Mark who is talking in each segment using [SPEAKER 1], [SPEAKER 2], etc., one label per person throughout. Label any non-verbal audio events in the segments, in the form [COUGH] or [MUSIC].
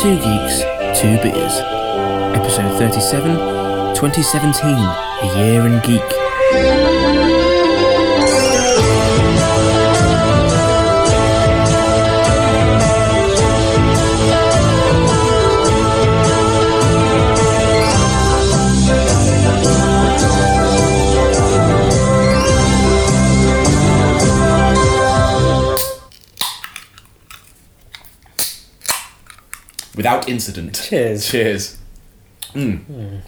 [SPEAKER 1] Two Geeks, Two Beers. Episode 37, 2017, A Year in Geek.
[SPEAKER 2] without incident.
[SPEAKER 3] Cheers.
[SPEAKER 2] Cheers. Mm.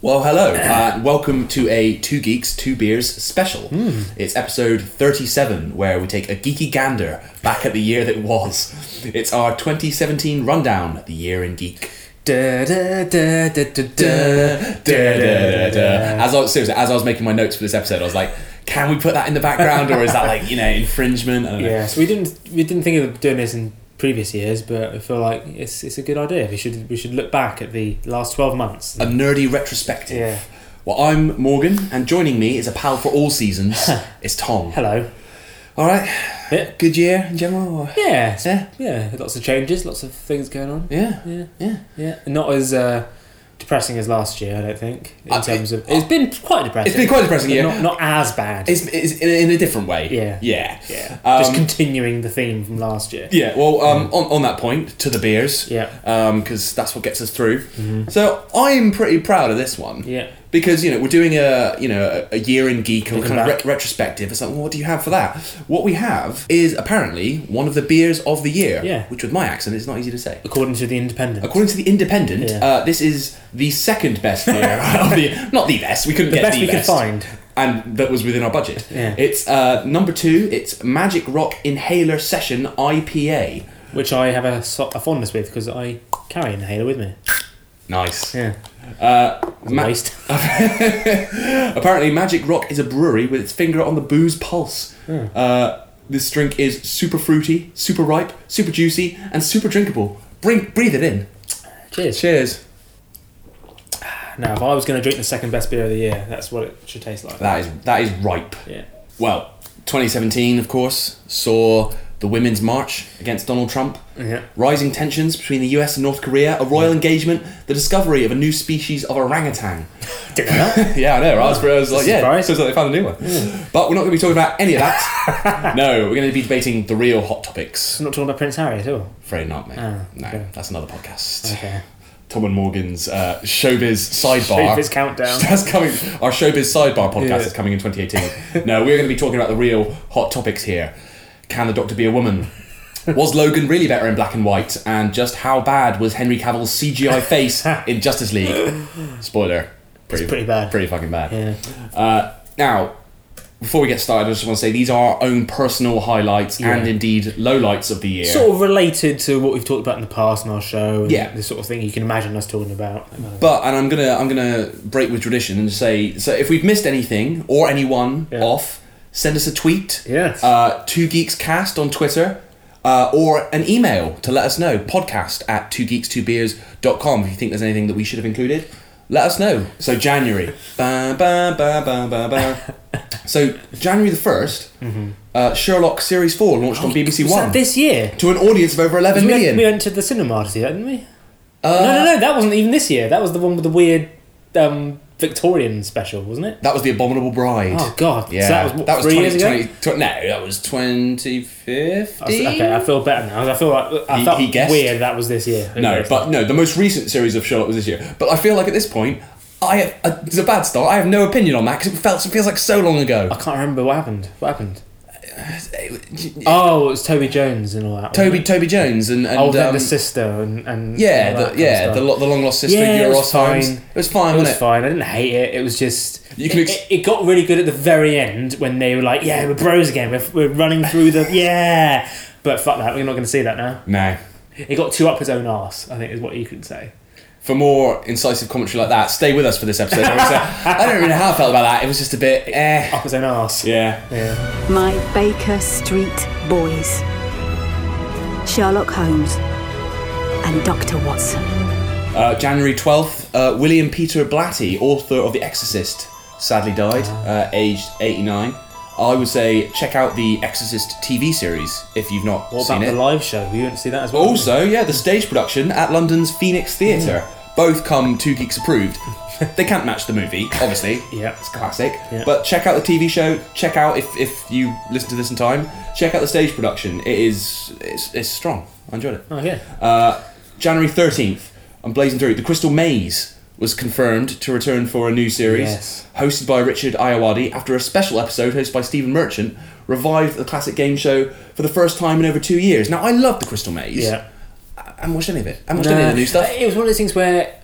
[SPEAKER 2] Well, hello. Uh, welcome to a Two Geeks, Two Beers special. It's episode 37, where we take a geeky gander back at the year that was. It's our 2017 rundown, The Year in Geek.
[SPEAKER 3] Da, da, da, da, da,
[SPEAKER 2] Da,
[SPEAKER 3] da.
[SPEAKER 2] da, da, da. As I, seriously, as I was making my notes for this episode, I was like, can we put that in the background, or is that like, you know, infringement? I don't know.
[SPEAKER 3] Yeah, so we didn't we didn't think of doing this in previous years, but I feel like it's it's a good idea. We should we should look back at the last twelve months.
[SPEAKER 2] A nerdy retrospective.
[SPEAKER 3] Yeah.
[SPEAKER 2] Well, I'm Morgan, and joining me is a pal for all seasons. it's Tom.
[SPEAKER 3] Hello.
[SPEAKER 2] All right.
[SPEAKER 3] Yeah.
[SPEAKER 2] Good year in general. Or?
[SPEAKER 3] Yeah. it's-
[SPEAKER 2] Yeah.
[SPEAKER 3] Yeah. Lots of changes. Lots of things going on.
[SPEAKER 2] Yeah.
[SPEAKER 3] Yeah.
[SPEAKER 2] Yeah.
[SPEAKER 3] Yeah. Not as uh, depressing as last year, I don't think. In
[SPEAKER 2] Uh,
[SPEAKER 3] terms of
[SPEAKER 2] it-
[SPEAKER 3] it's been quite depressing.
[SPEAKER 2] It's been quite a depressing
[SPEAKER 3] but
[SPEAKER 2] year.
[SPEAKER 3] Not not as bad.
[SPEAKER 2] it's, it's in, in a different way.
[SPEAKER 3] Yeah.
[SPEAKER 2] Yeah.
[SPEAKER 3] yeah.
[SPEAKER 2] Um,
[SPEAKER 3] Just continuing the theme from last year.
[SPEAKER 2] yeah. Well, um, on, on that point, to the beers.
[SPEAKER 3] Mm. Yeah. Mm-hmm.
[SPEAKER 2] Because that's what gets us through. So I'm pretty proud of this one.
[SPEAKER 3] Yeah.
[SPEAKER 2] Because you know we're doing a you know a a year in geek and
[SPEAKER 3] Looking
[SPEAKER 2] kind of
[SPEAKER 3] back.
[SPEAKER 2] re- retrospective. It's like, well, what do you have for that? What we have is apparently one of the beers of the year.
[SPEAKER 3] Yeah.
[SPEAKER 2] Which with my accent is not easy to say.
[SPEAKER 3] According to the Independent.
[SPEAKER 2] According to the Independent,
[SPEAKER 3] Yeah.
[SPEAKER 2] uh, this is the second best
[SPEAKER 3] [LAUGHS]
[SPEAKER 2] beer of the not the best. We couldn't
[SPEAKER 3] the
[SPEAKER 2] get
[SPEAKER 3] best
[SPEAKER 2] the
[SPEAKER 3] we
[SPEAKER 2] best.
[SPEAKER 3] could find.
[SPEAKER 2] and that was within our budget.
[SPEAKER 3] Yeah.
[SPEAKER 2] It's uh, number two. It's Magic Rock Inhaler Session IPA.
[SPEAKER 3] which I have a, so- a fondness with because I carry an inhaler with me.
[SPEAKER 2] Nice.
[SPEAKER 3] Yeah,
[SPEAKER 2] Uh, ma- [LAUGHS]
[SPEAKER 3] waste.
[SPEAKER 2] apparently, Magic Rock is a brewery with its finger on the booze pulse.
[SPEAKER 3] Hmm.
[SPEAKER 2] Uh, this drink is super fruity, super ripe, super juicy, and super drinkable. Bring, breathe it in.
[SPEAKER 3] Cheers.
[SPEAKER 2] Cheers.
[SPEAKER 3] Now, if I was going to drink the second best beer of the year, that's what it should taste like.
[SPEAKER 2] That is that is ripe.
[SPEAKER 3] Yeah.
[SPEAKER 2] Well, 2017, of course, saw the Women's March against Donald Trump.
[SPEAKER 3] Yeah.
[SPEAKER 2] Rising tensions between the US and North Korea, a royal engagement, the discovery of a new species of orangutan. [LAUGHS]
[SPEAKER 3] Didn't know that.
[SPEAKER 2] Yeah, I know. I was, I was like, yeah,
[SPEAKER 3] Surprise.
[SPEAKER 2] seems like they found a new one. But we're not going to be talking about any
[SPEAKER 3] [LAUGHS]
[SPEAKER 2] of that. no, we're going to be debating the real hot topics.
[SPEAKER 3] I'm not talking about Prince Harry at all.
[SPEAKER 2] Afraid not, mate.
[SPEAKER 3] Mm. Ah,
[SPEAKER 2] no,
[SPEAKER 3] okay.
[SPEAKER 2] that's another podcast.
[SPEAKER 3] Okay.
[SPEAKER 2] Tom and Morgan's uh, showbiz sidebar.
[SPEAKER 3] Showbiz countdown.
[SPEAKER 2] [LAUGHS] That's coming. Our showbiz sidebar podcast
[SPEAKER 3] Yeah.
[SPEAKER 2] is coming in 2018. no, we're going to be talking about the real hot topics here. Can the Doctor be a woman? Was Logan really better in black and white? And just how bad was Henry Cavill's
[SPEAKER 3] [LAUGHS]
[SPEAKER 2] CGI face in Justice League? Spoiler. Pretty,
[SPEAKER 3] pretty bad.
[SPEAKER 2] Pretty fucking bad.
[SPEAKER 3] Yeah.
[SPEAKER 2] Uh, now, before we get started, I just want to say these are our own personal highlights
[SPEAKER 3] Yeah.
[SPEAKER 2] and indeed lowlights of the year.
[SPEAKER 3] Sort of related to what we've talked about in the past in our show. and
[SPEAKER 2] Yeah.
[SPEAKER 3] The sort of thing you can imagine us talking about.
[SPEAKER 2] But and I'm gonna I'm gonna break with tradition and say so if we've missed anything or anyone
[SPEAKER 3] Yeah.
[SPEAKER 2] off, send us a tweet.
[SPEAKER 3] Yes.
[SPEAKER 2] Uh, two geeks cast on Twitter. Uh, or an email to let us know podcast at two geeks two beers.com if you think there's anything that we should have included let us know so
[SPEAKER 3] [LAUGHS]
[SPEAKER 2] january ba, ba, ba, ba, ba, ba. so january the 1st uh, sherlock series 4 launched on bbc
[SPEAKER 3] Mm-hmm. Oh, Was
[SPEAKER 2] one
[SPEAKER 3] that this year?
[SPEAKER 2] to an audience of over 11
[SPEAKER 3] We went,
[SPEAKER 2] million Uh,
[SPEAKER 3] we went to the cinema to see that, didn't we? no, no, no. That wasn't even this year. That was the one with the weird um, Victorian special, wasn't it?
[SPEAKER 2] that was the abominable bride
[SPEAKER 3] Oh God!
[SPEAKER 2] Yeah,
[SPEAKER 3] So that was what, three years ago.
[SPEAKER 2] 20 tw- no, that was 2015.
[SPEAKER 3] I f- okay, I feel better now. I feel like I
[SPEAKER 2] He-
[SPEAKER 3] felt
[SPEAKER 2] he guessed.
[SPEAKER 3] weird that was this year.
[SPEAKER 2] no,
[SPEAKER 3] Okay.
[SPEAKER 2] but no, the most recent series of Sherlock was this year. But I feel like at this point, I have, uh, it's a bad start. I have no opinion on that because it felt it feels like so long ago.
[SPEAKER 3] I can't remember what happened. What
[SPEAKER 2] [SIGHS]
[SPEAKER 3] happened? Oh, it was Toby Jones and all that. wasn't
[SPEAKER 2] Toby
[SPEAKER 3] it?
[SPEAKER 2] Toby Jones and, and
[SPEAKER 3] oh, then the
[SPEAKER 2] um,
[SPEAKER 3] sister and, and all that
[SPEAKER 2] yeah,
[SPEAKER 3] kind
[SPEAKER 2] the,
[SPEAKER 3] of
[SPEAKER 2] yeah,
[SPEAKER 3] stuff.
[SPEAKER 2] the, lo- the long lost sister.
[SPEAKER 3] Yeah,
[SPEAKER 2] of
[SPEAKER 3] it was
[SPEAKER 2] Euros times.
[SPEAKER 3] fine.
[SPEAKER 2] It was fine,
[SPEAKER 3] It was
[SPEAKER 2] wasn't it?
[SPEAKER 3] fine. I didn't hate it. It was just
[SPEAKER 2] You can
[SPEAKER 3] it-
[SPEAKER 2] ex-
[SPEAKER 3] it, it got really good at the very end when they were like, "Yeah, we're bros again. We're, we're running through the [LAUGHS] yeah." But fuck that. We're not going to see that now.
[SPEAKER 2] No.
[SPEAKER 3] It got too up its own arse. I think is what you could say.
[SPEAKER 2] For more incisive commentary like that, stay with us for this episode.
[SPEAKER 3] [LAUGHS]
[SPEAKER 2] I would say- I don't really know how I felt about that. It was just a bit. Eh.
[SPEAKER 3] Up its own arse.
[SPEAKER 2] Yeah.
[SPEAKER 3] Yeah.
[SPEAKER 4] My Baker Street Boys. Sherlock Holmes and Dr. Watson.
[SPEAKER 2] Uh, January 12th, uh, William Peter Blatty, author of The Exorcist, sadly died,
[SPEAKER 3] Ah.
[SPEAKER 2] uh, aged 89. I would say check out the Exorcist TV series if you've not
[SPEAKER 3] What
[SPEAKER 2] seen
[SPEAKER 3] about
[SPEAKER 2] it.
[SPEAKER 3] the live show? You didn't see that as well.
[SPEAKER 2] Also, yeah, the stage production at London's Phoenix Theatre.
[SPEAKER 3] Mm.
[SPEAKER 2] Both come Two Geeks approved.
[SPEAKER 3] [LAUGHS]
[SPEAKER 2] they can't match the movie, obviously.
[SPEAKER 3] Yeah.
[SPEAKER 2] It's classic.
[SPEAKER 3] Yeah.
[SPEAKER 2] But check out the TV show. Check out, if, if you listen to this in time, check out the stage production. It is, it's, it's strong. I enjoyed it.
[SPEAKER 3] Oh yeah.
[SPEAKER 2] Uh, January 13th, I'm blazing through. The Crystal Maze was confirmed to return for a new series
[SPEAKER 3] Yes.
[SPEAKER 2] hosted by Richard Iowadi after a special episode hosted by Stephen Merchant revived the classic game show for the first time in over two years. Now, I love The Crystal Maze.
[SPEAKER 3] Yeah.
[SPEAKER 2] I haven't watched any of it. I haven't watched any of the new stuff.
[SPEAKER 3] It was one of those things where,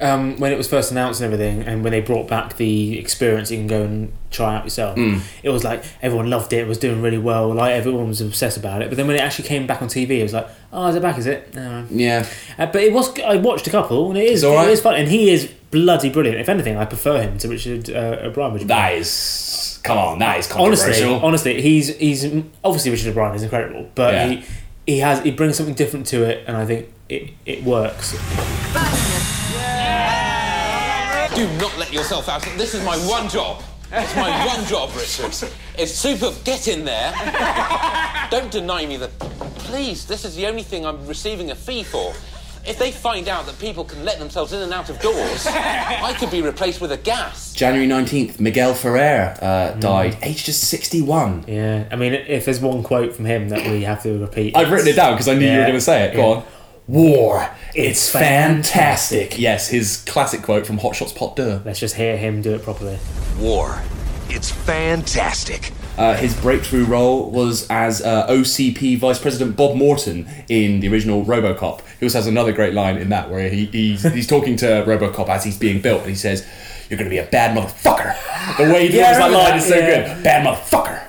[SPEAKER 3] um, when it was first announced and everything, and when they brought back the experience, you can go and try out yourself.
[SPEAKER 2] Hmm.
[SPEAKER 3] It was like everyone loved it. It was doing really well. Like everyone was obsessed about it. But then when it actually came back on TV, it was like, oh, is it back? Is it? No.
[SPEAKER 2] Yeah.
[SPEAKER 3] Uh, but it was. I watched a couple, and it is.
[SPEAKER 2] It's all right.
[SPEAKER 3] It is fun, and he is bloody brilliant. If anything, I prefer him to Richard uh, O'Brien. Which
[SPEAKER 2] That is. Come on, that is
[SPEAKER 3] honestly,
[SPEAKER 2] controversial.
[SPEAKER 3] honestly, he's he's obviously Richard O'Brien is incredible, but
[SPEAKER 2] Yeah.
[SPEAKER 3] he he has he brings something different to it, and I think it it works.
[SPEAKER 5] Do not let yourself out. This is my one job. It's my one job, Richard. It's super. Get in there. Don't deny me the. Please, this is the only thing I'm receiving a fee for. If they find out that people can let themselves in and out of doors, I could be replaced with a gas.
[SPEAKER 2] January 19th, Miguel Ferrer
[SPEAKER 3] Hmm.
[SPEAKER 2] uh, died, aged just 61.
[SPEAKER 3] Yeah, I mean, if there's one quote from him that we have to repeat,
[SPEAKER 2] I've written it down because I knew you were
[SPEAKER 3] Yeah.
[SPEAKER 2] going to say it. Go
[SPEAKER 3] Yeah.
[SPEAKER 2] on. War,
[SPEAKER 3] it's fantastic.
[SPEAKER 2] Yes, his classic quote from Hot Shots Pot Deux.
[SPEAKER 3] Let's just hear him do it properly.
[SPEAKER 6] War. It's fantastic.
[SPEAKER 2] Uh, his breakthrough role was as uh, OCP Vice President Bob Morton in the original RoboCop. He also has another great line in that where he, he's, he's talking to RoboCop as he's being built, and he says, "You're going to be a bad motherfucker." The way he
[SPEAKER 3] Yeah, I
[SPEAKER 2] delivers that
[SPEAKER 3] remember
[SPEAKER 2] line
[SPEAKER 3] that,
[SPEAKER 2] is so
[SPEAKER 3] yeah.
[SPEAKER 2] good. Bad motherfucker.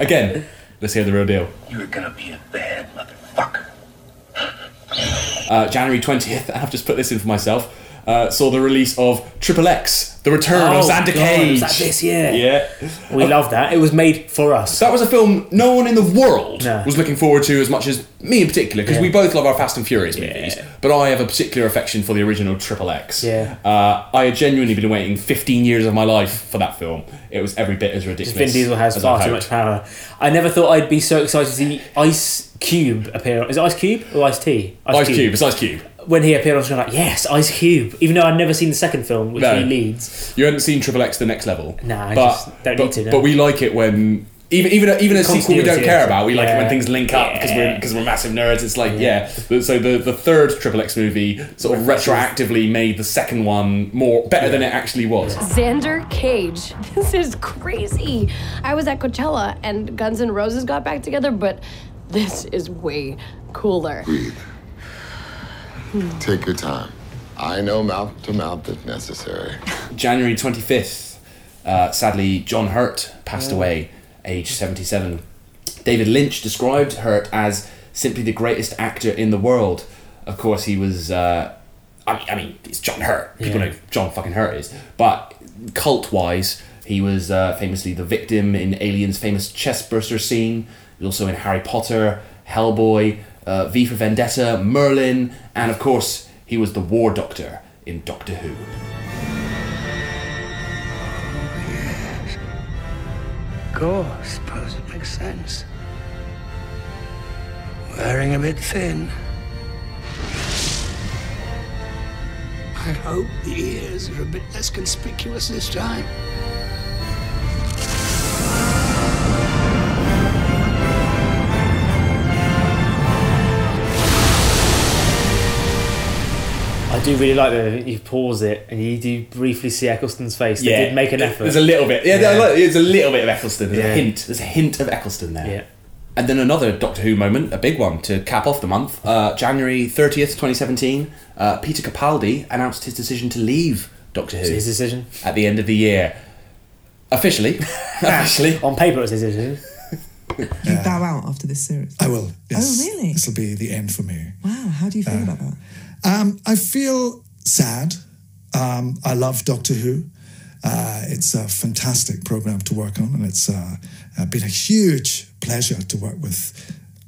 [SPEAKER 2] [LAUGHS] Uh, again, let's hear the real deal.
[SPEAKER 7] You're gonna be a bad motherfucker.
[SPEAKER 2] Uh, January 20th, and I've just put this in for myself, uh, saw the release of Triple X, The Return of
[SPEAKER 3] Oh,
[SPEAKER 2] Xander
[SPEAKER 3] God,
[SPEAKER 2] Cage.
[SPEAKER 3] was that this year?
[SPEAKER 2] Yeah.
[SPEAKER 3] We love that. It was made for us.
[SPEAKER 2] That was a film no one in the world
[SPEAKER 3] No.
[SPEAKER 2] was looking forward to as much as me in particular, because
[SPEAKER 3] Yeah.
[SPEAKER 2] we both love our Fast and Furious movies, but I have a particular affection for the original Triple X.
[SPEAKER 3] Yeah.
[SPEAKER 2] Uh, I had genuinely been waiting 15 years of my life for that film. It was every bit as ridiculous.
[SPEAKER 3] Vin Diesel has
[SPEAKER 2] as
[SPEAKER 3] far
[SPEAKER 2] I
[SPEAKER 3] too much
[SPEAKER 2] hoped.
[SPEAKER 3] power. I never thought I'd be so excited to see Ice Cube appear. Is it Ice Cube or Ice T?
[SPEAKER 2] Ice Cube, it's Ice Cube.
[SPEAKER 3] When he appeared on screen, I'm like yes, Ice Cube. Even though I'd never seen the second film, which
[SPEAKER 2] No.
[SPEAKER 3] he leads.
[SPEAKER 2] You haven't seen Triple X the next level.
[SPEAKER 3] Nah, I
[SPEAKER 2] but,
[SPEAKER 3] just don't
[SPEAKER 2] but,
[SPEAKER 3] need to now.
[SPEAKER 2] But we like it when even even even a sequel we don't
[SPEAKER 3] Continuity,
[SPEAKER 2] care
[SPEAKER 3] yeah.
[SPEAKER 2] about. We like it when
[SPEAKER 3] Yeah.
[SPEAKER 2] things link up because we're
[SPEAKER 3] Yeah.
[SPEAKER 2] because we're massive nerds. It's like yeah. But So the the third Triple X movie sort of retroactively made the second one more better than it actually was.
[SPEAKER 8] Xander Cage. [LAUGHS] This is crazy. I was at Coachella and Guns N' Roses got back together, but this is way cooler.
[SPEAKER 9] Breathe. Take your time. I know mouth to mouth if necessary.
[SPEAKER 2] January twenty fifth, uh, sadly John Hurt passed away, aged seventy seven. David Lynch described Hurt as simply the greatest actor in the world. Of course, he was. Uh, I, mean, I mean, it's John Hurt. People
[SPEAKER 3] Yeah.
[SPEAKER 2] know who John fucking Hurt is. But cult wise, he was uh, famously the victim in Alien's famous chest burster scene. He was also in Harry Potter, Hellboy, uh, V for Vendetta, Merlin, and of course, he was the War Doctor in Doctor Who.
[SPEAKER 7] Go, I suppose it makes sense. Wearing a bit thin. I hope the ears are a bit less conspicuous this time.
[SPEAKER 3] I do really like that you pause it and you do briefly see Eccleston's face. They did make an
[SPEAKER 2] there-
[SPEAKER 3] effort.
[SPEAKER 2] There's a little bit. Yeah,
[SPEAKER 3] Yeah.
[SPEAKER 2] no, look, there's a little bit of Eccleston. There's
[SPEAKER 3] Yeah.
[SPEAKER 2] a hint. There's a hint of Eccleston there.
[SPEAKER 3] Yeah.
[SPEAKER 2] And then another Doctor Who moment, a big one to cap off the month. Uh, January 30th, 2017, uh, Peter Capaldi announced his decision to leave Doctor Who
[SPEAKER 3] It's his decision.
[SPEAKER 2] at the end of the year.
[SPEAKER 3] [LAUGHS]
[SPEAKER 2] Officially. Officially.
[SPEAKER 3] On paper, it's his
[SPEAKER 2] [LAUGHS]
[SPEAKER 3] decision.
[SPEAKER 10] You bow out after this series.
[SPEAKER 11] I will. Yes.
[SPEAKER 10] Oh, really?
[SPEAKER 11] This will be the end for me.
[SPEAKER 10] Wow, how do you feel about that?
[SPEAKER 11] Um, I feel sad. Um, I love Doctor Who. Uh, it's a fantastic program to work on, and it's uh, uh, been a huge pleasure to work with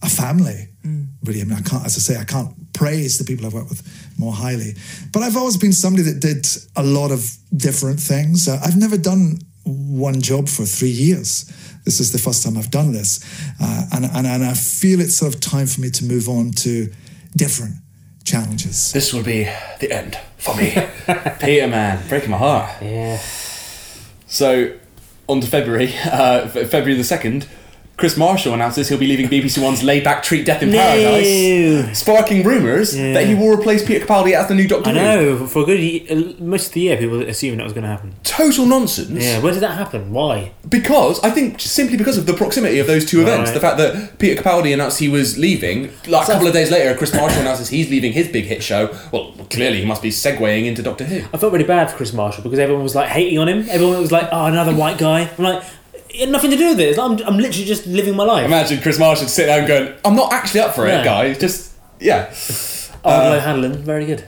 [SPEAKER 11] a family. Really, I mean, I can't, as I say, I can't praise the people I've worked with more highly. But I've always been somebody that did a lot of different things. Uh, I've never done one job for three years. This is the first time I've done this. Uh, and, and, and I feel it's sort of time for me to move on to different challenges.
[SPEAKER 2] This will be the end for
[SPEAKER 3] [LAUGHS]
[SPEAKER 2] me. Peter, man, breaking my heart.
[SPEAKER 3] Yeah.
[SPEAKER 2] So, on to February, uh, Fe- February the 2nd, Chris Marshall announces he'll be leaving BBC One's laid back treat Death in
[SPEAKER 3] No.
[SPEAKER 2] Paradise, sparking rumours that he will replace Peter Capaldi as the new Doctor
[SPEAKER 3] I
[SPEAKER 2] Who.
[SPEAKER 3] know. For a good ye- most of the year, people were assuming that was going to happen.
[SPEAKER 2] Total nonsense.
[SPEAKER 3] Yeah. Where did that happen? Why?
[SPEAKER 2] Because I think just simply because of the proximity of those two events,
[SPEAKER 3] Right.
[SPEAKER 2] the fact that Peter Capaldi announced he was leaving, like a couple of days later, Chris Marshall announces he's leaving his big hit show. Well, clearly he must be segueing into Doctor Who.
[SPEAKER 3] I felt really bad for Chris Marshall because everyone was like hating on him. Everyone was like, "Oh, another white guy." I'm like, "It had nothing to do with it. It's like, I'm, I'm literally just living my life."
[SPEAKER 2] Imagine Chris Marshall sitting down going, "I'm not actually up for it,
[SPEAKER 3] No.
[SPEAKER 2] guys. Just yeah."
[SPEAKER 3] Arlo
[SPEAKER 2] Uh,
[SPEAKER 3] Hanlon, very
[SPEAKER 2] [LAUGHS]
[SPEAKER 3] good.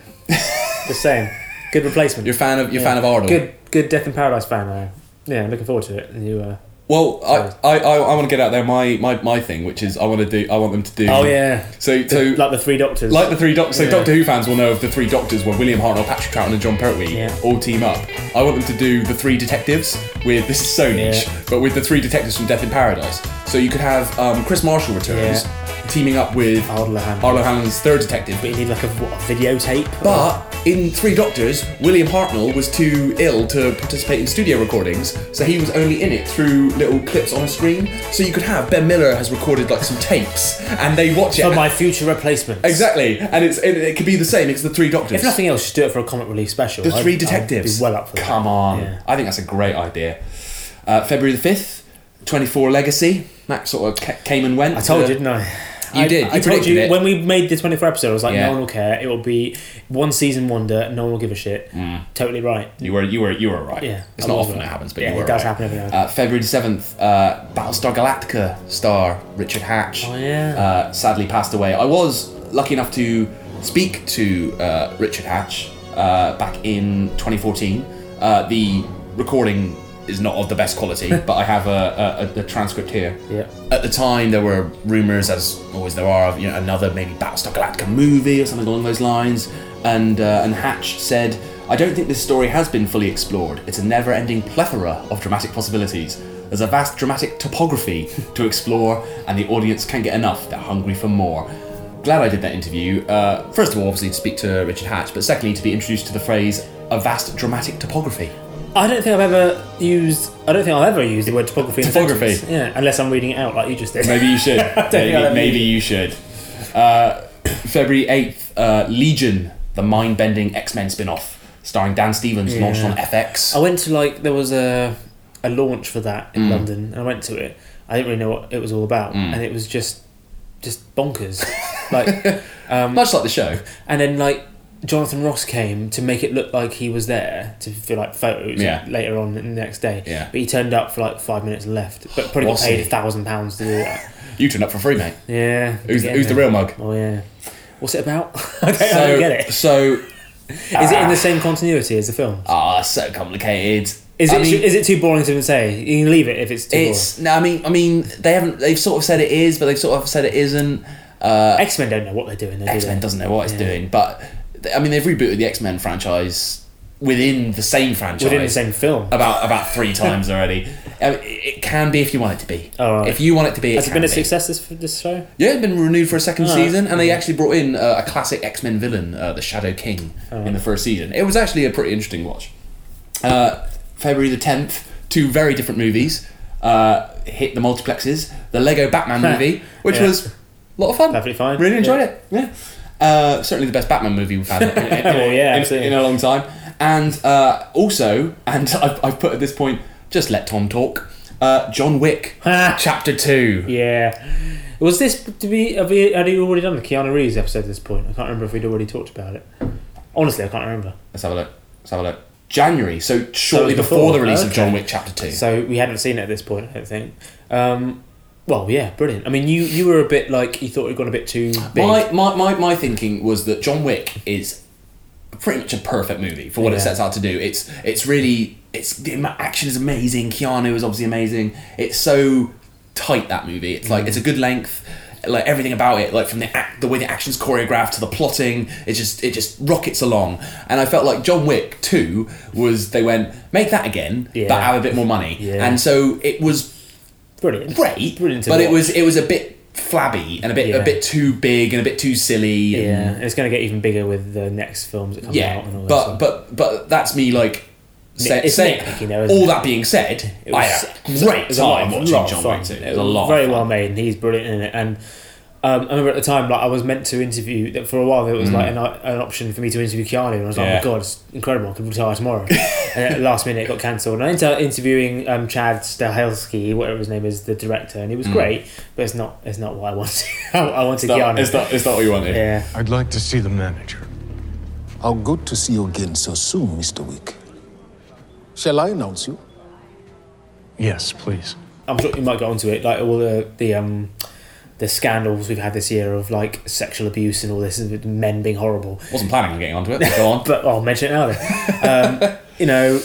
[SPEAKER 3] Just saying, good replacement.
[SPEAKER 2] You're a fan of you're a fan of Arnold.
[SPEAKER 3] Good, good Death in Paradise fan. I am. Yeah, I'm looking forward to it. You, uh,
[SPEAKER 2] Well, I, I, I, I want to get out there my, my, my thing, which is I want to do I want them to do.
[SPEAKER 3] Oh, yeah.
[SPEAKER 2] So so
[SPEAKER 3] like the three doctors,
[SPEAKER 2] like the three doctors. So
[SPEAKER 3] Yeah.
[SPEAKER 2] Doctor Who fans will know of the three doctors where William Hartnell, Patrick Troughton, and John Pertwee all team up. I want them to do the three detectives with this is so niche,
[SPEAKER 3] Yeah.
[SPEAKER 2] but with the three detectives from Death in Paradise. So you could have um, Chris Marshall returns. Teaming up with Arlo Hanlon's third detective, but
[SPEAKER 3] you need like a, what, a videotape.
[SPEAKER 2] But in Three Doctors, William Hartnell was too ill to participate in studio recordings, so he was only in it through little clips on screen. So you could have Ben Miller has recorded like some tapes, and they watch it
[SPEAKER 3] for my future replacement.
[SPEAKER 2] [LAUGHS] exactly, and it's it, it could be the same. It's the Three Doctors.
[SPEAKER 3] If nothing else, just do it for a comic relief special.
[SPEAKER 2] The
[SPEAKER 3] I'd-
[SPEAKER 2] Three
[SPEAKER 3] I'd be
[SPEAKER 2] Detectives.
[SPEAKER 3] well up for that.
[SPEAKER 2] Come on.
[SPEAKER 3] Yeah.
[SPEAKER 2] I think that's a great idea. Uh, February the 5th, 24 Legacy. That sort of ca- came and went.
[SPEAKER 3] I told
[SPEAKER 2] Uh,
[SPEAKER 3] you, didn't I?
[SPEAKER 2] You
[SPEAKER 3] I,
[SPEAKER 2] did.
[SPEAKER 3] I
[SPEAKER 2] you
[SPEAKER 3] told
[SPEAKER 2] predicted
[SPEAKER 3] you
[SPEAKER 2] it.
[SPEAKER 3] when we made the 24 episode. I was like,
[SPEAKER 2] Yeah.
[SPEAKER 3] no one will care. It will be one season wonder. No one will give a shit.
[SPEAKER 2] Mm.
[SPEAKER 3] Totally right.
[SPEAKER 2] You were you were you were right.
[SPEAKER 3] Yeah,
[SPEAKER 2] it's
[SPEAKER 3] I
[SPEAKER 2] not
[SPEAKER 3] was
[SPEAKER 2] often
[SPEAKER 3] right.
[SPEAKER 2] it happens, but
[SPEAKER 3] Yeah,
[SPEAKER 2] you were
[SPEAKER 3] it does
[SPEAKER 2] right.
[SPEAKER 3] happen every now and
[SPEAKER 2] Uh, February seventh, uh, Battlestar Galactica star Richard Hatch.
[SPEAKER 3] Oh, yeah.
[SPEAKER 2] Uh, sadly passed away. I was lucky enough to speak to uh, Richard Hatch uh, back in 2014. Uh, the recording is not of the best quality,
[SPEAKER 3] [LAUGHS]
[SPEAKER 2] but I have a, a, a, a transcript here.
[SPEAKER 3] Yeah.
[SPEAKER 2] At the time, there were rumours, as always there are, of you know, another maybe Battlestar Galactica movie or something along those lines. And uh, and Hatch said, "I don't think this story has been fully explored. It's a never-ending plethora of dramatic possibilities. There's a vast dramatic topography [LAUGHS] to explore, and the audience can't get enough. They're hungry for more." Glad I did that interview. Uh, first of all, obviously to speak to Richard Hatch, but secondly to be introduced to the phrase "a vast dramatic topography."
[SPEAKER 3] I don't think I've ever used. I don't think I'll ever use the word topography. In a
[SPEAKER 2] Topography.
[SPEAKER 3] sentence. yeah, unless I'm reading it out like you just did.
[SPEAKER 2] Maybe you
[SPEAKER 3] [LAUGHS]
[SPEAKER 2] should.
[SPEAKER 3] I don't think I'll
[SPEAKER 2] maybe,
[SPEAKER 3] ever
[SPEAKER 2] maybe
[SPEAKER 3] use
[SPEAKER 2] you should. Uh, February 8th, uh, Legion, the mind bending X Men spin off, starring Dan Stevens,
[SPEAKER 3] Yeah. Oh.
[SPEAKER 2] launched on FX.
[SPEAKER 3] I went to like there was a a launch for that in
[SPEAKER 2] Mm.
[SPEAKER 3] London, and I went to it. I didn't really know what it was all about,
[SPEAKER 2] Mm.
[SPEAKER 3] and it was just just bonkers,
[SPEAKER 2] [LAUGHS]
[SPEAKER 3] like um,
[SPEAKER 2] much like the show.
[SPEAKER 3] And then like Jonathan Ross came to make it look like he was there to for like photos
[SPEAKER 2] Yeah.
[SPEAKER 3] later on the next day.
[SPEAKER 2] Yeah.
[SPEAKER 3] but he turned up for like five minutes and left, but probably
[SPEAKER 2] Was
[SPEAKER 3] got paid
[SPEAKER 2] he?
[SPEAKER 3] a thousand pounds to do
[SPEAKER 2] [LAUGHS]
[SPEAKER 3] that.
[SPEAKER 2] You turned up for free, mate.
[SPEAKER 3] Yeah,
[SPEAKER 2] Who's,
[SPEAKER 3] Yeah.
[SPEAKER 2] who's the real mug?
[SPEAKER 3] Oh yeah, what's it about? [LAUGHS] I, don't, I don't get it.
[SPEAKER 2] So.
[SPEAKER 3] Is
[SPEAKER 2] [SIGHS]
[SPEAKER 3] it in the same continuity as the film?
[SPEAKER 2] Ah, so complicated.
[SPEAKER 3] Is
[SPEAKER 2] I
[SPEAKER 3] it
[SPEAKER 2] mean-
[SPEAKER 3] is it too boring to even say? You can leave it if it's too
[SPEAKER 2] It's no, I mean, I mean, they haven't. They've sort of said it is, but they've sort of said it isn't. Uh,
[SPEAKER 3] X Men don't know what they're doing. though, do
[SPEAKER 2] X Men
[SPEAKER 3] they?
[SPEAKER 2] doesn't know what it's
[SPEAKER 3] Yeah.
[SPEAKER 2] doing, but th- I mean, they've rebooted the X Men franchise within the same franchise,
[SPEAKER 3] Within the same film.
[SPEAKER 2] about about three times already. Uh, it it can be if you want it to be.
[SPEAKER 3] All Oh, right.
[SPEAKER 2] If you want it to be, it
[SPEAKER 3] has it
[SPEAKER 2] can
[SPEAKER 3] been a
[SPEAKER 2] be.
[SPEAKER 3] success this this show?
[SPEAKER 2] Yeah, it's been renewed for a second
[SPEAKER 3] All right.
[SPEAKER 2] season, and they actually brought in uh, a classic X Men villain, uh, the Shadow King,
[SPEAKER 3] Oh,
[SPEAKER 2] in the first season. It was actually a pretty interesting watch. Uh, February the 10th, two very different movies uh, hit the multiplexes. The Lego Batman movie,
[SPEAKER 3] [LAUGHS]
[SPEAKER 2] which
[SPEAKER 3] Yeah.
[SPEAKER 2] was a lot of fun.
[SPEAKER 3] Perfectly fine.
[SPEAKER 2] Really enjoyed
[SPEAKER 3] Yeah.
[SPEAKER 2] it. Yeah. Uh, certainly the best Batman movie
[SPEAKER 3] [LAUGHS]
[SPEAKER 2] we've had in, in- in-
[SPEAKER 3] Well, yeah,
[SPEAKER 2] in-
[SPEAKER 3] absolutely.
[SPEAKER 2] in a long time. And uh, also, [LAUGHS] and I've, I've put at this point, just let Tom talk. Uh, John Wick,
[SPEAKER 3] [LAUGHS]
[SPEAKER 2] Chapter 2.
[SPEAKER 3] Yeah. Was this to be? Have we, had you already done the Keanu Reeves episode at this point? I can't remember if we'd already talked about it. Honestly, I can't remember.
[SPEAKER 2] Let's have a look. Let's have a look. January, so shortly before,
[SPEAKER 3] before.
[SPEAKER 2] the release of
[SPEAKER 3] Okay.
[SPEAKER 2] John Wick Chapter Two.
[SPEAKER 3] So we hadn't seen it at this point. I don't think. Um, well, yeah, brilliant. I mean, you you were a bit like you thought it had gone a bit too big.
[SPEAKER 2] my, my, my my thinking was that John Wick is pretty much a perfect movie for what it
[SPEAKER 3] Yeah.
[SPEAKER 2] sets out to do. It's it's really it's the ama- action is amazing. Keanu is obviously amazing. It's so tight that movie. It's like it's a good length. like everything about it, like from the act, the way the action's choreographed to the plotting, it just it just rockets along. And I felt like John Wick Two was they went make that again,
[SPEAKER 3] Yeah.
[SPEAKER 2] but have a bit more money,
[SPEAKER 3] Yeah.
[SPEAKER 2] and so it was
[SPEAKER 3] brilliant,
[SPEAKER 2] great,
[SPEAKER 3] brilliant. to
[SPEAKER 2] but it
[SPEAKER 3] watch.
[SPEAKER 2] was it was a bit flabby and a bit
[SPEAKER 3] Yeah.
[SPEAKER 2] a bit too big and a bit too silly. And,
[SPEAKER 3] yeah, and it's going to get even bigger with the next films that come
[SPEAKER 2] yeah,
[SPEAKER 3] out and all that.
[SPEAKER 2] but
[SPEAKER 3] stuff.
[SPEAKER 2] but but that's me like say,
[SPEAKER 3] It's
[SPEAKER 2] saying
[SPEAKER 3] nitpicky though, isn't
[SPEAKER 2] all
[SPEAKER 3] it?
[SPEAKER 2] that being said,
[SPEAKER 3] It was-
[SPEAKER 2] I had a
[SPEAKER 3] it was-
[SPEAKER 2] great
[SPEAKER 3] it was a lot
[SPEAKER 2] time
[SPEAKER 3] of-
[SPEAKER 2] watching
[SPEAKER 3] lot of
[SPEAKER 2] John
[SPEAKER 3] fun.
[SPEAKER 2] Wick. Two. It was a lot. of
[SPEAKER 3] Very well made, and he's brilliant in it. And um, I remember at the time, like I was meant to interview that for a while. There was
[SPEAKER 2] Mm.
[SPEAKER 3] like an, uh, an option for me to interview Keanu, and I was like,
[SPEAKER 2] Yeah.
[SPEAKER 3] "Oh my god, it's incredible! I could retire
[SPEAKER 2] [LAUGHS]
[SPEAKER 3] tomorrow." and at the last minute, it got cancelled. And I ended up interviewing um, Chad Stahelski, whatever his name is, the director, and he was
[SPEAKER 12] Mm.
[SPEAKER 3] great. But it's not, it's not what I wanted. [LAUGHS] I, I wanted Keanu. Yeah.
[SPEAKER 12] I'd like to see the manager.
[SPEAKER 13] How good to see you again so soon, Mr. Wick. Shall I announce you?
[SPEAKER 12] Yes, please.
[SPEAKER 3] I'm sure you might get onto it, like all the the um the scandals we've had this year of like sexual abuse and all this, and with men being horrible.
[SPEAKER 2] Wasn't planning on getting onto it. But go
[SPEAKER 3] [LAUGHS]
[SPEAKER 2] on.
[SPEAKER 3] but I'll mention it now. Then, um, you know,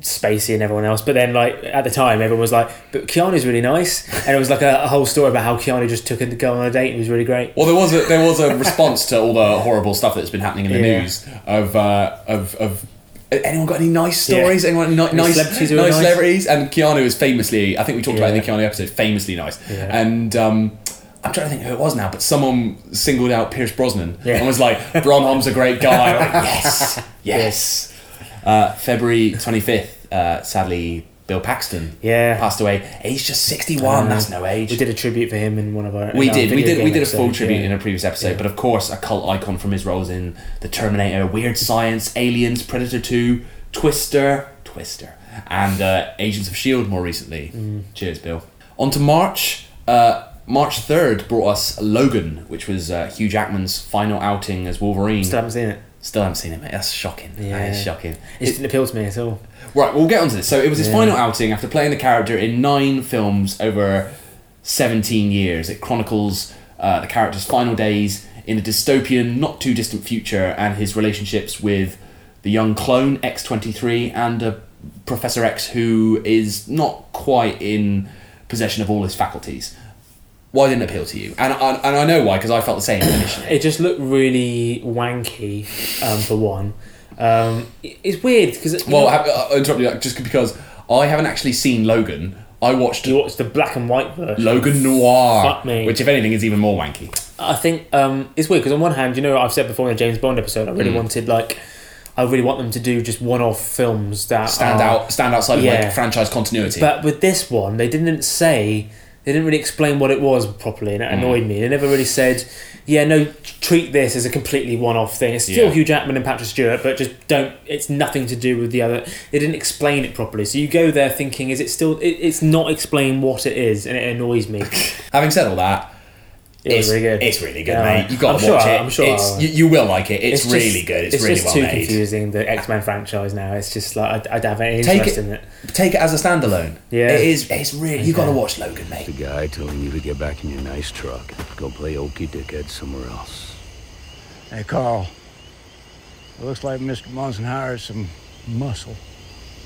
[SPEAKER 3] Spacey and everyone else. But then, like at the time, everyone was like, "But Keanu's really nice," and it was like a, a whole story about how Keanu just took a girl on a date and it was really great.
[SPEAKER 2] Well, there was a there was a response to all the horrible stuff that's been happening in the
[SPEAKER 3] Yeah.
[SPEAKER 2] news of uh, of of. Anyone got any nice stories?
[SPEAKER 3] Yeah.
[SPEAKER 2] Anyone ni-
[SPEAKER 3] Any
[SPEAKER 2] nice,
[SPEAKER 3] celebrities
[SPEAKER 2] nice,
[SPEAKER 3] who are nice?
[SPEAKER 2] celebrities? And Keanu is famously, I think we talked about it in the
[SPEAKER 3] Yeah.
[SPEAKER 2] Keanu episode, famously nice.
[SPEAKER 3] Yeah.
[SPEAKER 2] And um, I'm trying to think who it was now, but someone singled out Pierce Brosnan
[SPEAKER 3] Yeah.
[SPEAKER 2] and was like, "Bronholm's a
[SPEAKER 3] [LAUGHS]
[SPEAKER 2] great guy." I'm like, yes, yes. Uh, February 25th, uh, sadly, Bill Paxton
[SPEAKER 3] Yeah,
[SPEAKER 2] passed away. Aged just 61.
[SPEAKER 3] Um,
[SPEAKER 2] that's no age.
[SPEAKER 3] We did a tribute for him in one of our. in
[SPEAKER 2] We
[SPEAKER 3] our
[SPEAKER 2] did, we
[SPEAKER 3] video
[SPEAKER 2] did, we
[SPEAKER 3] game
[SPEAKER 2] did a full
[SPEAKER 3] episodes,
[SPEAKER 2] tribute
[SPEAKER 3] yeah.
[SPEAKER 2] in a previous episode,
[SPEAKER 3] Yeah.
[SPEAKER 2] but of course, a cult icon from his roles in The Terminator, Weird Science, Aliens, Predator Two, Twister, Twister, and uh, Agents of Shield more recently.
[SPEAKER 3] Mm.
[SPEAKER 2] Cheers, Bill. On to March. Uh, March third brought us Logan, which was uh, Hugh Jackman's final outing as Wolverine. Still
[SPEAKER 3] haven't seen it.
[SPEAKER 2] Still haven't seen it, mate. That's shocking. That is
[SPEAKER 3] Yeah.
[SPEAKER 2] shocking.
[SPEAKER 3] It just didn't appeal to me at all.
[SPEAKER 2] Right, we'll get onto this. So it was his
[SPEAKER 3] Yeah.
[SPEAKER 2] final outing after playing the character in nine films over 17 years. It chronicles uh, the character's final days in a dystopian, not too distant future and his relationships with the young clone, X23, and uh, Professor X, who is not quite in possession of all his faculties. Why didn't it appeal to you? And, and, and I know why, because I felt the same initially.
[SPEAKER 3] [COUGHS] It just looked really wanky, um, for one. Um, it- it's weird because
[SPEAKER 2] Well, I, I'll interrupt you like, just because I haven't actually seen Logan. I watched.
[SPEAKER 3] You watched the black and white version.
[SPEAKER 2] Logan Noir,
[SPEAKER 3] Fuck me.
[SPEAKER 2] which if anything is even more wanky.
[SPEAKER 3] I think um, it's weird because on one hand, you know, I've said before in the James Bond episode, I really
[SPEAKER 2] Mm.
[SPEAKER 3] wanted like, I really want them to do just one-off films that
[SPEAKER 2] Stand
[SPEAKER 3] are-
[SPEAKER 2] out, stand outside of
[SPEAKER 3] Oh. Yeah.
[SPEAKER 2] like franchise continuity.
[SPEAKER 3] But with this one, they didn't say, they didn't really explain what it was properly, and it
[SPEAKER 2] Mm.
[SPEAKER 3] annoyed me. They never really said, yeah, no, treat this as a completely one off thing. It's still
[SPEAKER 2] Yeah.
[SPEAKER 3] Hugh Jackman and Patrick Stewart, but just don't, it's nothing to do with the other. They didn't explain it properly. So you go there thinking, is it still, it, it's not explained what it is, and it annoys
[SPEAKER 2] [LAUGHS]
[SPEAKER 3] me.
[SPEAKER 2] Having said all that,
[SPEAKER 3] it was
[SPEAKER 2] it's
[SPEAKER 3] really good.
[SPEAKER 2] It's really good,
[SPEAKER 3] Yeah.
[SPEAKER 2] mate. You got
[SPEAKER 3] I'm
[SPEAKER 2] to
[SPEAKER 3] sure
[SPEAKER 2] watch
[SPEAKER 3] I-
[SPEAKER 2] it.
[SPEAKER 3] I'm sure
[SPEAKER 2] it's,
[SPEAKER 3] I-
[SPEAKER 2] you, you will like it. It's,
[SPEAKER 3] just-
[SPEAKER 2] really good. It's, really
[SPEAKER 3] just
[SPEAKER 2] well
[SPEAKER 3] too
[SPEAKER 2] made.
[SPEAKER 3] confusing the X Men franchise now. It's just like I, I have any
[SPEAKER 2] Take
[SPEAKER 3] interest
[SPEAKER 2] it-
[SPEAKER 3] in it.
[SPEAKER 2] Take it as a standalone.
[SPEAKER 3] Yeah.
[SPEAKER 2] it is. It's really. You got to
[SPEAKER 14] Okay.
[SPEAKER 2] watch Logan, mate.
[SPEAKER 14] The guy telling you to get back in your nice truck, go play okey dickhead somewhere else.
[SPEAKER 15] Hey, Carl. It looks like Mr. Munson hires some muscle.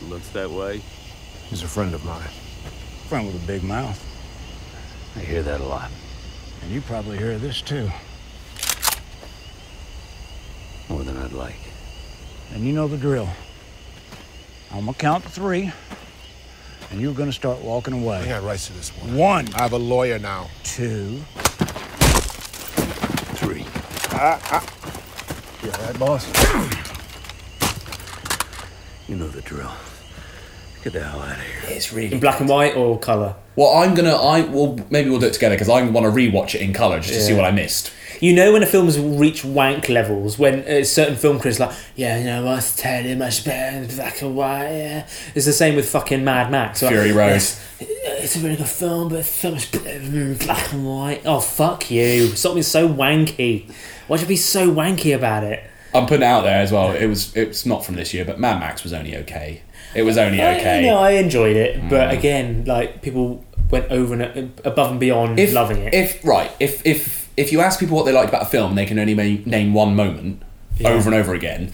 [SPEAKER 14] Looks that way.
[SPEAKER 15] He's a friend of mine. Friend with a big mouth.
[SPEAKER 14] I hear that a lot.
[SPEAKER 15] And you probably hear this too.
[SPEAKER 14] More than I'd like.
[SPEAKER 15] And you know the drill. I'm gonna count to three, and you're gonna start walking away.
[SPEAKER 9] I got rights to this one.
[SPEAKER 15] One,
[SPEAKER 9] I have a lawyer now.
[SPEAKER 15] two.
[SPEAKER 14] Three.
[SPEAKER 15] Ah, ah. You all right, boss?
[SPEAKER 14] You know the drill. Get the hell out of here.
[SPEAKER 2] It's really
[SPEAKER 3] in black and white or color.
[SPEAKER 2] Well, I'm gonna. I well, maybe we'll do it together because I want to rewatch it in color just to see
[SPEAKER 3] Yeah.
[SPEAKER 2] what I missed.
[SPEAKER 3] You know when a film's reach wank levels when a certain film critics like, yeah, you know, it's totally much better in black and white. Yeah, it's the same with fucking Mad Max. Like,
[SPEAKER 2] Fury Road.
[SPEAKER 3] "Yes, It's a really good film, but it's so much better in black and white. Oh fuck you! Something's so wanky. Why should you be so wanky about it?
[SPEAKER 2] I'm putting it out there as well. It was. It's not from this year, but Mad Max was only okay. It was only
[SPEAKER 3] I-
[SPEAKER 2] okay.
[SPEAKER 3] Eh, You know, I enjoyed it, but
[SPEAKER 2] Mm.
[SPEAKER 3] again, like people went over and uh, above and beyond
[SPEAKER 2] if,
[SPEAKER 3] loving it.
[SPEAKER 2] If right, if if if you ask people what they liked about a film, they can only ma- name one moment
[SPEAKER 3] Yeah.
[SPEAKER 2] over and over again.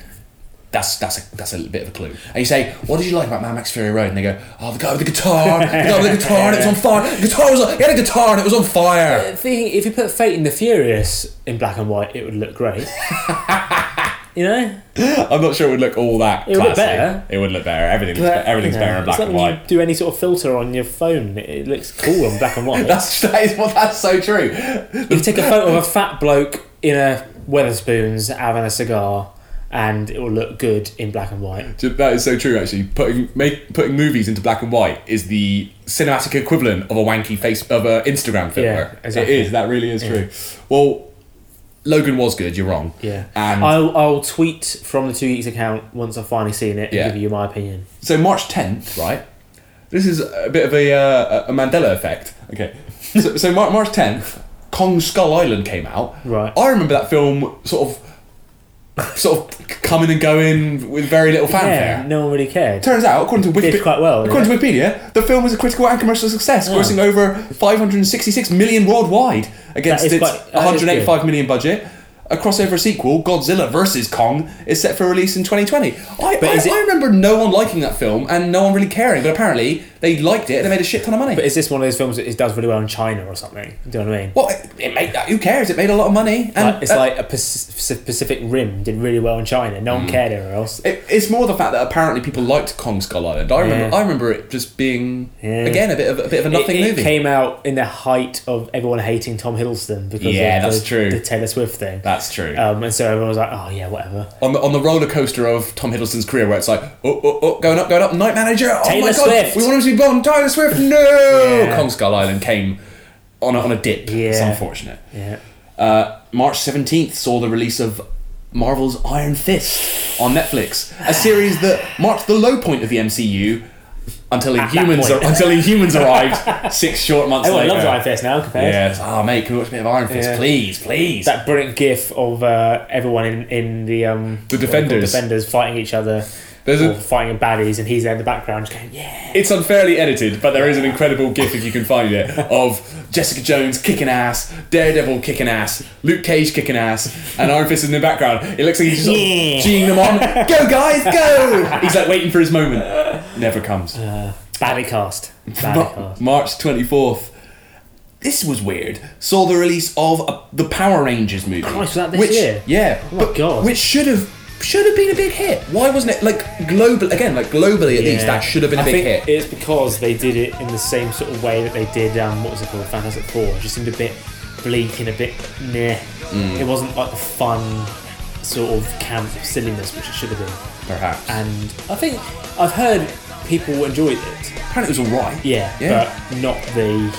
[SPEAKER 2] That's that's a, that's a bit of a clue. And you say, "What did you like about Mad Max Fury Road?" And they go, "Oh, the guy with the guitar, the guy
[SPEAKER 3] [LAUGHS]
[SPEAKER 2] with the guitar, and it was on fire. The guitar was on, he had a guitar and it was on fire."
[SPEAKER 3] The thing, if you put Fate in the Furious in black and white, it would look [LAUGHS] great. you know,
[SPEAKER 2] I'm not sure it would look all that.
[SPEAKER 3] It would look
[SPEAKER 2] classy.
[SPEAKER 3] better.
[SPEAKER 2] It would look better. Everything's be- everything's
[SPEAKER 3] you know,
[SPEAKER 2] better in black
[SPEAKER 3] it's like
[SPEAKER 2] and
[SPEAKER 3] when
[SPEAKER 2] white.
[SPEAKER 3] You do any sort of filter on your phone, it, it looks cool on [LAUGHS] black and white.
[SPEAKER 2] [LAUGHS] that's that is well, that's so true.
[SPEAKER 3] if you take a photo of a fat bloke in a Weatherspoons having a cigar, and it will look good in black and white.
[SPEAKER 2] That is so true. Actually, putting make, putting movies into black and white is the cinematic equivalent of a wanky face of a Instagram filter.
[SPEAKER 3] Yeah, exactly.
[SPEAKER 2] It is. That really is
[SPEAKER 3] Yeah.
[SPEAKER 2] true. Well, Logan was good. You're wrong.
[SPEAKER 3] Yeah. Um,
[SPEAKER 2] And
[SPEAKER 3] I'll, I'll tweet from the Two Geeks account once I've finally seen it and
[SPEAKER 2] Yeah.
[SPEAKER 3] give you my opinion.
[SPEAKER 2] so March 10th, right? This is a bit of a uh, a Mandela effect. Okay. So, so Mar- March 10th, Kong Skull Island came out. Right. I remember that film sort of sort of coming and going with very little fanfare.
[SPEAKER 3] Yeah, no one really cared.
[SPEAKER 2] Turns out, according to
[SPEAKER 3] It did
[SPEAKER 2] Wikipedia,
[SPEAKER 3] quite well.
[SPEAKER 2] according
[SPEAKER 3] didn't
[SPEAKER 2] to Wikipedia, the film was a critical and commercial success, grossing over 566 million worldwide against
[SPEAKER 3] That is
[SPEAKER 2] its
[SPEAKER 3] quite- that is
[SPEAKER 2] 185 million budget. A crossover sequel, Godzilla vs Kong, is set for release in 2020. I, I, I remember no one liking that film and no one really caring, but apparently they liked it and they made a shit ton of money.
[SPEAKER 3] it? But is this one of those films that it does really well in China or something? Do you know what I mean?
[SPEAKER 2] Well, it, it made who cares? It made a lot of money, and uh,
[SPEAKER 3] Like, it's like a Paci- Pacific Rim did really well in China. No one
[SPEAKER 2] Mm.
[SPEAKER 3] cared anywhere else.
[SPEAKER 2] It, it's more the fact that apparently people liked Kong Skull Island. I remember,
[SPEAKER 3] Yeah.
[SPEAKER 2] I remember it just being
[SPEAKER 3] Yeah.
[SPEAKER 2] again a bit of a bit of a nothing
[SPEAKER 3] it, it
[SPEAKER 2] movie.
[SPEAKER 3] came out in the height of everyone hating Tom Hiddleston because
[SPEAKER 2] Yeah,
[SPEAKER 3] of
[SPEAKER 2] that's
[SPEAKER 3] the,
[SPEAKER 2] true.
[SPEAKER 3] the Taylor Swift thing.
[SPEAKER 2] That's true.
[SPEAKER 3] Um, and so everyone was like, "Oh yeah, whatever."
[SPEAKER 2] on the on the roller coaster of Tom Hiddleston's career, where it's like, oh, oh, oh, going up, going up, Night Manager, oh
[SPEAKER 3] Taylor
[SPEAKER 2] my god,
[SPEAKER 3] Swift.
[SPEAKER 2] we want him to be Bond, Taylor Swift, no.
[SPEAKER 3] Yeah.
[SPEAKER 2] Kong Skull Island came on a, on a dip. It's
[SPEAKER 3] Yeah.
[SPEAKER 2] unfortunate.
[SPEAKER 3] Yeah.
[SPEAKER 2] Uh, March seventeenth saw the release of Marvel's Iron Fist on Netflix, a series that marked the low point of the MCU until the
[SPEAKER 3] At that
[SPEAKER 2] humans
[SPEAKER 3] point.
[SPEAKER 2] ar- until the humans arrived six short months
[SPEAKER 3] Everyone
[SPEAKER 2] later.
[SPEAKER 3] loves Iron Fist now compared.
[SPEAKER 2] Yes. Oh mate, can we watch a bit of Iron Fist,
[SPEAKER 3] Yeah.
[SPEAKER 2] please, please?
[SPEAKER 3] That brilliant gif of uh, everyone in, in the um,
[SPEAKER 2] The
[SPEAKER 3] what are they called?
[SPEAKER 2] Defenders.
[SPEAKER 3] defenders fighting each other,
[SPEAKER 2] There's a-
[SPEAKER 3] or fighting baddies, and he's there in the background just going, "Yeah."
[SPEAKER 2] It's unfairly edited, but there is an incredible gif if you can find it of Jessica Jones kicking ass, Daredevil kicking ass, Luke Cage kicking ass, and Iron Fist in the background. It looks like he's just sort of
[SPEAKER 3] Yeah.
[SPEAKER 2] geeing
[SPEAKER 3] [LAUGHS]
[SPEAKER 2] them on. Go guys, go! He's like waiting for his moment. Never comes.
[SPEAKER 3] Badly cast. Badly
[SPEAKER 2] Ma-
[SPEAKER 3] cast.
[SPEAKER 2] March twenty fourth. This was weird. Saw the release of uh, the Power Rangers movie.
[SPEAKER 3] Christ, was that this
[SPEAKER 2] which,
[SPEAKER 3] year?
[SPEAKER 2] Yeah.
[SPEAKER 3] Oh my
[SPEAKER 2] but-
[SPEAKER 3] God.
[SPEAKER 2] Which should have should have been a big hit. Why wasn't it like global again? Like globally at least, that should have been a
[SPEAKER 3] I
[SPEAKER 2] big hit.
[SPEAKER 3] think It's because they did it in the same sort of way that they did um, what was it called, Fantastic Four. It just seemed a bit bleak and a bit meh.
[SPEAKER 2] Mm.
[SPEAKER 3] It wasn't like the fun sort of camp silliness which it should have been.
[SPEAKER 2] Perhaps.
[SPEAKER 3] And I think I've heard people enjoyed it.
[SPEAKER 2] Apparently, it was alright.
[SPEAKER 3] Yeah,
[SPEAKER 2] Yeah.
[SPEAKER 3] but not the.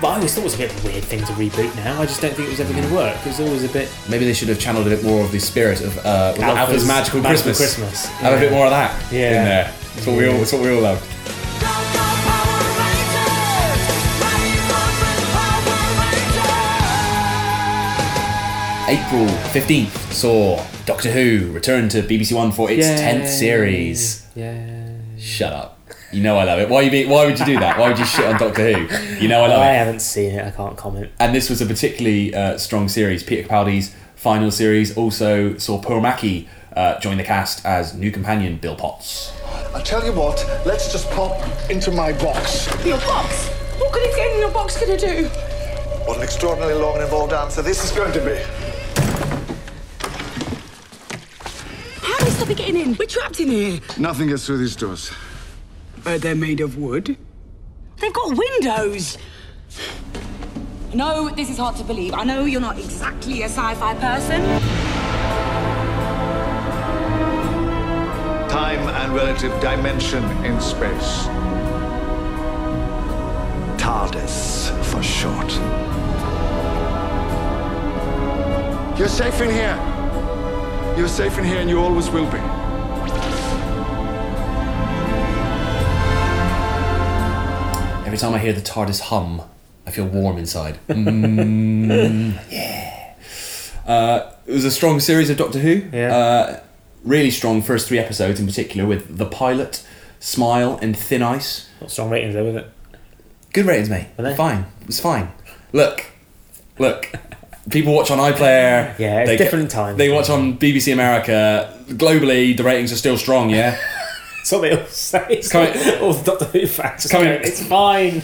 [SPEAKER 3] But I always thought it was a bit of a weird thing to reboot. Now I just don't think it was ever
[SPEAKER 2] Mm.
[SPEAKER 3] going to work. It was always a bit.
[SPEAKER 2] Maybe they should have channeled a bit more of the spirit of uh, was
[SPEAKER 3] Alpha's
[SPEAKER 2] it Alpha's magical,
[SPEAKER 3] Magical
[SPEAKER 2] Christmas.
[SPEAKER 3] Christmas.
[SPEAKER 2] Have a
[SPEAKER 3] Yeah.
[SPEAKER 2] bit more of that
[SPEAKER 3] Yeah.
[SPEAKER 2] in there. That's what we all. That's what we all love. April fifteenth saw Doctor Who return to BBC One for its
[SPEAKER 3] Yay.
[SPEAKER 2] tenth series.
[SPEAKER 3] Yeah.
[SPEAKER 2] Shut up. You know I love it. Why you? Be, why would you do that? Why would you shit on Doctor Who? You know I love
[SPEAKER 3] I
[SPEAKER 2] it.
[SPEAKER 3] haven't seen it. I can't comment.
[SPEAKER 2] And this was a particularly uh, strong series. Peter Capaldi's final series also saw Pearl Mackie uh, join the cast as new companion Bill Potts.
[SPEAKER 16] I tell you what, let's just pop into my box.
[SPEAKER 17] Your box? What could it get in your box gonna do?
[SPEAKER 16] What an extraordinarily long and involved answer this is going to be.
[SPEAKER 17] How is somebody getting in? We're trapped in here.
[SPEAKER 18] Nothing gets through these doors.
[SPEAKER 17] But Uh, they're made of wood. They've got windows. No, this is hard to believe. I know you're not exactly a sci-fi person.
[SPEAKER 16] Time and relative dimension in space. TARDIS for short. You're safe in here. You're safe in here and you always will be.
[SPEAKER 2] Every time I hear the TARDIS hum, I feel warm inside. [LAUGHS] Mm, yeah. Uh, it was a strong series of Doctor Who. Yeah. Uh, really strong first three episodes in particular with The Pilot, Smile, and Thin Ice.
[SPEAKER 3] Not strong ratings though, was it? [LAUGHS]
[SPEAKER 2] Good ratings, mate. Fine. It was fine. Look. Look. People watch on
[SPEAKER 3] [LAUGHS]
[SPEAKER 2] iPlayer.
[SPEAKER 3] Yeah, it's
[SPEAKER 2] They
[SPEAKER 3] different times.
[SPEAKER 2] They watch on BBC America. Globally, the ratings are still
[SPEAKER 3] [LAUGHS]
[SPEAKER 2] strong. Yeah.
[SPEAKER 3] That's what they all say. It's
[SPEAKER 2] coming-
[SPEAKER 3] like [LAUGHS] all the Doctor Who fans. just
[SPEAKER 2] coming-
[SPEAKER 3] go, It's fine.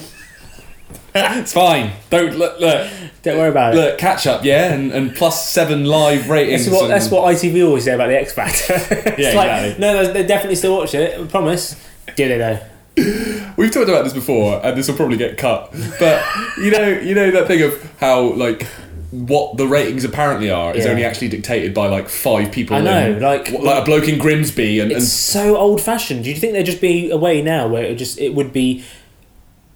[SPEAKER 2] it's fine. Don't look. look.
[SPEAKER 3] Don't worry about it.
[SPEAKER 2] Look, catch up. Yeah, and, and plus seven live ratings.
[SPEAKER 3] That's what,
[SPEAKER 2] and-
[SPEAKER 3] that's what ITV always say about the X Factor. [LAUGHS] It's
[SPEAKER 2] Yeah,
[SPEAKER 3] like,
[SPEAKER 2] exactly.
[SPEAKER 3] No, no, they definitely still watch it. I promise. Do they though?
[SPEAKER 2] We've talked about this before, and this will probably get cut. But you know, you know that thing of how like what the ratings apparently are is
[SPEAKER 3] Yeah.
[SPEAKER 2] only actually dictated by like five people.
[SPEAKER 3] I know,
[SPEAKER 2] in-
[SPEAKER 3] like-
[SPEAKER 2] like a bloke in Grimsby, and,
[SPEAKER 3] It's
[SPEAKER 2] and
[SPEAKER 3] so old fashioned. Do you think there'd just be a way now where it just it would be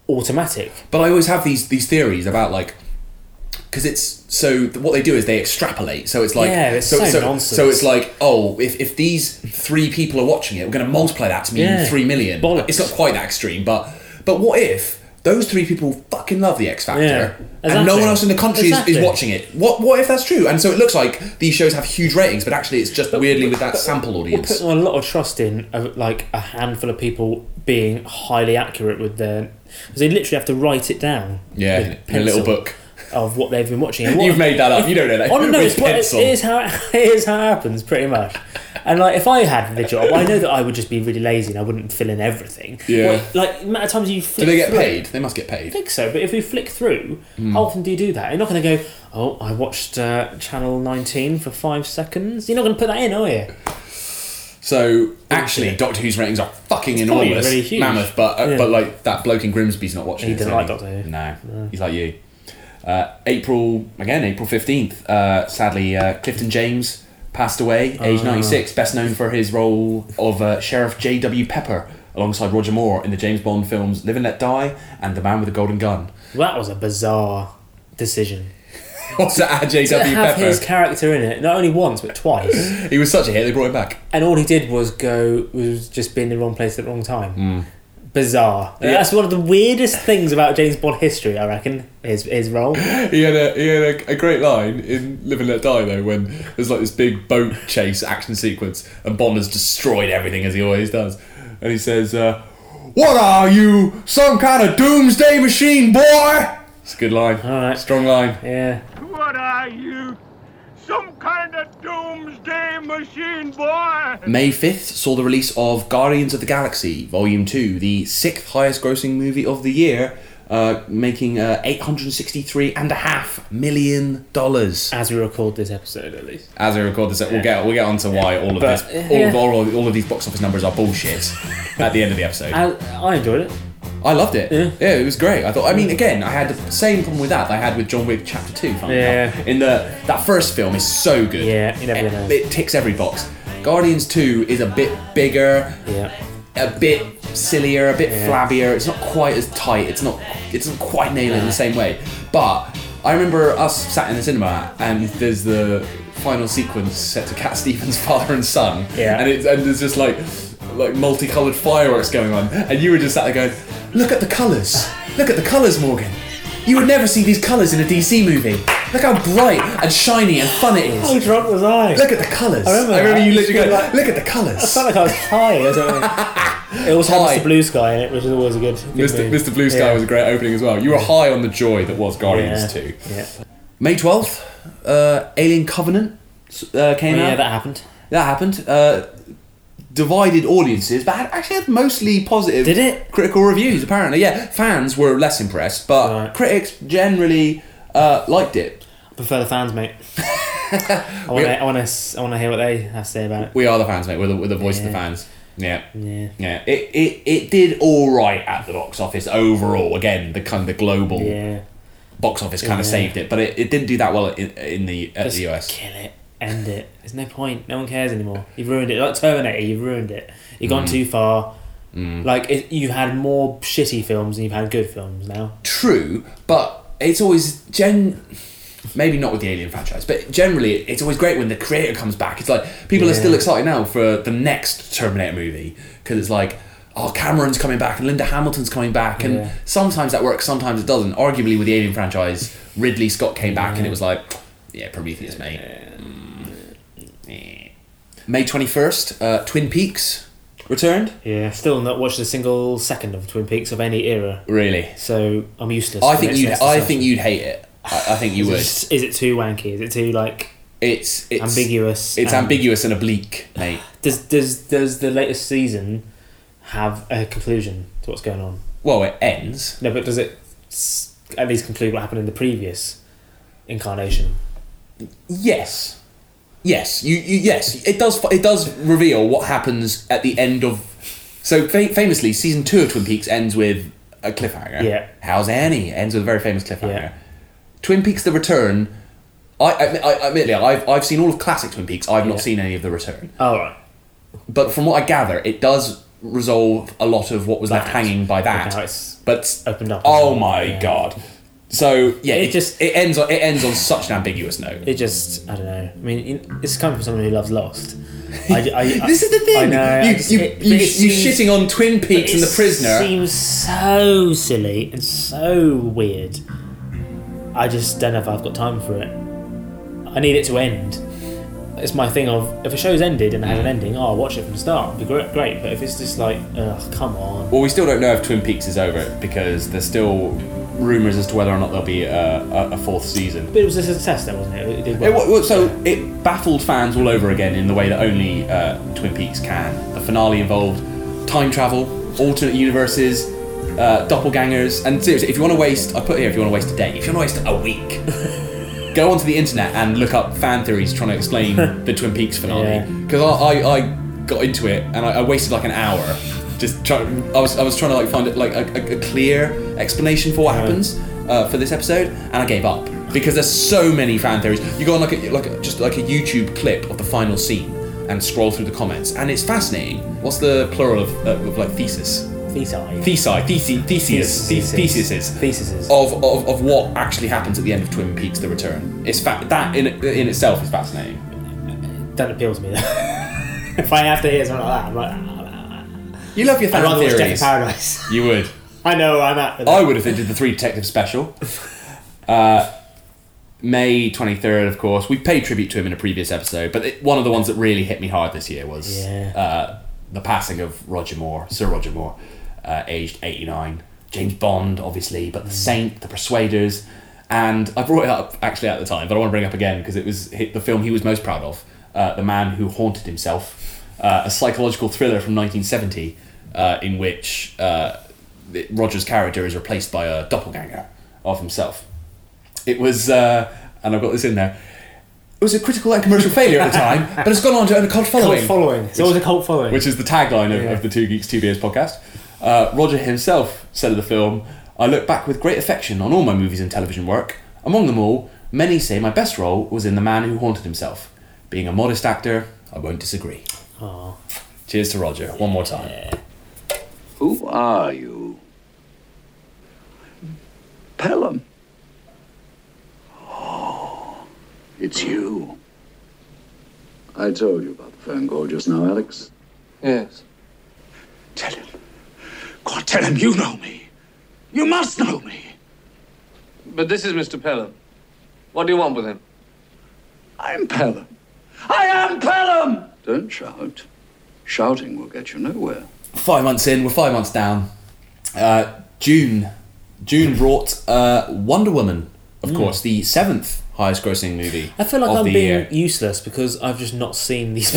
[SPEAKER 3] automatic?
[SPEAKER 2] but I always have these these theories about like because it's so th- what they do is they extrapolate. So it's like
[SPEAKER 3] Yeah, it's so nonsense.
[SPEAKER 2] So it's like oh, if if these three people are watching it, we're going to multiply that to mean
[SPEAKER 3] Yeah.
[SPEAKER 2] three million.
[SPEAKER 3] Bollocks.
[SPEAKER 2] It's not quite that extreme, but but what if? Those three people fucking love the X Factor,
[SPEAKER 3] Yeah,
[SPEAKER 2] and no
[SPEAKER 3] exactly.
[SPEAKER 2] one else in the country is,
[SPEAKER 3] Exactly.
[SPEAKER 2] is watching it. What what if that's true? And so it looks like these shows have huge ratings, but actually it's just weirdly with that sample
[SPEAKER 3] We're
[SPEAKER 2] audience.
[SPEAKER 3] putting a lot of trust in uh, like a handful of people being highly accurate with their because they literally have to write it down.
[SPEAKER 2] Yeah,
[SPEAKER 3] with
[SPEAKER 2] in a
[SPEAKER 3] pencil
[SPEAKER 2] little book.
[SPEAKER 3] of what they've been
[SPEAKER 2] [LAUGHS]
[SPEAKER 3] watching. And what-
[SPEAKER 2] You've made that up. You
[SPEAKER 3] [LAUGHS]
[SPEAKER 2] don't know that.
[SPEAKER 3] Oh no, no,
[SPEAKER 2] With
[SPEAKER 3] it's what, it
[SPEAKER 2] pencil.
[SPEAKER 3] is how [LAUGHS] it is how it happens, pretty much. And like, if I had the job, I know that I would just be really lazy and I wouldn't fill in everything.
[SPEAKER 2] Yeah.
[SPEAKER 3] Like, like the amount of times you
[SPEAKER 2] Do
[SPEAKER 3] flick
[SPEAKER 2] they get
[SPEAKER 3] through-
[SPEAKER 2] paid? They must get
[SPEAKER 3] I
[SPEAKER 2] paid.
[SPEAKER 3] think so, but if we flick through,
[SPEAKER 2] Hmm.
[SPEAKER 3] how often do you do that? You're not going to go, oh, I watched uh, Channel 19 for five seconds. You're not going to put that in, are you?
[SPEAKER 2] So actually, Doctor Who's ratings are fucking
[SPEAKER 3] probably
[SPEAKER 2] enormous,
[SPEAKER 3] really huge.
[SPEAKER 2] mammoth. But uh,
[SPEAKER 3] Yeah.
[SPEAKER 2] but like that bloke in Grimsby's not watching.
[SPEAKER 3] He
[SPEAKER 2] it,
[SPEAKER 3] doesn't
[SPEAKER 2] so
[SPEAKER 3] like Doctor Who.
[SPEAKER 2] No, he's like you. Uh, April again, April fifteenth. Uh, sadly, uh, Clifton James passed away, age
[SPEAKER 3] Ah.
[SPEAKER 2] ninety six. Best known for his role of uh, Sheriff J W Pepper alongside Roger Moore in the James Bond films Live and Let Die and The Man with the Golden Gun. [LAUGHS]
[SPEAKER 3] Well, that was a bizarre decision.
[SPEAKER 2] What's that? add uh, J
[SPEAKER 3] to
[SPEAKER 2] W
[SPEAKER 3] have
[SPEAKER 2] Pepper.
[SPEAKER 3] his character in it, not only once, but twice.
[SPEAKER 2] He was such a hit. They brought him back.
[SPEAKER 3] and all he did was go, was just be in the wrong place at the wrong time. Bizarre.
[SPEAKER 2] Mm. Yeah.
[SPEAKER 3] That's one of the weirdest things about James Bond history, I reckon, his, his
[SPEAKER 2] [COUGHS]
[SPEAKER 3] role.
[SPEAKER 2] he had a he had a, a great line in Live and Let Die though when there's like this big boat chase action sequence and Bond has destroyed everything as he always does, and he says, uh, "What are you, some kind of doomsday machine, boy?" It's a good line. All right, strong line.
[SPEAKER 3] Yeah.
[SPEAKER 18] What are you? Some kind of doomsday machine, boy?
[SPEAKER 2] May 5th saw the release of Guardians of the Galaxy Volume 2, the sixth highest grossing movie of the year, uh, making uh, $863.5 million. As
[SPEAKER 3] we record this episode, at least.
[SPEAKER 2] As we record this, we'll get, we'll get on to why all of
[SPEAKER 3] But-
[SPEAKER 2] this, all,
[SPEAKER 3] yeah.
[SPEAKER 2] of, all, of, all of these box office numbers are
[SPEAKER 3] [LAUGHS]
[SPEAKER 2] bullshit at the end of the episode.
[SPEAKER 3] I, I enjoyed it.
[SPEAKER 2] I loved it. Yeah. it was great. I thought. I mean, again, I had the same problem with that that I had with John Wick Chapter Two. funnily
[SPEAKER 3] Yeah.
[SPEAKER 2] enough. In the that first film is so good. Yeah, you never it, it ticks every box. Guardians Two is a bit bigger.
[SPEAKER 3] Yeah.
[SPEAKER 2] A bit sillier, a bit
[SPEAKER 3] Yeah.
[SPEAKER 2] flabbier. It's not quite as tight. It's not. It's not quite nailing the same way. But I remember us sat in the cinema and there's the final sequence set to Cat [LAUGHS] Stevens' father and son.
[SPEAKER 3] Yeah.
[SPEAKER 2] And it's and there's just like like multicolored fireworks going on, and you were just sat there going, "Look at the colours! Look at the colours, Morgan! You would never see these colours in a DC movie. Look how bright and shiny and fun it is."
[SPEAKER 3] How drunk was I?
[SPEAKER 2] Look at the colours.
[SPEAKER 3] I remember,
[SPEAKER 2] I remember
[SPEAKER 3] that.
[SPEAKER 2] you literally
[SPEAKER 3] It's
[SPEAKER 2] going,
[SPEAKER 3] like-
[SPEAKER 2] "Look at the colours."
[SPEAKER 3] I felt like I was high or something.
[SPEAKER 2] [LAUGHS]
[SPEAKER 3] it also had
[SPEAKER 2] High.
[SPEAKER 3] Mr. Blue Sky in it, which is always a good. good
[SPEAKER 2] Mr.
[SPEAKER 3] move.
[SPEAKER 2] Mr. Blue Sky
[SPEAKER 3] Yeah.
[SPEAKER 2] was a great opening as well. You were high on the joy that was Guardians
[SPEAKER 3] Yeah.
[SPEAKER 2] 2.
[SPEAKER 3] Yeah.
[SPEAKER 2] May 12th, uh, Alien Covenant uh, came
[SPEAKER 3] Oh,
[SPEAKER 2] out.
[SPEAKER 3] yeah, that happened.
[SPEAKER 2] That happened. Uh, divided audiences, but had, actually had mostly positive Did it? critical reviews, apparently. Yeah, fans were less impressed, but critics generally uh, liked it.
[SPEAKER 3] I prefer the fans,
[SPEAKER 2] [LAUGHS]
[SPEAKER 3] mate. I want to. I want to. I want to hear what they have to say about it.
[SPEAKER 2] We are the fans, mate. We're the, we're the voice of
[SPEAKER 3] Yeah.
[SPEAKER 2] the fans. Yeah.
[SPEAKER 3] Yeah.
[SPEAKER 2] Yeah, it, it, it did all right at the box office overall. Again, the kind of the global
[SPEAKER 3] Yeah.
[SPEAKER 2] box office kind
[SPEAKER 3] Yeah.
[SPEAKER 2] of saved it, but it, it didn't do that well in, in the at
[SPEAKER 3] Just
[SPEAKER 2] the US.
[SPEAKER 3] Kill it. End it. There's no point. No one cares anymore. You've ruined it. Like Terminator, you've ruined it. You've gone
[SPEAKER 2] Mm.
[SPEAKER 3] too far.
[SPEAKER 2] Mm.
[SPEAKER 3] Like it, you've had more shitty films than you've had good films now.
[SPEAKER 2] True, but it's always gen. Maybe not with the Alien franchise, but generally, it's always great when the creator comes back. It's like people are still
[SPEAKER 3] Yeah.
[SPEAKER 2] excited now for the next Terminator movie because it's like, oh, Cameron's coming back and Linda Hamilton's coming back, and
[SPEAKER 3] Yeah.
[SPEAKER 2] sometimes that works, sometimes it doesn't. Arguably, with the Alien franchise, Ridley Scott came back and it was like, yeah, Prometheus, mate. Mm. Eh. May twenty first, uh, Twin Peaks returned.
[SPEAKER 3] Yeah. Still not watched a single second of Twin Peaks of any era.
[SPEAKER 2] Really?
[SPEAKER 3] So I'm useless.
[SPEAKER 2] I
[SPEAKER 3] for
[SPEAKER 2] think
[SPEAKER 3] this
[SPEAKER 2] you'd.
[SPEAKER 3] next
[SPEAKER 2] I
[SPEAKER 3] discussion.
[SPEAKER 2] think you'd hate it. I, I think you would.
[SPEAKER 3] Is it too wanky? Is it too like?
[SPEAKER 2] It's, it's
[SPEAKER 3] ambiguous.
[SPEAKER 2] It's
[SPEAKER 3] and-
[SPEAKER 2] ambiguous and oblique,
[SPEAKER 3] [SIGHS]
[SPEAKER 2] mate.
[SPEAKER 3] Does does does the latest season have a conclusion to what's going on?
[SPEAKER 2] Well, it ends.
[SPEAKER 3] No, but does it s- at least conclude what happened in the previous incarnation?
[SPEAKER 2] Yes. Yes, you, you yes, it does it does reveal what happens at the end of So fa- famously season 2 of Twin Peaks ends with a cliffhanger.
[SPEAKER 3] Yeah.
[SPEAKER 2] How's Annie? Ends with a very famous cliffhanger. Twin Peaks The Return I, I, I admittedly I've, I've seen all of classic Twin Peaks. I've not
[SPEAKER 3] Yeah.
[SPEAKER 2] seen any of The Return.
[SPEAKER 3] All right.
[SPEAKER 2] But from what I gather, it does resolve a lot of what was left hanging by that.
[SPEAKER 3] Now it's
[SPEAKER 2] but
[SPEAKER 3] opened up.
[SPEAKER 2] Oh my god. So yeah,
[SPEAKER 3] It
[SPEAKER 2] it, just it ends on it ends on such an ambiguous note.
[SPEAKER 3] It just I don't know. I mean, it- it's coming from someone who loves Lost. I,
[SPEAKER 2] [LAUGHS]
[SPEAKER 3] I, I-
[SPEAKER 2] This is the thing.
[SPEAKER 3] I know. I
[SPEAKER 2] You-
[SPEAKER 3] just-
[SPEAKER 2] you-
[SPEAKER 3] it-
[SPEAKER 2] you-
[SPEAKER 3] but it
[SPEAKER 2] you
[SPEAKER 3] seems-
[SPEAKER 2] shitting on Twin
[SPEAKER 3] but
[SPEAKER 2] Peaks and
[SPEAKER 3] it
[SPEAKER 2] The Prisoner.
[SPEAKER 3] Seems so silly and so weird. I just don't know if I've got time for it. I need it to end. It's my thing of if a show's ended and it
[SPEAKER 2] Mm.
[SPEAKER 3] has an ending, oh, I'll watch it from the start. It'd be great, great. But if it's just like, ugh, come on.
[SPEAKER 2] Well, we still don't know if Twin Peaks is over because there's still rumours as to whether or not there'll be a, a, a fourth season.
[SPEAKER 3] But it was a success, though, wasn't it? It did
[SPEAKER 2] It,
[SPEAKER 3] well.
[SPEAKER 2] wa- wa- so it baffled fans all over again in the way that only uh, Twin Peaks can. The finale involved time travel, alternate universes, uh, doppelgangers, and seriously, if you want to waste, I put here if you want to waste a day, if you want to waste a week, go onto the internet and look up fan theories trying to explain
[SPEAKER 3] [LAUGHS]
[SPEAKER 2] the Twin Peaks finale. Because I, I, I got into it and I, I wasted like an hour just trying. I was, I was trying to like find it like a, a, a clear explanation for what happens uh, for this episode, and I gave up because there's so many fan theories. You go on like a, like a, just like a YouTube clip of the final scene and scroll through the comments, and it's fascinating. What's the plural of, uh, of like thesis?
[SPEAKER 3] Thesi.
[SPEAKER 2] Thesi, thesi, theses,
[SPEAKER 3] Thesis.
[SPEAKER 2] theses, theses,
[SPEAKER 3] Theses.
[SPEAKER 2] of, of of what actually happens at the end of Twin Peaks: The Return. It's fa- that in in itself is fascinating.
[SPEAKER 3] Don't appeal to me, though. [LAUGHS] if I have to hear something like that, I'm like, ah,
[SPEAKER 2] You love your
[SPEAKER 3] I'd
[SPEAKER 2] fan
[SPEAKER 3] rather watch
[SPEAKER 2] theories.
[SPEAKER 3] Death in Paradise. [LAUGHS]
[SPEAKER 2] You would.
[SPEAKER 3] I know where I'm at. with
[SPEAKER 2] I
[SPEAKER 3] that.
[SPEAKER 2] would if they did the Three Detective special. Uh, May 23rd, of course. We paid tribute to him in a previous episode, but it, one of the ones that really hit me hard this year was
[SPEAKER 3] Yeah.
[SPEAKER 2] uh, the passing of Roger Moore, Sir Roger Moore, uh, aged 89. James Bond, obviously, but The Saint, The Persuaders. And I brought it up actually at the time, but I want to bring it up again because it was hi- the film he was most proud of uh, The Man Who Haunted Himself, uh, a psychological thriller from 1970 uh, in which uh, th- Roger's character is replaced by a doppelganger of himself. It was, uh, and I've got this in there. It was a critical and commercial failure at the time,
[SPEAKER 3] [LAUGHS]
[SPEAKER 2] but it's gone on to earn a cult following.
[SPEAKER 3] Cult following. It's always a cult following.
[SPEAKER 2] Which is the tagline of,
[SPEAKER 3] Yeah.
[SPEAKER 2] of the Two Geeks, Two Beers podcast. Uh, Roger himself said of the film, I look back with great affection on all my movies and television work. Among them all, many say my best role was in The Man Who Haunted Himself. Being a modest actor, I won't disagree.
[SPEAKER 3] Aw.
[SPEAKER 2] Cheers to Roger, one more time.
[SPEAKER 19] Who are you? Pelham. Oh, it's you. I told you about the phone call just now, Alex.
[SPEAKER 20] Yes.
[SPEAKER 19] Tell him. God, tell him you know me. You must know me.
[SPEAKER 20] But this is Mr. Pelham. What do you want with him?
[SPEAKER 19] I'm Pelham. I am Pelham! Don't shout. Shouting will get you nowhere.
[SPEAKER 2] five months in, we're five months down. Uh, June, June brought uh, Wonder Woman, of
[SPEAKER 3] Mm.
[SPEAKER 2] course, the seventh highest grossing movie.
[SPEAKER 3] I feel like
[SPEAKER 2] of
[SPEAKER 3] I'm
[SPEAKER 2] the
[SPEAKER 3] being e-
[SPEAKER 2] year.
[SPEAKER 3] useless because I've just not seen these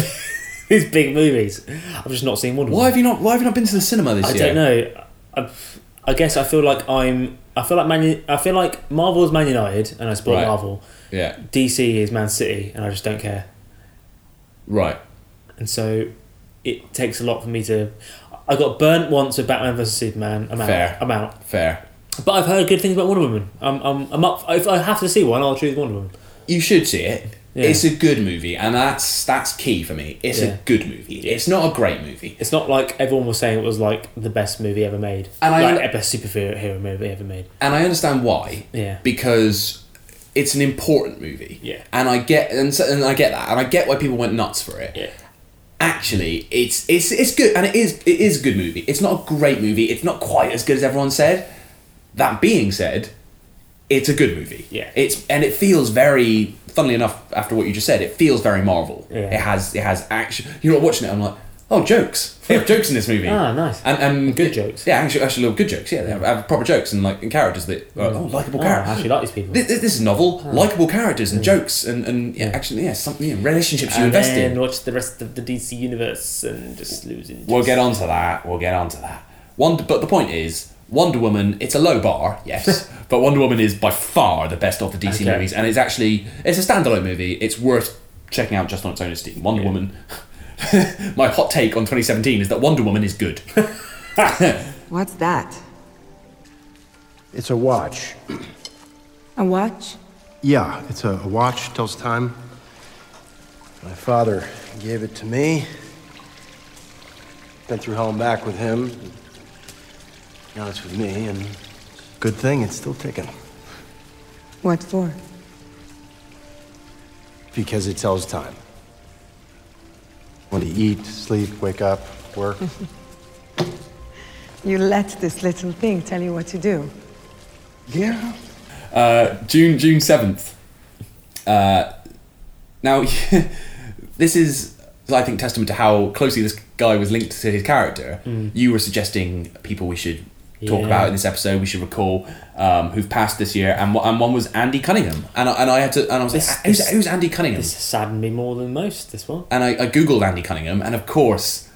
[SPEAKER 3] [LAUGHS] these big movies. I've just not seen Wonder
[SPEAKER 2] Why have you not? Why have you not been to the cinema this
[SPEAKER 3] I
[SPEAKER 2] year?
[SPEAKER 3] don't know. I, I guess I feel like I'm. I feel like Man. I feel like Marvel's Man United, and I support
[SPEAKER 2] Right.
[SPEAKER 3] Marvel.
[SPEAKER 2] Yeah.
[SPEAKER 3] DC is Man City, and I just don't care.
[SPEAKER 2] Right.
[SPEAKER 3] And so, it takes a lot for me to. I got burnt once with Batman vs Superman. I'm out.
[SPEAKER 2] Fair.
[SPEAKER 3] I'm out.
[SPEAKER 2] Fair.
[SPEAKER 3] But I've heard good things about Wonder Woman. I'm. I'm. I'm up. If I have to see one, I'll choose Wonder Woman.
[SPEAKER 2] You should see it.
[SPEAKER 3] Yeah.
[SPEAKER 2] It's a good movie, and that's that's key for me. It's
[SPEAKER 3] Yeah.
[SPEAKER 2] a good movie. It's not a great movie.
[SPEAKER 3] It's not like everyone was saying it was like the best movie ever made.
[SPEAKER 2] And I-
[SPEAKER 3] like, best superhero movie ever made.
[SPEAKER 2] and I understand why.
[SPEAKER 3] Yeah.
[SPEAKER 2] Because it's an important movie.
[SPEAKER 3] Yeah.
[SPEAKER 2] And I get and, so, and I get that, and I get why people went nuts for it. Yeah. Actually, it's it's it's good, and it is it is a good movie. It's not a great movie. It's not quite as good as everyone said. That being said, it's a good movie.
[SPEAKER 3] Yeah.
[SPEAKER 2] It's and it feels very funnily enough after what you just said, it feels very Marvel.
[SPEAKER 3] Yeah.
[SPEAKER 2] It has it has action. You're not watching it. I'm like, Oh, jokes. [LAUGHS] They have jokes in this movie.
[SPEAKER 3] Ah, nice.
[SPEAKER 2] And, and good jokes. Yeah, actually, actually, little good jokes. Yeah, they have, have proper jokes and like and characters that are, oh, likable
[SPEAKER 3] Ah,
[SPEAKER 2] characters.
[SPEAKER 3] I actually like these people.
[SPEAKER 2] This, this is novel.
[SPEAKER 3] Ah.
[SPEAKER 2] Likable characters and jokes and and yeah, actually, yeah, something yeah, relationships
[SPEAKER 3] and
[SPEAKER 2] you invest in.
[SPEAKER 3] then watch the rest of the DC universe and just lose it.
[SPEAKER 2] We'll get onto that. We'll get onto that. Wonder, but the point is, Wonder Woman. It's a low bar, yes, but Wonder Woman is by far the best of the DC
[SPEAKER 3] Okay.
[SPEAKER 2] movies, and it's actually it's a standalone movie. It's worth checking out just on its own esteem. Wonder Woman. [LAUGHS] My hot take on 2017 is that Wonder Woman is good. [LAUGHS]
[SPEAKER 21] What's that?
[SPEAKER 22] It's a watch.
[SPEAKER 21] A watch?
[SPEAKER 22] Yeah, it's a, a watch, tells time. My father gave it to me. Been through hell and back with him. Now it's with me, and good thing it's still ticking.
[SPEAKER 21] What for?
[SPEAKER 22] Because it tells time. When to eat, sleep, wake up, work.
[SPEAKER 21] You let this little thing tell you what to do.
[SPEAKER 22] yeah.
[SPEAKER 2] Uh, June June seventh. Uh, now, [LAUGHS] this is I think testament to how closely this guy was linked to his character.
[SPEAKER 3] Mm.
[SPEAKER 2] You were suggesting people we should talk
[SPEAKER 3] Yeah.
[SPEAKER 2] about in this episode. We should recall um, who've passed this year, and one- and one was Andy Cunningham, and I, and I had to and I was like, "Ah, who's, who's Andy Cunningham?
[SPEAKER 3] This saddened me more than most. This one.
[SPEAKER 2] and I, I googled Andy Cunningham, and of course,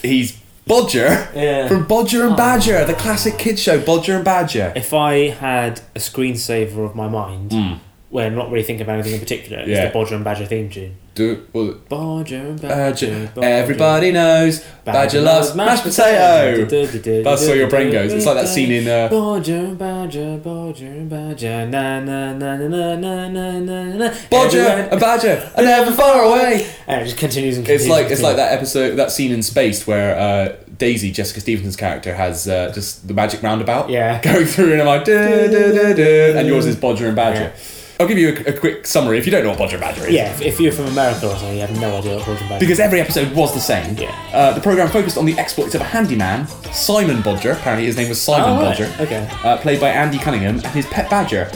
[SPEAKER 2] he's Bodger
[SPEAKER 3] Yeah. Oh.
[SPEAKER 2] from Bodger and Badger, the classic kids show Bodger and Badger.
[SPEAKER 3] If I had a screensaver of my mind,
[SPEAKER 2] Mm.
[SPEAKER 3] where I'm not really thinking about anything in particular, it's
[SPEAKER 2] Yeah.
[SPEAKER 3] the Bodger and Badger theme tune.
[SPEAKER 2] Do well,
[SPEAKER 3] Bodger and
[SPEAKER 2] Badger.
[SPEAKER 3] Badger. Bodger.
[SPEAKER 2] Everybody knows Badger loves mashed potato. That's where your brain goes. It's like that scene in. Uh,
[SPEAKER 3] Bodger and Badger, Bodger and Badger, na na na na na na na na.
[SPEAKER 2] Bodger
[SPEAKER 3] Everywhere-
[SPEAKER 2] and Badger are never far away.
[SPEAKER 3] And it just continues and
[SPEAKER 2] It's
[SPEAKER 3] continues.
[SPEAKER 2] like it's like that episode, that scene in Spaced where uh, Daisy, Jessica Stevenson's character, has uh, just the magic roundabout
[SPEAKER 3] Yeah.
[SPEAKER 2] [LAUGHS] going through, and I'm like, duh, duh, duh, duh, and yours is Bodger and Badger. I'll give you a, a quick summary if you don't know what Bodger and Badger is.
[SPEAKER 3] Yeah, if, if you're from America or something, you have no idea what Bodger and Badger.
[SPEAKER 2] Because every episode was the same. Yeah. Uh, the program focused on the exploits of a handyman, Simon Bodger. Apparently, his name was Simon
[SPEAKER 3] Oh, right.
[SPEAKER 2] Bodger.
[SPEAKER 3] Okay.
[SPEAKER 2] Uh, played by Andy Cunningham and his pet badger.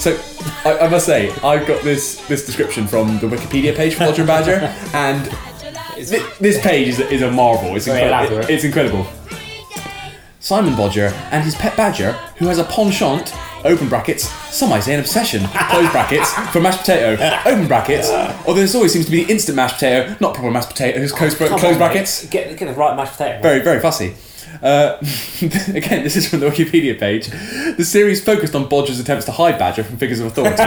[SPEAKER 2] So, I, I must say, I've got this this description from the Wikipedia page for Bodger
[SPEAKER 3] [LAUGHS]
[SPEAKER 2] and Badger, and thi- this page is, is a marvel. It's,
[SPEAKER 3] Very
[SPEAKER 2] incredible.
[SPEAKER 3] elaborate.
[SPEAKER 2] it's incredible. Simon Bodger and his pet badger, who has a penchant, open brackets, some might say an obsession, close brackets, for mashed potato, open brackets, although this always seems to be the instant mashed potato, not proper mashed potatoes, close, bra-
[SPEAKER 3] Come
[SPEAKER 2] close
[SPEAKER 3] on,
[SPEAKER 2] brackets.
[SPEAKER 3] mate. Get, get the right mashed potato.
[SPEAKER 2] Very, very fussy. Uh, [LAUGHS] again, this is from the Wikipedia page. The series focused on Bodger's attempts to hide Badger from figures of authority.
[SPEAKER 3] [LAUGHS]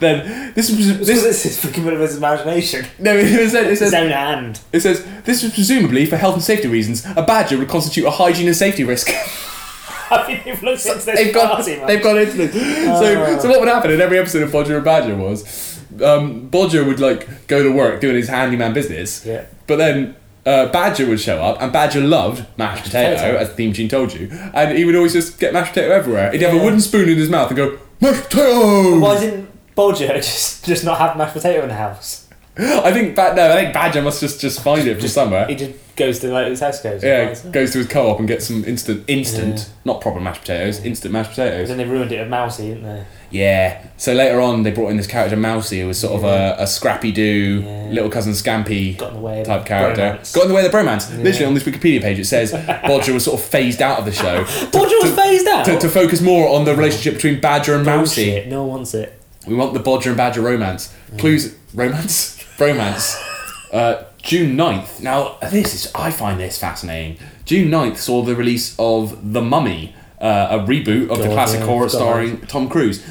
[SPEAKER 2] then this was this,
[SPEAKER 3] this is freaking bit of his imagination.
[SPEAKER 2] no, it says, it
[SPEAKER 3] His
[SPEAKER 2] says
[SPEAKER 3] own hand. [LAUGHS]
[SPEAKER 2] It says this was presumably for health and safety reasons. A badger would constitute a hygiene and safety risk. [LAUGHS]
[SPEAKER 3] I mean, you've looked into this
[SPEAKER 2] they've got
[SPEAKER 3] party, man.
[SPEAKER 2] they've got into this. So
[SPEAKER 3] Oh.
[SPEAKER 2] so what would happen in every episode of Bodger and Badger was um, Bodger would like go to work doing his handyman business.
[SPEAKER 3] Yeah.
[SPEAKER 2] But then uh, Badger would show up, and Badger loved mashed potato,
[SPEAKER 3] Potato.
[SPEAKER 2] as the theme tune told you, and he would always just get mashed potato everywhere. He'd have a wooden spoon in his mouth and go mashed potato.
[SPEAKER 3] Why didn't Bodger just, just not have mashed potato in the house?
[SPEAKER 2] I think ba- no, I think Badger must just just find it from somewhere.
[SPEAKER 3] He just goes to like his house goes.
[SPEAKER 2] Yeah,
[SPEAKER 3] and buys it.
[SPEAKER 2] goes to his co-op and gets some instant, instant, not proper mashed potatoes, instant mashed
[SPEAKER 3] But then
[SPEAKER 2] potatoes.
[SPEAKER 3] they ruined it at Mousy, didn't they?
[SPEAKER 2] Yeah. So later on, they brought in this character Mousy, who was sort of a, a scrappy do, little cousin Scampy
[SPEAKER 3] Got in the way of
[SPEAKER 2] type character.
[SPEAKER 3] bromance.
[SPEAKER 2] Got in the way of the bromance.
[SPEAKER 3] Yeah.
[SPEAKER 2] Literally on this Wikipedia page,
[SPEAKER 3] [LAUGHS]
[SPEAKER 2] it says Bodger was sort of phased out of the show
[SPEAKER 3] Bodger was phased out.
[SPEAKER 2] to, to focus more on the relationship between Badger and Mousy.
[SPEAKER 3] Bullshit. No one wants it.
[SPEAKER 2] We want the Bodger and Badger romance. Clues romance? [LAUGHS] Romance. Uh, June 9th. Now this is I find this fascinating. June 9th saw the release of The Mummy, uh, a reboot of the
[SPEAKER 3] God,
[SPEAKER 2] classic
[SPEAKER 3] yeah,
[SPEAKER 2] horror
[SPEAKER 3] it's got
[SPEAKER 2] starring Tom Cruise.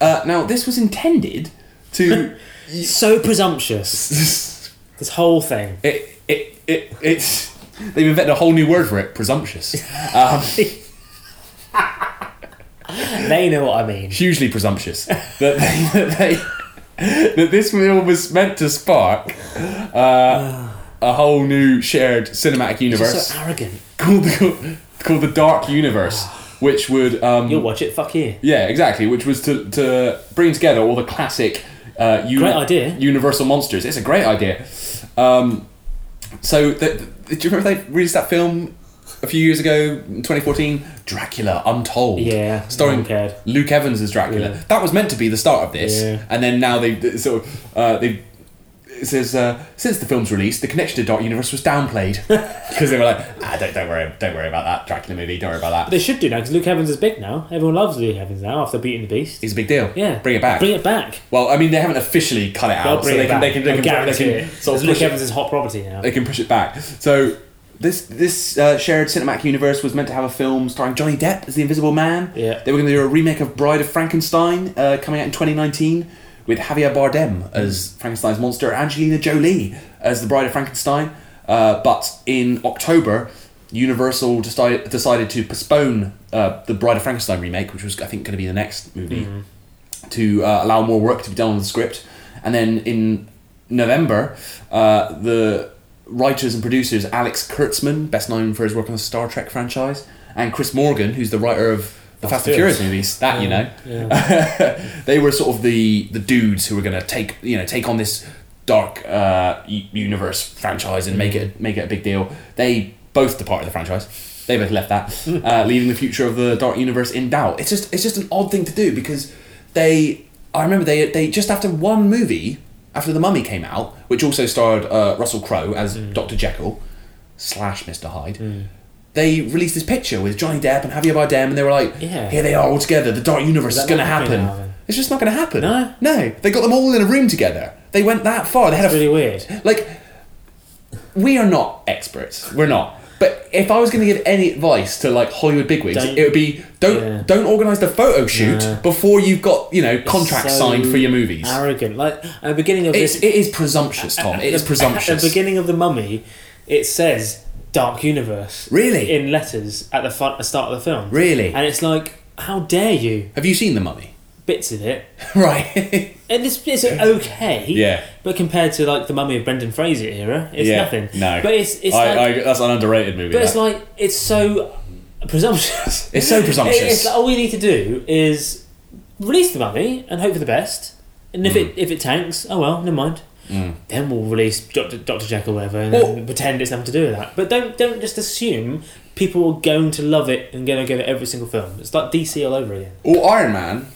[SPEAKER 2] Uh, now this was intended
[SPEAKER 3] [LAUGHS]
[SPEAKER 2] to [LAUGHS]
[SPEAKER 3] so presumptuous. this whole [LAUGHS] thing.
[SPEAKER 2] it, it, it it's they've invented a whole new word for it, presumptuous. Um,
[SPEAKER 3] [LAUGHS] They know what I mean.
[SPEAKER 2] hugely presumptuous that they, [LAUGHS] that, they, that this film was meant to spark uh, a whole new shared cinematic
[SPEAKER 3] It's just
[SPEAKER 2] universe
[SPEAKER 3] so arrogant.
[SPEAKER 2] called, the, called the Dark Universe, which would um,
[SPEAKER 3] You'll watch it. Fuck you.
[SPEAKER 2] yeah exactly, which was to to bring together all the classic uh, uni-
[SPEAKER 3] Great idea.
[SPEAKER 2] Universal monsters. It's a great idea. Um, so the, the- do you remember they released that film? A few years ago, in 2014, Dracula Untold.
[SPEAKER 3] Yeah, no
[SPEAKER 2] starring
[SPEAKER 3] one cared.
[SPEAKER 2] Luke Evans as Dracula.
[SPEAKER 3] Yeah.
[SPEAKER 2] That was meant to be the start of this,
[SPEAKER 3] Yeah.
[SPEAKER 2] and then now they they sort of uh, they it says uh, since the film's release, the connection to Dark Universe was
[SPEAKER 3] [LAUGHS]
[SPEAKER 2] downplayed because they were like, ah, don't, don't worry, don't worry about that Dracula movie, don't worry about that.
[SPEAKER 3] They should do now because Luke Evans is big now. Everyone loves Luke Evans now after beating the Beast.
[SPEAKER 2] He's a big deal.
[SPEAKER 3] Yeah,
[SPEAKER 2] Bring it back.
[SPEAKER 3] Bring it back.
[SPEAKER 2] Well, I mean, they haven't officially cut it
[SPEAKER 3] They'll
[SPEAKER 2] out, so
[SPEAKER 3] bring
[SPEAKER 2] they
[SPEAKER 3] it
[SPEAKER 2] can,
[SPEAKER 3] back.
[SPEAKER 2] they can they
[SPEAKER 3] I
[SPEAKER 2] can they
[SPEAKER 3] guarantee
[SPEAKER 2] can
[SPEAKER 3] it.
[SPEAKER 2] sort of
[SPEAKER 3] Luke
[SPEAKER 2] push it-
[SPEAKER 3] Evans is hot property now.
[SPEAKER 2] They can push it back. So this this uh, shared cinematic universe was meant to have a film starring Johnny Depp as the Invisible Man.
[SPEAKER 3] Yeah.
[SPEAKER 2] They were going to do a remake of Bride of Frankenstein uh, coming out in 2019 with Javier Bardem as Frankenstein's monster, Angelina Jolie as the Bride of Frankenstein. Uh, but in October, Universal deci- decided to postpone uh, the Bride of Frankenstein remake, which was I think going to be the next
[SPEAKER 3] Mm-hmm.
[SPEAKER 2] movie to uh, allow more work to be done on the script. And then in November, uh, the writers and producers Alex Kurtzman, best known for his work on the Star Trek franchise, and Chris Morgan, who's the writer of the Fast and Furious movies, that you know, [LAUGHS] they were sort of the the dudes who were going to take you know take on this dark uh, u- universe franchise and make it make it a big deal. They both departed the franchise. They both left that, uh, leaving the future of the dark universe in doubt. It's just it's just an odd thing to do because they I remember they they just after one movie after the Mummy came out, which also starred uh, Russell Crowe as Doctor Jekyll slash Mister Hyde. They released this picture with Johnny Depp and Javier Bardem, and they were like,
[SPEAKER 3] Yeah.
[SPEAKER 2] "Here they are all together. The Dark Universe
[SPEAKER 3] Is
[SPEAKER 2] is
[SPEAKER 3] that
[SPEAKER 2] going to
[SPEAKER 3] not happening
[SPEAKER 2] happen."
[SPEAKER 3] now, then?
[SPEAKER 2] It's just not going to happen.
[SPEAKER 3] No?
[SPEAKER 2] no. They got them all in a room together. They went that far. They had a
[SPEAKER 3] really weird.
[SPEAKER 2] like we are not experts. We're not. But if I was going to give any advice to like Hollywood bigwigs,
[SPEAKER 3] Don't-
[SPEAKER 2] it would be don't don't organize the photo shoot
[SPEAKER 3] Nah.
[SPEAKER 2] before you've got you know
[SPEAKER 3] It's
[SPEAKER 2] contracts
[SPEAKER 3] so
[SPEAKER 2] signed for your movies.
[SPEAKER 3] Arrogant, like at the beginning of
[SPEAKER 2] It's,
[SPEAKER 3] this,
[SPEAKER 2] it is presumptuous, Tom. It is
[SPEAKER 3] the-
[SPEAKER 2] presumptuous.
[SPEAKER 3] At the beginning of the Mummy, it says Dark Universe.
[SPEAKER 2] Really?
[SPEAKER 3] In letters at the front, the start of the film.
[SPEAKER 2] Really?
[SPEAKER 3] And it's like, how dare you?
[SPEAKER 2] Have you seen the Mummy? [LAUGHS]
[SPEAKER 3] Bits of it,
[SPEAKER 2] right?
[SPEAKER 3] and it's it's okay.
[SPEAKER 2] Yeah.
[SPEAKER 3] But compared to like the Mummy of Brendan Fraser era, it's
[SPEAKER 2] Yeah.
[SPEAKER 3] nothing.
[SPEAKER 2] No.
[SPEAKER 3] But it's it's
[SPEAKER 2] I,
[SPEAKER 3] like,
[SPEAKER 2] I, that's an underrated movie.
[SPEAKER 3] but it's
[SPEAKER 2] that.
[SPEAKER 3] like it's so presumptuous.
[SPEAKER 2] It's so presumptuous.
[SPEAKER 3] It- it's like, all we need to do is release the mummy and hope for the best. And if it if it tanks, oh well, never mind.
[SPEAKER 2] Mm.
[SPEAKER 3] Then we'll release Doctor Doctor Jekyll or whatever and
[SPEAKER 2] Well-
[SPEAKER 3] then pretend it's nothing to do with that. But don't don't just assume people are going to love it and going to go to every single film. It's like DC all over again.
[SPEAKER 2] Or Iron Man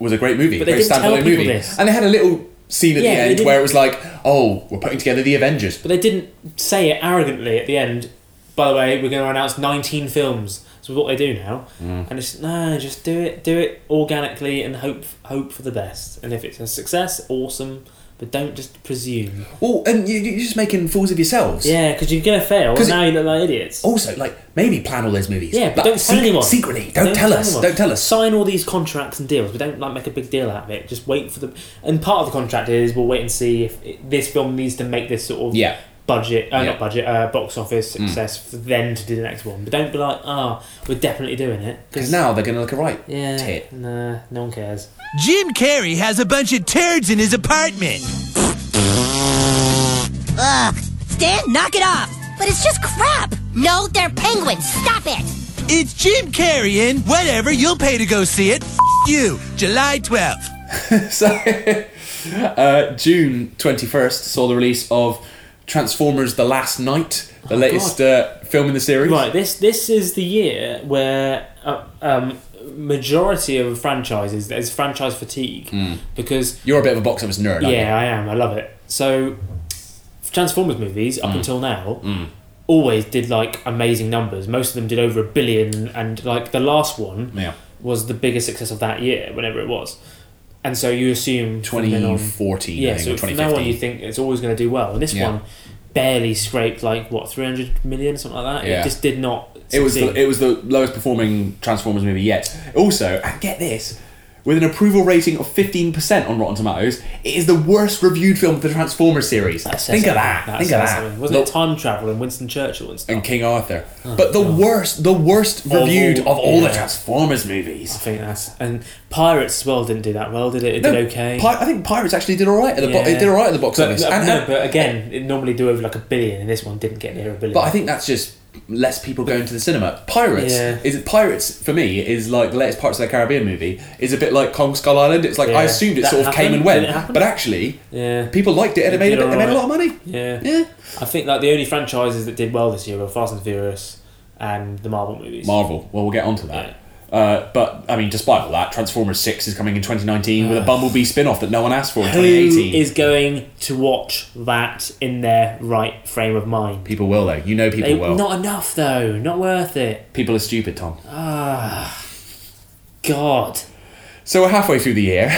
[SPEAKER 2] was a great movie,
[SPEAKER 3] But they
[SPEAKER 2] great
[SPEAKER 3] didn't tell
[SPEAKER 2] standalone
[SPEAKER 3] people
[SPEAKER 2] movie,
[SPEAKER 3] this.
[SPEAKER 2] and they had a little scene at
[SPEAKER 3] Yeah,
[SPEAKER 2] the
[SPEAKER 3] they
[SPEAKER 2] end
[SPEAKER 3] didn't-
[SPEAKER 2] where it was like, "Oh, we're putting together the Avengers."
[SPEAKER 3] But they didn't say it arrogantly at the end. By the way, we're going to announce nineteen films. So what they do now,
[SPEAKER 2] Mm.
[SPEAKER 3] and it's no, just do it, do it organically and hope hope for the best. And if it's a success, awesome. But don't just presume.
[SPEAKER 2] Well, and you, you're just making fools of yourselves.
[SPEAKER 3] Yeah, because you're gonna fail.
[SPEAKER 2] 'Cause
[SPEAKER 3] and now you look like idiots.
[SPEAKER 2] Also, like maybe plan all those movies.
[SPEAKER 3] Yeah, but, don't tell
[SPEAKER 2] secret-
[SPEAKER 3] anyone.
[SPEAKER 2] secretly. Don't, tell, us.
[SPEAKER 3] anyone.
[SPEAKER 2] Don't tell us.
[SPEAKER 3] Sign all these contracts and deals, but don't like make a big deal out of it. Just wait for the. And part of the contract is we'll wait and see if it, this film needs to make this sort of
[SPEAKER 2] Yeah.
[SPEAKER 3] budget, uh,
[SPEAKER 2] Yeah. Hmm.
[SPEAKER 3] not budget, uh, box office success for them to do the next one. But don't be like, oh, we're definitely doing it.
[SPEAKER 2] Because now they're gonna look a right
[SPEAKER 3] Yeah,
[SPEAKER 2] tit.
[SPEAKER 3] nah, no one cares.
[SPEAKER 1] Jim Carrey has a bunch of turds in his apartment.
[SPEAKER 4] Ugh. Stan, knock it off. But it's just crap. No, they're penguins. Stop it.
[SPEAKER 1] It's Jim Carrey in whatever you'll pay to go see it. F- you, July 12th.
[SPEAKER 2] so, [LAUGHS] uh, June twenty first saw the release of Transformers: The Last Night, the latest uh, film in the series.
[SPEAKER 3] Oh, Right, this this is the year where uh, um, majority of franchises there's franchise fatigue
[SPEAKER 2] Mm.
[SPEAKER 3] because
[SPEAKER 2] You're a bit of a box office nerd. aren't
[SPEAKER 3] yeah, I am. I love it. So, Transformers movies up
[SPEAKER 2] Mm.
[SPEAKER 3] until now
[SPEAKER 2] you? Mm.
[SPEAKER 3] always did like amazing numbers. Most of them did over a billion, and like the last one
[SPEAKER 2] Yeah.
[SPEAKER 3] was the biggest success of that year, whenever it was. And so you assume from then on-
[SPEAKER 2] 2014, I
[SPEAKER 3] yeah.
[SPEAKER 2] think,
[SPEAKER 3] So
[SPEAKER 2] or
[SPEAKER 3] from now on,
[SPEAKER 2] 2015.
[SPEAKER 3] you think it's always going to do well, and this
[SPEAKER 2] Yeah.
[SPEAKER 3] one barely scraped like what three hundred million, something like that.
[SPEAKER 2] Yeah.
[SPEAKER 3] It just did not.
[SPEAKER 2] It was the,
[SPEAKER 3] succeed.
[SPEAKER 2] it was the lowest performing Transformers movie yet. Also, and get this, with an approval rating of fifteen percent on Rotten Tomatoes, it is the worst reviewed film of the Transformers series.
[SPEAKER 3] says
[SPEAKER 2] Think of that.
[SPEAKER 3] something.
[SPEAKER 2] Think
[SPEAKER 3] says
[SPEAKER 2] of
[SPEAKER 3] something.
[SPEAKER 2] that.
[SPEAKER 3] Wasn't
[SPEAKER 2] Look-
[SPEAKER 3] it time travel and Winston Churchill and stuff?
[SPEAKER 2] and King Arthur.
[SPEAKER 3] Oh,
[SPEAKER 2] but the
[SPEAKER 3] God.
[SPEAKER 2] worst, the worst reviewed of all the
[SPEAKER 3] yeah.
[SPEAKER 2] Transformers movies.
[SPEAKER 3] I think that's and Pirates as well didn't do that well, did it? It did okay.
[SPEAKER 2] Pi- I think Pirates actually did all right at the bo- it did all right at the box
[SPEAKER 3] but,
[SPEAKER 2] office.
[SPEAKER 3] But,
[SPEAKER 2] And-
[SPEAKER 3] no,
[SPEAKER 2] and-
[SPEAKER 3] but again, it normally do over like a billion, and this one didn't get near a billion.
[SPEAKER 2] But I think that's just less people going to the cinema. Pirates
[SPEAKER 3] Yeah.
[SPEAKER 2] is Pirates for me is like the latest Pirates of the Caribbean movie is a bit like Kong Skull Island. It's like
[SPEAKER 3] Yeah.
[SPEAKER 2] I assumed it
[SPEAKER 3] That
[SPEAKER 2] sort of came
[SPEAKER 3] happened?
[SPEAKER 2] and went,
[SPEAKER 3] Did it happen?
[SPEAKER 2] but actually,
[SPEAKER 3] yeah,
[SPEAKER 2] people liked it and it, made a,
[SPEAKER 3] did
[SPEAKER 2] bit, it made
[SPEAKER 3] alright.
[SPEAKER 2] a lot of money.
[SPEAKER 3] Yeah,
[SPEAKER 2] Yeah.
[SPEAKER 3] I think like the only franchises that did well this year were Fast and Furious and the Marvel movies.
[SPEAKER 2] Marvel. Well, we'll get onto that. Uh, but I mean, despite all that, Transformers Six is coming in 2019 with a Bumblebee spin-off that no one asked for in
[SPEAKER 3] Who
[SPEAKER 2] 2018.
[SPEAKER 3] is going to watch that in their right frame of mind?
[SPEAKER 2] people will though. You know people
[SPEAKER 3] They-
[SPEAKER 2] will.
[SPEAKER 3] Not enough though. Not worth it.
[SPEAKER 2] people are stupid, Tom.
[SPEAKER 3] Ah, God.
[SPEAKER 2] So we're halfway through the [LAUGHS] year.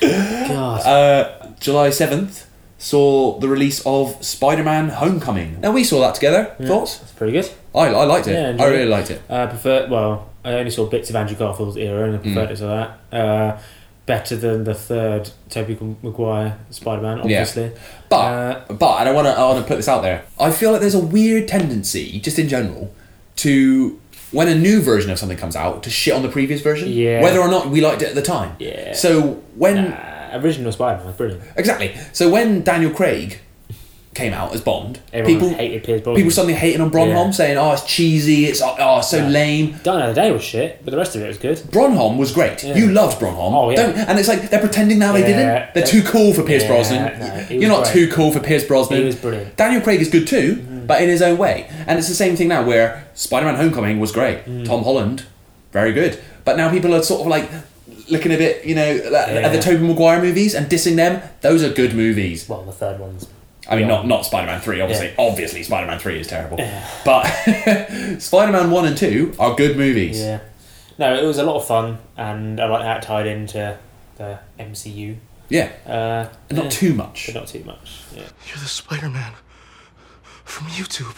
[SPEAKER 3] God.
[SPEAKER 2] Uh, July 7th saw the release of Spider-Man: Homecoming. Now we saw that together.
[SPEAKER 3] Yeah,
[SPEAKER 2] Thoughts?
[SPEAKER 3] That's pretty good.
[SPEAKER 2] I, I liked it.
[SPEAKER 3] Yeah,
[SPEAKER 2] I
[SPEAKER 3] enjoyed
[SPEAKER 2] really liked it.
[SPEAKER 3] I Uh, prefer. Well, I only saw bits of Andrew Garfield's era, and I preferred
[SPEAKER 2] Mm.
[SPEAKER 3] it to that. Uh, better than the third Tobey Maguire Spider Man,
[SPEAKER 2] Yeah.
[SPEAKER 3] obviously. Uh,
[SPEAKER 2] But but and I want to I want to put this out there. I feel like there's a weird tendency just in general to when a new version of something comes out to shit on the previous version,
[SPEAKER 3] Yeah.
[SPEAKER 2] whether or not we liked it at the time.
[SPEAKER 3] Yeah.
[SPEAKER 2] So when
[SPEAKER 3] Uh, original Spider Man was brilliant.
[SPEAKER 2] exactly. So when Daniel Craig came out as Bond,
[SPEAKER 3] Everyone
[SPEAKER 2] people
[SPEAKER 3] hated Piers Brosnan.
[SPEAKER 2] people suddenly hating on Bronholm,
[SPEAKER 3] Yeah.
[SPEAKER 2] saying oh it's cheesy, it's oh oh, it's so lame.
[SPEAKER 3] Dine Another Day was shit, but the rest of it was good.
[SPEAKER 2] Bronholm was great. You loved Bronholm.
[SPEAKER 3] Oh, yeah.
[SPEAKER 2] Don't, and it's like they're pretending now they
[SPEAKER 3] Yeah,
[SPEAKER 2] didn't. They're
[SPEAKER 3] that-
[SPEAKER 2] too cool for Pierce
[SPEAKER 3] Yeah,
[SPEAKER 2] Brosnan.
[SPEAKER 3] no, he
[SPEAKER 2] You're
[SPEAKER 3] was
[SPEAKER 2] not
[SPEAKER 3] great.
[SPEAKER 2] too cool for Pierce Brosnan.
[SPEAKER 3] He was brilliant. Mm.
[SPEAKER 2] Daniel Craig is good too, but in his own way. And it's the same thing now where Spider-Man: Homecoming was great.
[SPEAKER 3] Mm.
[SPEAKER 2] Tom Holland, very good. But now people are sort of like looking a bit, you know, at- at the
[SPEAKER 3] Yeah.
[SPEAKER 2] Tobey Maguire movies and dissing them. Those are good movies.
[SPEAKER 3] Well, the third one's.
[SPEAKER 2] I mean, not not Spider-Man three. Obviously,
[SPEAKER 3] Yeah.
[SPEAKER 2] obviously, Spider-Man three is terrible. But [LAUGHS] Spider-Man one and two are good movies.
[SPEAKER 3] Yeah. No, it was a lot of fun, and I like how it tied into the MCU.
[SPEAKER 2] Yeah.
[SPEAKER 3] Uh,
[SPEAKER 2] Not
[SPEAKER 3] yeah.
[SPEAKER 2] too much.
[SPEAKER 3] But not too much. Yeah.
[SPEAKER 12] You're the Spider-Man from YouTube.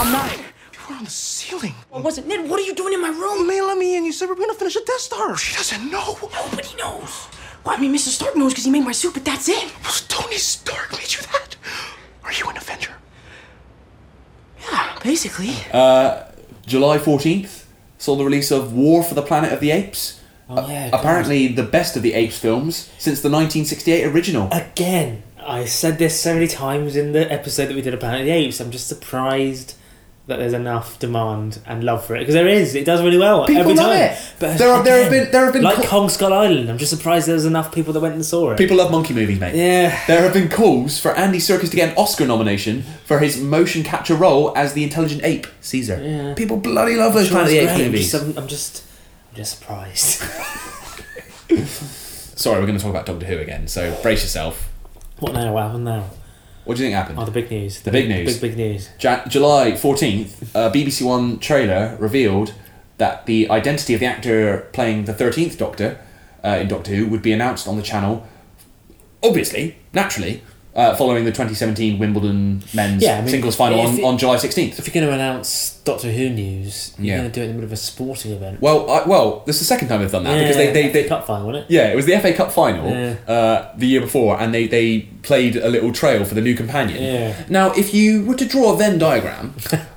[SPEAKER 17] I'm not.
[SPEAKER 12] You were on the ceiling.
[SPEAKER 17] I wasn't. Ned, what are you doing in my room?
[SPEAKER 12] May let me in. You said we're gonna finish a Death Star. She doesn't know.
[SPEAKER 17] Nobody knows. Well, I mean, Mr. Stark knows because he made my suit, but that's it.
[SPEAKER 12] Tony Stark made you that. Are you an Avenger?
[SPEAKER 17] Yeah, basically.
[SPEAKER 2] Uh, July 14th saw the release of War for the Planet of the Apes.
[SPEAKER 3] Oh, yeah,
[SPEAKER 2] A- apparently the best of the Apes films since the 1968 original.
[SPEAKER 3] Again, I said this so many times in the episode that we did of Planet of the Apes. I'm just surprised that there's enough demand and love for it because there is. It does really well
[SPEAKER 2] People
[SPEAKER 3] every
[SPEAKER 2] love
[SPEAKER 3] time.
[SPEAKER 2] it. There are- there have been- there have been
[SPEAKER 3] like
[SPEAKER 2] co-
[SPEAKER 3] Kong Skull Island. I'm just surprised there's enough people that went and saw it.
[SPEAKER 2] People love monkey movies, mate.
[SPEAKER 3] Yeah.
[SPEAKER 2] There have been calls for Andy Serkis to get an Oscar nomination for his motion capture role as the intelligent ape, Caesar.
[SPEAKER 3] Yeah.
[SPEAKER 2] People bloody love those
[SPEAKER 3] I'm sure
[SPEAKER 2] Planet of the
[SPEAKER 3] it's
[SPEAKER 2] Apes
[SPEAKER 3] great. I'm
[SPEAKER 2] movies.
[SPEAKER 3] just- I'm, I'm just, I'm just surprised. [LAUGHS]
[SPEAKER 2] Sorry, we're going to talk about Doctor Who again, so brace yourself.
[SPEAKER 3] what now? What happened now?
[SPEAKER 2] What do you think happened?
[SPEAKER 3] Oh, the big news.
[SPEAKER 2] The big news.
[SPEAKER 3] Big big news.
[SPEAKER 2] Ja- July 14th, a BBC One trailer revealed that the identity of the actor playing the 13th Doctor uh, in Doctor Who would be announced on the channel, obviously, naturally, uh, following the 2017 Wimbledon men's
[SPEAKER 3] Yeah, I mean,
[SPEAKER 2] singles final on,
[SPEAKER 3] if it-
[SPEAKER 2] on July 16th.
[SPEAKER 3] If you're going to announce Doctor Who news, you're
[SPEAKER 2] Yeah.
[SPEAKER 3] going to do it in the middle of a sporting event.
[SPEAKER 2] Well, I, well, this is the second time they've done that because they,
[SPEAKER 3] Yeah,
[SPEAKER 2] they,
[SPEAKER 3] FA
[SPEAKER 2] they
[SPEAKER 3] cup final, wasn't it?
[SPEAKER 2] yeah, it was the FA Cup final
[SPEAKER 3] Yeah.
[SPEAKER 2] uh, the year before, and they, they played a little trail for the new companion.
[SPEAKER 3] Yeah.
[SPEAKER 2] Now, if you were to draw a Venn
[SPEAKER 3] [LAUGHS]
[SPEAKER 2] diagram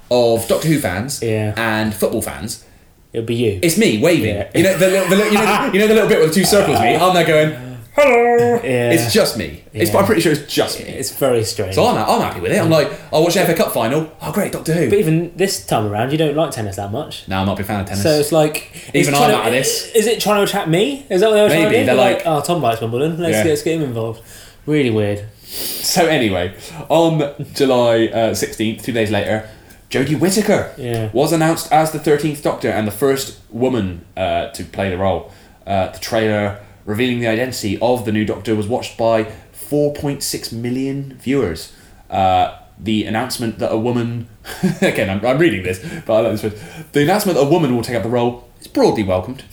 [SPEAKER 2] of Doctor Who fans and football fans,
[SPEAKER 3] it'd be you.
[SPEAKER 2] It's me waving. You know the, little, the little, you, know, you know the little bit with the two circles. Me, I'm there going, hello.
[SPEAKER 3] Yeah.
[SPEAKER 2] It's just me. It's,
[SPEAKER 3] Yeah.
[SPEAKER 2] I'm pretty sure it's just me.
[SPEAKER 3] It's very strange.
[SPEAKER 2] So I'm, I'm happy with it. I'm like, I'll watch the FA Cup final. Oh, great, Doctor Who.
[SPEAKER 3] But even this time around, you don't like tennis that much.
[SPEAKER 2] No, I'm not a big fan of tennis.
[SPEAKER 3] So it's like it's
[SPEAKER 2] Even I'm
[SPEAKER 3] trying to-
[SPEAKER 2] out of this.
[SPEAKER 3] Is it trying to attract me? Is that what they were trying
[SPEAKER 2] Maybe.
[SPEAKER 3] to do?
[SPEAKER 2] They're
[SPEAKER 3] oh, Tom likes Wimbledon. Let's,
[SPEAKER 2] Yeah.
[SPEAKER 3] get, let's get him involved. Really weird.
[SPEAKER 2] [LAUGHS] So anyway, on July uh, 16th, two days later, Jodie Whittaker
[SPEAKER 3] Yeah.
[SPEAKER 2] was announced as the 13th Doctor and the first woman uh, to play the role. Uh, the trailer revealing the identity of the new Doctor was watched by 4.6 million viewers. Uh, the announcement that a woman, [LAUGHS] again, I'm, I'm reading this, but I like this word. The announcement that a woman will take up the role is broadly welcomed.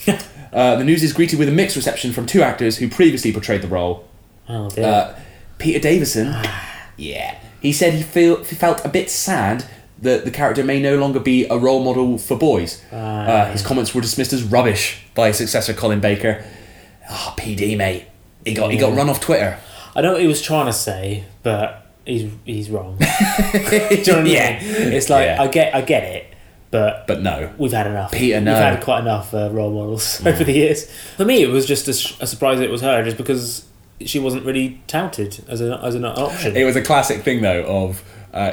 [SPEAKER 2] uh, the news is greeted with a mixed reception from two actors who previously portrayed the role.
[SPEAKER 3] Oh dear.
[SPEAKER 2] Uh, Peter
[SPEAKER 3] [SIGHS]
[SPEAKER 2] Davison, yeah, he said he feel, he felt a bit sad that the character may no longer be a role model for boys. Uh, his comments were dismissed as rubbish by his successor Colin Baker. Ah, PD mate, he got he got
[SPEAKER 3] Yeah.
[SPEAKER 2] run off Twitter.
[SPEAKER 3] I know what he was trying to say, but he's he's wrong. [LAUGHS] [LAUGHS] Do you know what I mean?
[SPEAKER 2] [LAUGHS] Yeah.
[SPEAKER 3] It's like
[SPEAKER 2] Yeah.
[SPEAKER 3] I get I get it, but
[SPEAKER 2] but no,
[SPEAKER 3] we've had enough.
[SPEAKER 2] Peter, no.
[SPEAKER 3] we've had quite enough uh, role models [LAUGHS] over the years. For me, it was just a, sh- a surprise that it was her, just because she wasn't really touted as an as an option.
[SPEAKER 2] It was a classic thing though of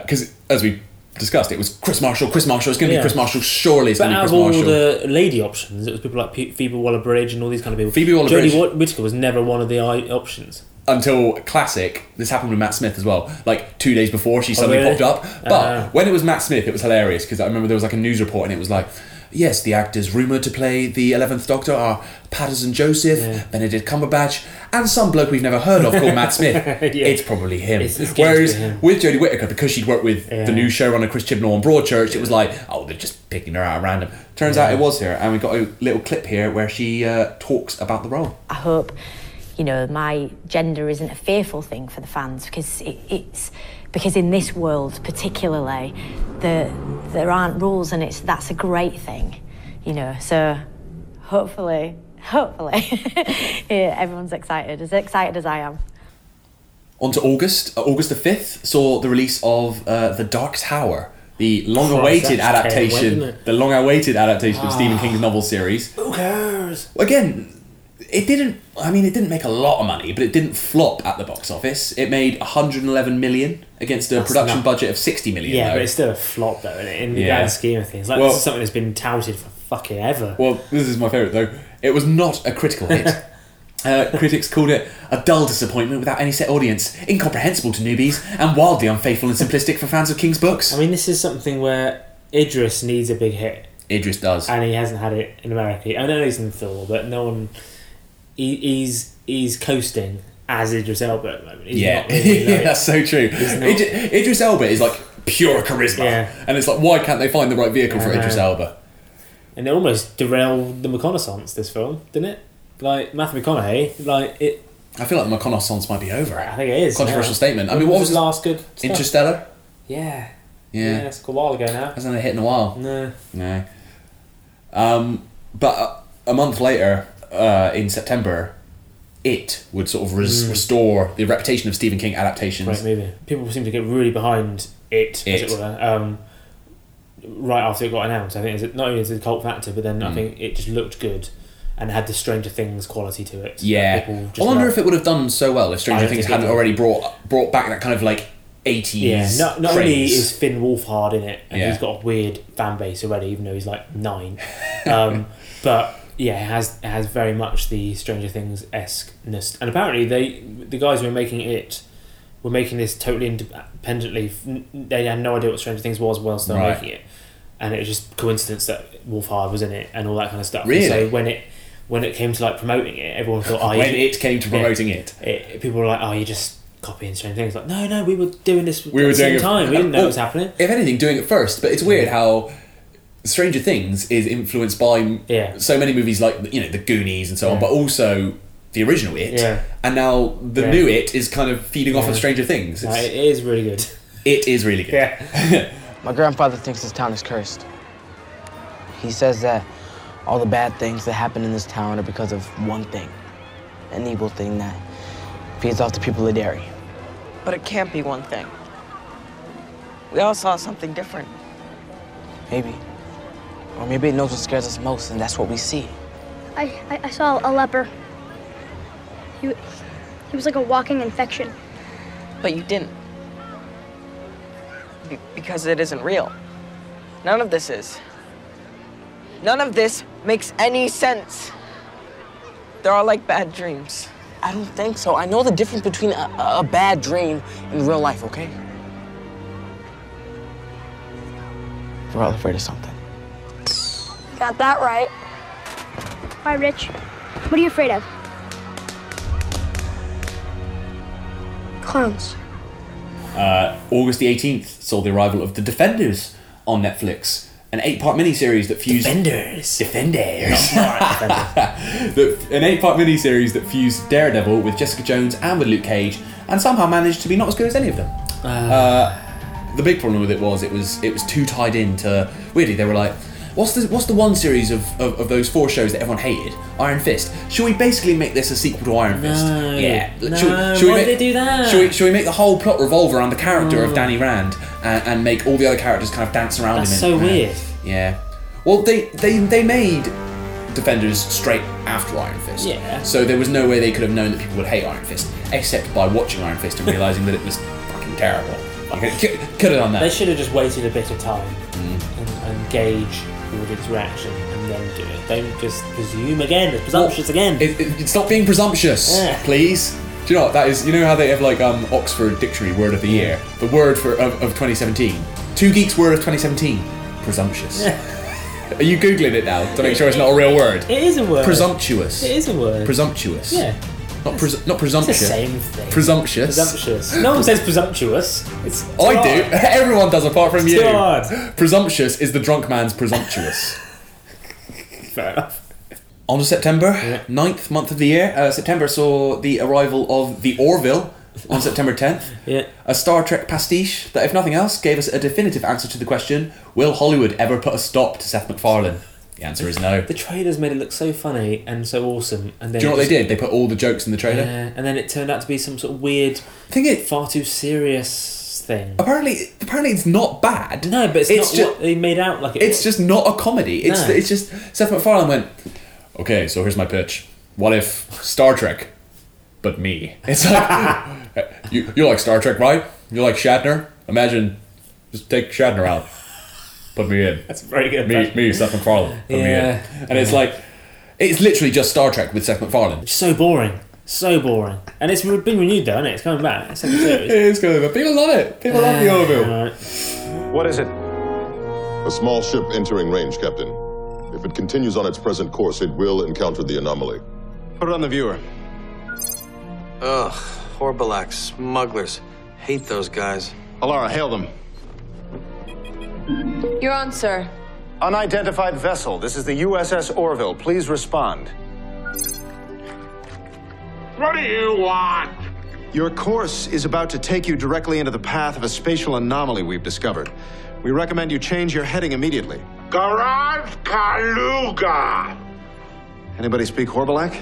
[SPEAKER 2] because as we discussed, it was Chris Marshall. Chris Marshall. It's going to
[SPEAKER 3] Yeah.
[SPEAKER 2] be Chris Marshall. Surely it's
[SPEAKER 3] But
[SPEAKER 2] going to be
[SPEAKER 3] out
[SPEAKER 2] Chris
[SPEAKER 3] of all
[SPEAKER 2] Marshall.
[SPEAKER 3] the lady options, it was people like Pe- Phoebe Waller Bridge and all these kind of people.
[SPEAKER 2] Phoebe Waller-Bridge-
[SPEAKER 3] Jodie Whittaker was never one of the I- options.
[SPEAKER 2] until classic. This happened with Matt Smith as well. Like two days before, she
[SPEAKER 3] Oh,
[SPEAKER 2] suddenly
[SPEAKER 3] really?
[SPEAKER 2] popped up. But
[SPEAKER 3] Ah.
[SPEAKER 2] when it was Matt Smith, it was hilarious because I remember there was like a news report and it was like, yes, the actors rumored to play the Eleventh Doctor are Patterson Joseph, Benedict Cumberbatch, and some bloke we've never heard of called Matt Smith. It's probably him. Whereas with Jodie Whittaker, because she'd worked with
[SPEAKER 3] Yeah.
[SPEAKER 2] the new showrunner Chris Chibnall on Broadchurch, it was like, oh, they're just picking her out at random. Turns out
[SPEAKER 5] Yeah.
[SPEAKER 2] it was her, and we got a little clip here where she uh, talks about the role.
[SPEAKER 5] I hope, you know, my gender isn't a fearful thing for the fans because it, it's because in this world particularly, the, there aren't rules and it's that's a great thing, you know. So hopefully, hopefully, [LAUGHS] yeah, everyone's excited as excited as I am.
[SPEAKER 2] On to August. Uh, August the 5th saw the release of uh, The Dark Tower, the long awaited
[SPEAKER 3] that's terrible,
[SPEAKER 2] adaptation,
[SPEAKER 3] isn't it?
[SPEAKER 2] the long awaited adaptation of Stephen
[SPEAKER 3] Ah.
[SPEAKER 2] King's novel series.
[SPEAKER 3] Who cares?
[SPEAKER 2] Again, it didn't, I mean, it didn't make a lot of money, but it didn't flop at the box office. It made 111 million against a
[SPEAKER 3] That's
[SPEAKER 2] production
[SPEAKER 3] not-
[SPEAKER 2] budget of 60 million.
[SPEAKER 3] Yeah,
[SPEAKER 2] though.
[SPEAKER 3] but it's still a flop, though, isn't it? In the
[SPEAKER 2] Yeah.
[SPEAKER 3] grand scheme of things, like
[SPEAKER 2] Well-
[SPEAKER 3] this is something that's been touted for fucking ever.
[SPEAKER 2] Well, this is my favourite though. It was not a
[SPEAKER 3] [LAUGHS]
[SPEAKER 2] critical hit. Uh, critics called it a dull disappointment without any set audience, incomprehensible to newbies, and wildly unfaithful and simplistic for fans of King's books.
[SPEAKER 3] I mean, this is something where Idris needs a big hit,
[SPEAKER 2] Idris does.
[SPEAKER 3] and he hasn't had it in America. I know he's in Thor, but no one. He, he's he's coasting as Idris Elba at the moment. He's
[SPEAKER 2] yeah,
[SPEAKER 3] not really, like-
[SPEAKER 2] [LAUGHS] yeah, that's so true.
[SPEAKER 3] not-
[SPEAKER 2] Idri- Idris Elba is like pure charisma,
[SPEAKER 3] Yeah.
[SPEAKER 2] and it's like why can't they find the right vehicle for
[SPEAKER 3] I know.
[SPEAKER 2] Idris Elba?
[SPEAKER 3] and it almost derailed the reconnaissance. This film, didn't it? Like Matthew McConaughey, like it.
[SPEAKER 2] I feel like the reconnaissance might be over.
[SPEAKER 3] I think it is.
[SPEAKER 2] Controversial
[SPEAKER 3] now.
[SPEAKER 2] statement. I
[SPEAKER 3] When
[SPEAKER 2] mean, what
[SPEAKER 3] his
[SPEAKER 2] was his-
[SPEAKER 3] last good? stuff?
[SPEAKER 2] Interstellar.
[SPEAKER 3] Yeah.
[SPEAKER 2] Yeah. Mm.
[SPEAKER 3] it's a while ago now. Uh,
[SPEAKER 2] Hasn't had a hit in a while.
[SPEAKER 3] No.
[SPEAKER 2] No. Um, but a, a month later, uh, in September, it would sort of res-
[SPEAKER 3] Mm.
[SPEAKER 2] restore the reputation of Stephen King adaptations.
[SPEAKER 3] Great movie. People seem to get really behind it,
[SPEAKER 2] It.
[SPEAKER 3] as it were. Um, right after it got announced, I think is it not only is it a cult factor, but then I
[SPEAKER 2] Mm.
[SPEAKER 3] think it just looked good and had the Stranger Things quality to it. that
[SPEAKER 2] Yeah.
[SPEAKER 3] people
[SPEAKER 2] I
[SPEAKER 3] just
[SPEAKER 2] wonder
[SPEAKER 3] love.
[SPEAKER 2] if it would have done so well
[SPEAKER 3] I
[SPEAKER 2] if Stranger
[SPEAKER 3] don't
[SPEAKER 2] Things
[SPEAKER 3] think it
[SPEAKER 2] hadn't
[SPEAKER 3] would.
[SPEAKER 2] already brought brought back that kind of like
[SPEAKER 3] Yeah,
[SPEAKER 2] eighties.
[SPEAKER 3] not, not only is Finn Wolfhard in it, and
[SPEAKER 2] Yeah.
[SPEAKER 3] he's got a weird fan base already, even though he's like nine.
[SPEAKER 2] [LAUGHS]
[SPEAKER 3] Um, but yeah, it has it has very much the Stranger Things esqueness, and apparently they the guys who were making it were making this totally independently. N- They had no idea what Stranger Things was whilst they were
[SPEAKER 2] Right.
[SPEAKER 3] making it, and it was just coincidence that Wolfhard was in it and all that kind of stuff. And
[SPEAKER 2] Really?
[SPEAKER 3] So when it when it came to like promoting it, everyone thought, oh,
[SPEAKER 2] When
[SPEAKER 3] you-
[SPEAKER 2] it came to
[SPEAKER 3] yeah.
[SPEAKER 2] promoting it.
[SPEAKER 3] it, people were like, oh, you're just copying Stranger Things. Like, no, no, we were doing this
[SPEAKER 2] we were
[SPEAKER 3] at the same
[SPEAKER 2] doing
[SPEAKER 3] time.
[SPEAKER 2] It,
[SPEAKER 3] We didn't know
[SPEAKER 2] well,
[SPEAKER 3] it was happening. Mm.
[SPEAKER 2] If anything, doing it first. But it's weird how Stranger Things is influenced by
[SPEAKER 3] Yeah.
[SPEAKER 2] so many movies like you know the Goonies and so on, but also the original It.
[SPEAKER 3] Yeah.
[SPEAKER 2] And now the
[SPEAKER 3] Yeah.
[SPEAKER 2] new It is kind of feeding off
[SPEAKER 3] Yeah.
[SPEAKER 2] of Stranger Things.
[SPEAKER 3] No,
[SPEAKER 2] It's-
[SPEAKER 3] it is really good.
[SPEAKER 2] it is really good.
[SPEAKER 3] Yeah.
[SPEAKER 6] My grandfather thinks this town is cursed. He says that all the bad things that happen in this town are because of one thing an evil thing that feeds off the people of Derry.
[SPEAKER 21] But it can't be one thing. We all saw something different.
[SPEAKER 6] Maybe. Or maybe it knows what scares us most, and that's what we see.
[SPEAKER 23] I, I, I saw a leper. He, w- he was like a walking infection.
[SPEAKER 21] But you didn't. Be- because it isn't real. None of this is. None of this makes any sense. They're all like bad dreams.
[SPEAKER 6] I don't think so. I know the difference between a, a bad dream and real life, okay? We're all afraid of something.
[SPEAKER 23] Got that right. Hi, Rich. What are you afraid of? Clowns.
[SPEAKER 2] Uh, August the 18th saw the arrival of The Defenders on Netflix, an eight-part miniseries that fused
[SPEAKER 3] Defenders.
[SPEAKER 2] Defenders. [LAUGHS] that, an eight-part miniseries that fused Daredevil with Jessica Jones and with Luke Cage, and somehow managed to be not as good as any of them. Uh, the big problem with it was it was it was too tied into. Weirdly, they were like. What's the, what's the one series of, of, of those four shows that everyone hated? Iron Fist. Should we basically make this a sequel to Iron Fist?
[SPEAKER 3] No.
[SPEAKER 2] Yeah.
[SPEAKER 3] No,
[SPEAKER 2] Should we- should we
[SPEAKER 3] why
[SPEAKER 2] make-
[SPEAKER 3] did they do that?
[SPEAKER 2] Should we, should we make the whole plot revolve around the character of
[SPEAKER 3] Oh.
[SPEAKER 2] Danny Rand and, and make all the other characters kind of dance around
[SPEAKER 3] That's
[SPEAKER 2] him?
[SPEAKER 3] so weird.
[SPEAKER 2] Yeah. Well, they, they they made Defenders straight after Iron Fist.
[SPEAKER 3] Yeah.
[SPEAKER 2] So there was no way they could have known that people would hate Iron Fist, except by watching Iron Fist and realizing that it was fucking terrible. Okay, could, could have done
[SPEAKER 3] They
[SPEAKER 2] that.
[SPEAKER 3] should have just waited a bit of time
[SPEAKER 2] Mm.
[SPEAKER 3] and, and gauge the audience reaction and then do it. Don't just presume again. It's presumptuous again.
[SPEAKER 2] It, it, stop being presumptuous,
[SPEAKER 3] Yeah.
[SPEAKER 2] please. Do you know what that is? You know how they have like um Oxford Dictionary Word of the Year, the word for of, of 2017. Two geeks word of 2017. Presumptuous. [LAUGHS] Are you googling it now to make sure it's not a real word?
[SPEAKER 3] It is a word.
[SPEAKER 2] Presumptuous.
[SPEAKER 3] It is a word.
[SPEAKER 2] Presumptuous.
[SPEAKER 3] Yeah.
[SPEAKER 2] Not, presu- not presumptuous.
[SPEAKER 3] It's the same thing.
[SPEAKER 2] Presumptuous.
[SPEAKER 3] Presumptuous. No one says presumptuous. It's too
[SPEAKER 2] I do. [LAUGHS]
[SPEAKER 3] hard.
[SPEAKER 2] Everyone does apart from
[SPEAKER 3] It's
[SPEAKER 2] you.
[SPEAKER 3] too
[SPEAKER 2] [LAUGHS]
[SPEAKER 3] hard.
[SPEAKER 2] Presumptuous is the drunk man's presumptuous.
[SPEAKER 3] Fair enough.
[SPEAKER 2] On to September, ninth month of the year. Uh, September saw the arrival of the Orville on September
[SPEAKER 3] [LAUGHS]
[SPEAKER 2] 10th.
[SPEAKER 3] Yeah.
[SPEAKER 2] A Star Trek pastiche that, if nothing else, gave us a definitive answer to the question Will Hollywood ever put a stop to Seth MacFarlane? The answer is no.
[SPEAKER 3] The trailers made it look so funny and so awesome. And
[SPEAKER 2] Do
[SPEAKER 3] then
[SPEAKER 2] you know
[SPEAKER 3] it
[SPEAKER 2] what they
[SPEAKER 3] just-
[SPEAKER 2] did? They put all the jokes in the trailer.
[SPEAKER 3] Yeah, and then it turned out to be some sort of weird, I
[SPEAKER 2] think it
[SPEAKER 3] far too serious thing.
[SPEAKER 2] Apparently, apparently it's not bad.
[SPEAKER 3] No, but it's,
[SPEAKER 2] It's
[SPEAKER 3] not
[SPEAKER 2] ju-
[SPEAKER 3] what they made out like. It
[SPEAKER 2] It's just not a comedy. It's
[SPEAKER 3] No.
[SPEAKER 2] it's just Seth MacFarlane went, okay, so here's my pitch. What if Star Trek, but me? [LAUGHS] It's like [LAUGHS] you you like Star Trek, right? You like Shatner? Imagine just take Shatner out, put me in.
[SPEAKER 3] That's very good.
[SPEAKER 2] Me me Seth MacFarlane, put
[SPEAKER 3] Yeah.
[SPEAKER 2] me in. And it's like it's literally just Star Trek with Seth MacFarlane.
[SPEAKER 3] was so boring, so boring. And it's re- been renewed though, isn't it? It's coming back. It's second
[SPEAKER 2] It [LAUGHS]
[SPEAKER 3] series.
[SPEAKER 2] is good, but people love it. People love the
[SPEAKER 3] Ah,
[SPEAKER 2] Orville.
[SPEAKER 9] What is it? A small ship entering range, Captain. If it continues on its present course, it will encounter the anomaly.
[SPEAKER 7] Put it on the viewer. Ugh, Horbalax, smugglers. Hate those guys. Alara, hail them.
[SPEAKER 8] You're on, sir.
[SPEAKER 7] Unidentified vessel. This is the USS Orville. Please respond.
[SPEAKER 18] What do you want?
[SPEAKER 7] Your course is about to take you directly into the path of a spatial anomaly we've discovered. We recommend you change your heading immediately.
[SPEAKER 18] Garage Kaluga.
[SPEAKER 7] Anybody speak Horbalak?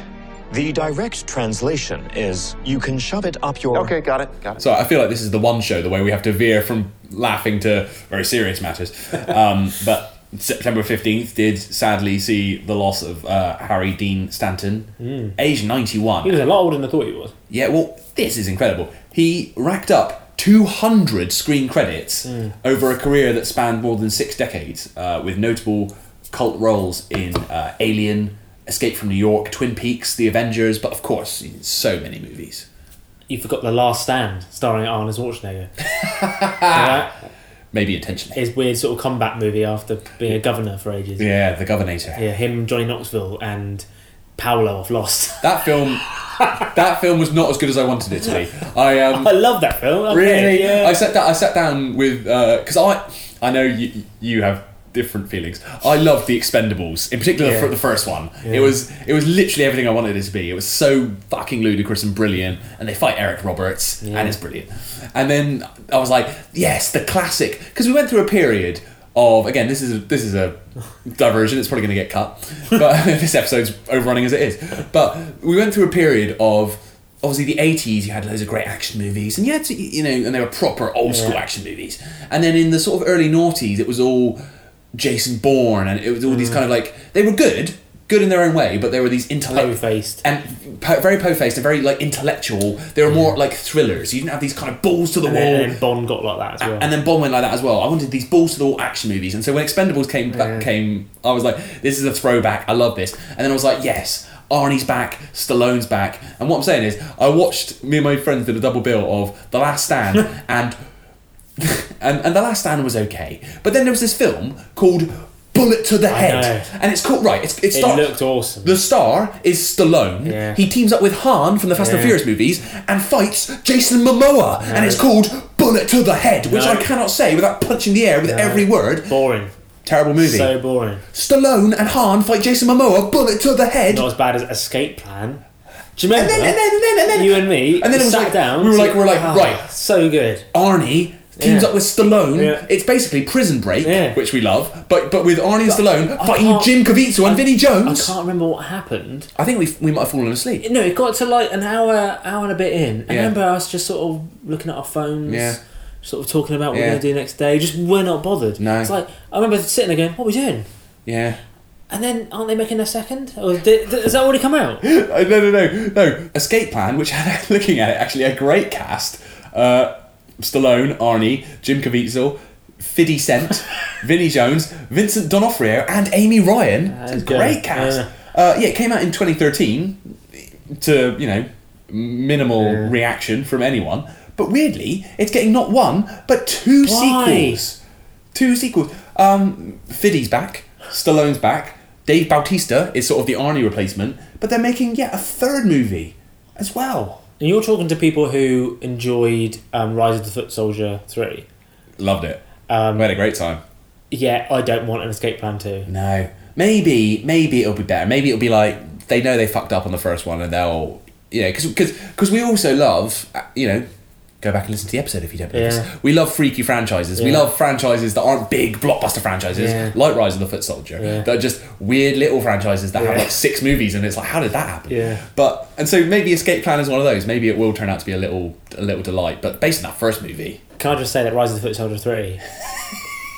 [SPEAKER 10] The direct translation is you can shove it up your. Okay,
[SPEAKER 7] got it, got
[SPEAKER 2] So I feel like this is the one show the way we have to veer from laughing to very serious matters. Um, but September 15th did sadly see the loss of uh, Harry Dean Stanton,
[SPEAKER 3] Mm.
[SPEAKER 2] age 91.
[SPEAKER 3] He was a lot older than I thought he was.
[SPEAKER 2] Yeah, well, this is incredible. He racked up 200 screen credits
[SPEAKER 3] Mm.
[SPEAKER 2] over a career that spanned more than six decades, uh, with notable cult roles in uh, Alien, Escape from New York, Twin Peaks, The Avengers, but of course, in so many movies.
[SPEAKER 3] You forgot The Last Stand, starring Arnold
[SPEAKER 2] [LAUGHS]
[SPEAKER 3] Schwarzenegger. yeah,
[SPEAKER 2] Maybe intentionally.
[SPEAKER 3] his weird sort of comeback movie after being a governor for ages.
[SPEAKER 2] Yeah, The Governator.
[SPEAKER 3] Yeah, him, Johnny Knoxville, and Paolo off Lost. [LAUGHS]
[SPEAKER 2] That film, that film was not as good as I wanted it to be. I um,
[SPEAKER 3] I love that film. Oh, Okay,
[SPEAKER 2] really,
[SPEAKER 3] yeah.
[SPEAKER 2] I sat down. I sat down with because I, I know you, you have different feelings. I loved the Expendables, in particular
[SPEAKER 3] Yeah.
[SPEAKER 2] for the first one.
[SPEAKER 3] Yeah.
[SPEAKER 2] It was it was literally everything I wanted it to be. It was so fucking ludicrous and brilliant, and they fight Eric Roberts, and it's brilliant. And then I was like, yes, the classic, because we went through a period. Of again, this is a, this is
[SPEAKER 3] [LAUGHS]
[SPEAKER 2] a diversion. It's probably going to get cut, but [LAUGHS] this episode's overrunning as it is. But we went through a period of obviously the eighties. You had loads of great action movies, and you had to, you know, and they were proper old school
[SPEAKER 3] Yeah.
[SPEAKER 2] action movies. And then in the sort of early noughties, it was all Jason Bourne, and it was all
[SPEAKER 3] Mm.
[SPEAKER 2] these kind of like they were good, good in their own way, but they were these intellect
[SPEAKER 3] faced
[SPEAKER 2] and po- very po faced and very like intellectual. They were more like thrillers. You didn't have these kind of balls to the
[SPEAKER 3] and
[SPEAKER 2] wall.
[SPEAKER 3] then, and then Bond got like that as well.
[SPEAKER 2] And then Bond went like that as well. I wanted these balls to the wall action movies, and so when Expendables came back, came, I was like, this is a throwback. I love this. And then I was like, yes, Arnie's back, Stallone's back. And what I'm saying is, I watched me and my friends did a double bill of The Last
[SPEAKER 3] [LAUGHS]
[SPEAKER 2] Stand and [LAUGHS] and and The Last Stand was okay, but then there was this film called. Bullet to the head, and it's called right. It's,
[SPEAKER 3] It
[SPEAKER 2] it's star-
[SPEAKER 3] looked awesome.
[SPEAKER 2] The star is Stallone.
[SPEAKER 3] Yeah.
[SPEAKER 2] He teams up with Han from the Fast and
[SPEAKER 3] Yeah.
[SPEAKER 2] Furious movies and fights Jason Momoa, and
[SPEAKER 3] No.
[SPEAKER 2] it's called Bullet to the Head, which
[SPEAKER 3] No.
[SPEAKER 2] I cannot say without punching the air with
[SPEAKER 3] No.
[SPEAKER 2] every word.
[SPEAKER 3] Boring.
[SPEAKER 2] Terrible movie.
[SPEAKER 3] So boring.
[SPEAKER 2] Stallone and Han fight Jason Momoa, bullet to the head.
[SPEAKER 3] Not as bad as Escape Plan. Do you remember?
[SPEAKER 2] And then- and then- and then- and then-
[SPEAKER 3] you and me.
[SPEAKER 2] and then it was
[SPEAKER 3] sat
[SPEAKER 2] like-
[SPEAKER 3] down.
[SPEAKER 2] we were like- we were like,
[SPEAKER 3] Ah,
[SPEAKER 2] right.
[SPEAKER 3] so good.
[SPEAKER 2] Arnie teams
[SPEAKER 3] Yeah.
[SPEAKER 2] up with Stallone.
[SPEAKER 3] Yeah.
[SPEAKER 2] It's basically Prison Break, which we love, but but with Arnie and
[SPEAKER 3] But
[SPEAKER 2] Stallone
[SPEAKER 3] I
[SPEAKER 2] fighting
[SPEAKER 3] can't-
[SPEAKER 2] Jim Caviezel and Vinnie Jones.
[SPEAKER 3] I can't remember what happened.
[SPEAKER 2] I think we we might have fallen asleep.
[SPEAKER 3] No, it got to like an hour, hour and a bit in. I
[SPEAKER 2] Yeah.
[SPEAKER 3] remember I was just sort of looking at our phones,
[SPEAKER 2] Yeah.
[SPEAKER 3] sort of talking about what
[SPEAKER 2] Yeah.
[SPEAKER 3] we're gonna do next day. Just we're not bothered.
[SPEAKER 2] No.
[SPEAKER 3] It's like I remember sitting there going, "What are we doing?"
[SPEAKER 2] Yeah.
[SPEAKER 3] And then aren't they making a second? Or did, th- has that already come [GASPS] out?
[SPEAKER 2] Uh, no, no, no, no. Escape Plan, which [LAUGHS] had, looking at it, actually a great cast. Uh, Stallone, Arnie, Jim Caviezel,
[SPEAKER 3] [LAUGHS]
[SPEAKER 2] 50 Cent, Vinnie Jones, Vincent D'Onofrio, and Amy Ryan. It's a
[SPEAKER 3] good.
[SPEAKER 2] great cast.
[SPEAKER 3] Yeah.
[SPEAKER 2] Uh, yeah, it came out in 2013 to, you know, minimal reaction from anyone. But weirdly, it's getting not one, but two
[SPEAKER 3] Why?
[SPEAKER 2] sequels. Two sequels. Um, Fiddy's back, Stallone's back, Dave Bautista is sort of the Arnie replacement, but they're making yet a third movie as well.
[SPEAKER 3] And you're talking to people who enjoyed um, Rise of the Foot Soldier 3.
[SPEAKER 2] Loved it. Um, we had a great time.
[SPEAKER 3] Yeah, I don't want an escape plan 2.
[SPEAKER 2] No. Maybe, maybe it'll be better. Maybe it'll be like they know they fucked up on the first one and they'll, you know, because we also love, uh, you know, go back and listen to the episode if you don't believe
[SPEAKER 3] Yeah.
[SPEAKER 2] us. We love freaky franchises. We
[SPEAKER 3] Yeah.
[SPEAKER 2] love franchises that aren't big blockbuster franchises,
[SPEAKER 3] Yeah.
[SPEAKER 2] like Rise of the Foot Soldier,
[SPEAKER 3] Yeah.
[SPEAKER 2] that are just weird little franchises that have
[SPEAKER 3] Yeah.
[SPEAKER 2] like six movies and it's like, how did that happen?
[SPEAKER 3] Yeah.
[SPEAKER 2] But and so maybe Escape Plan is one of those. Maybe it will turn out to be a little a little delight. But based on that first movie,
[SPEAKER 3] Can I just say that Rise of the Foot Soldier 3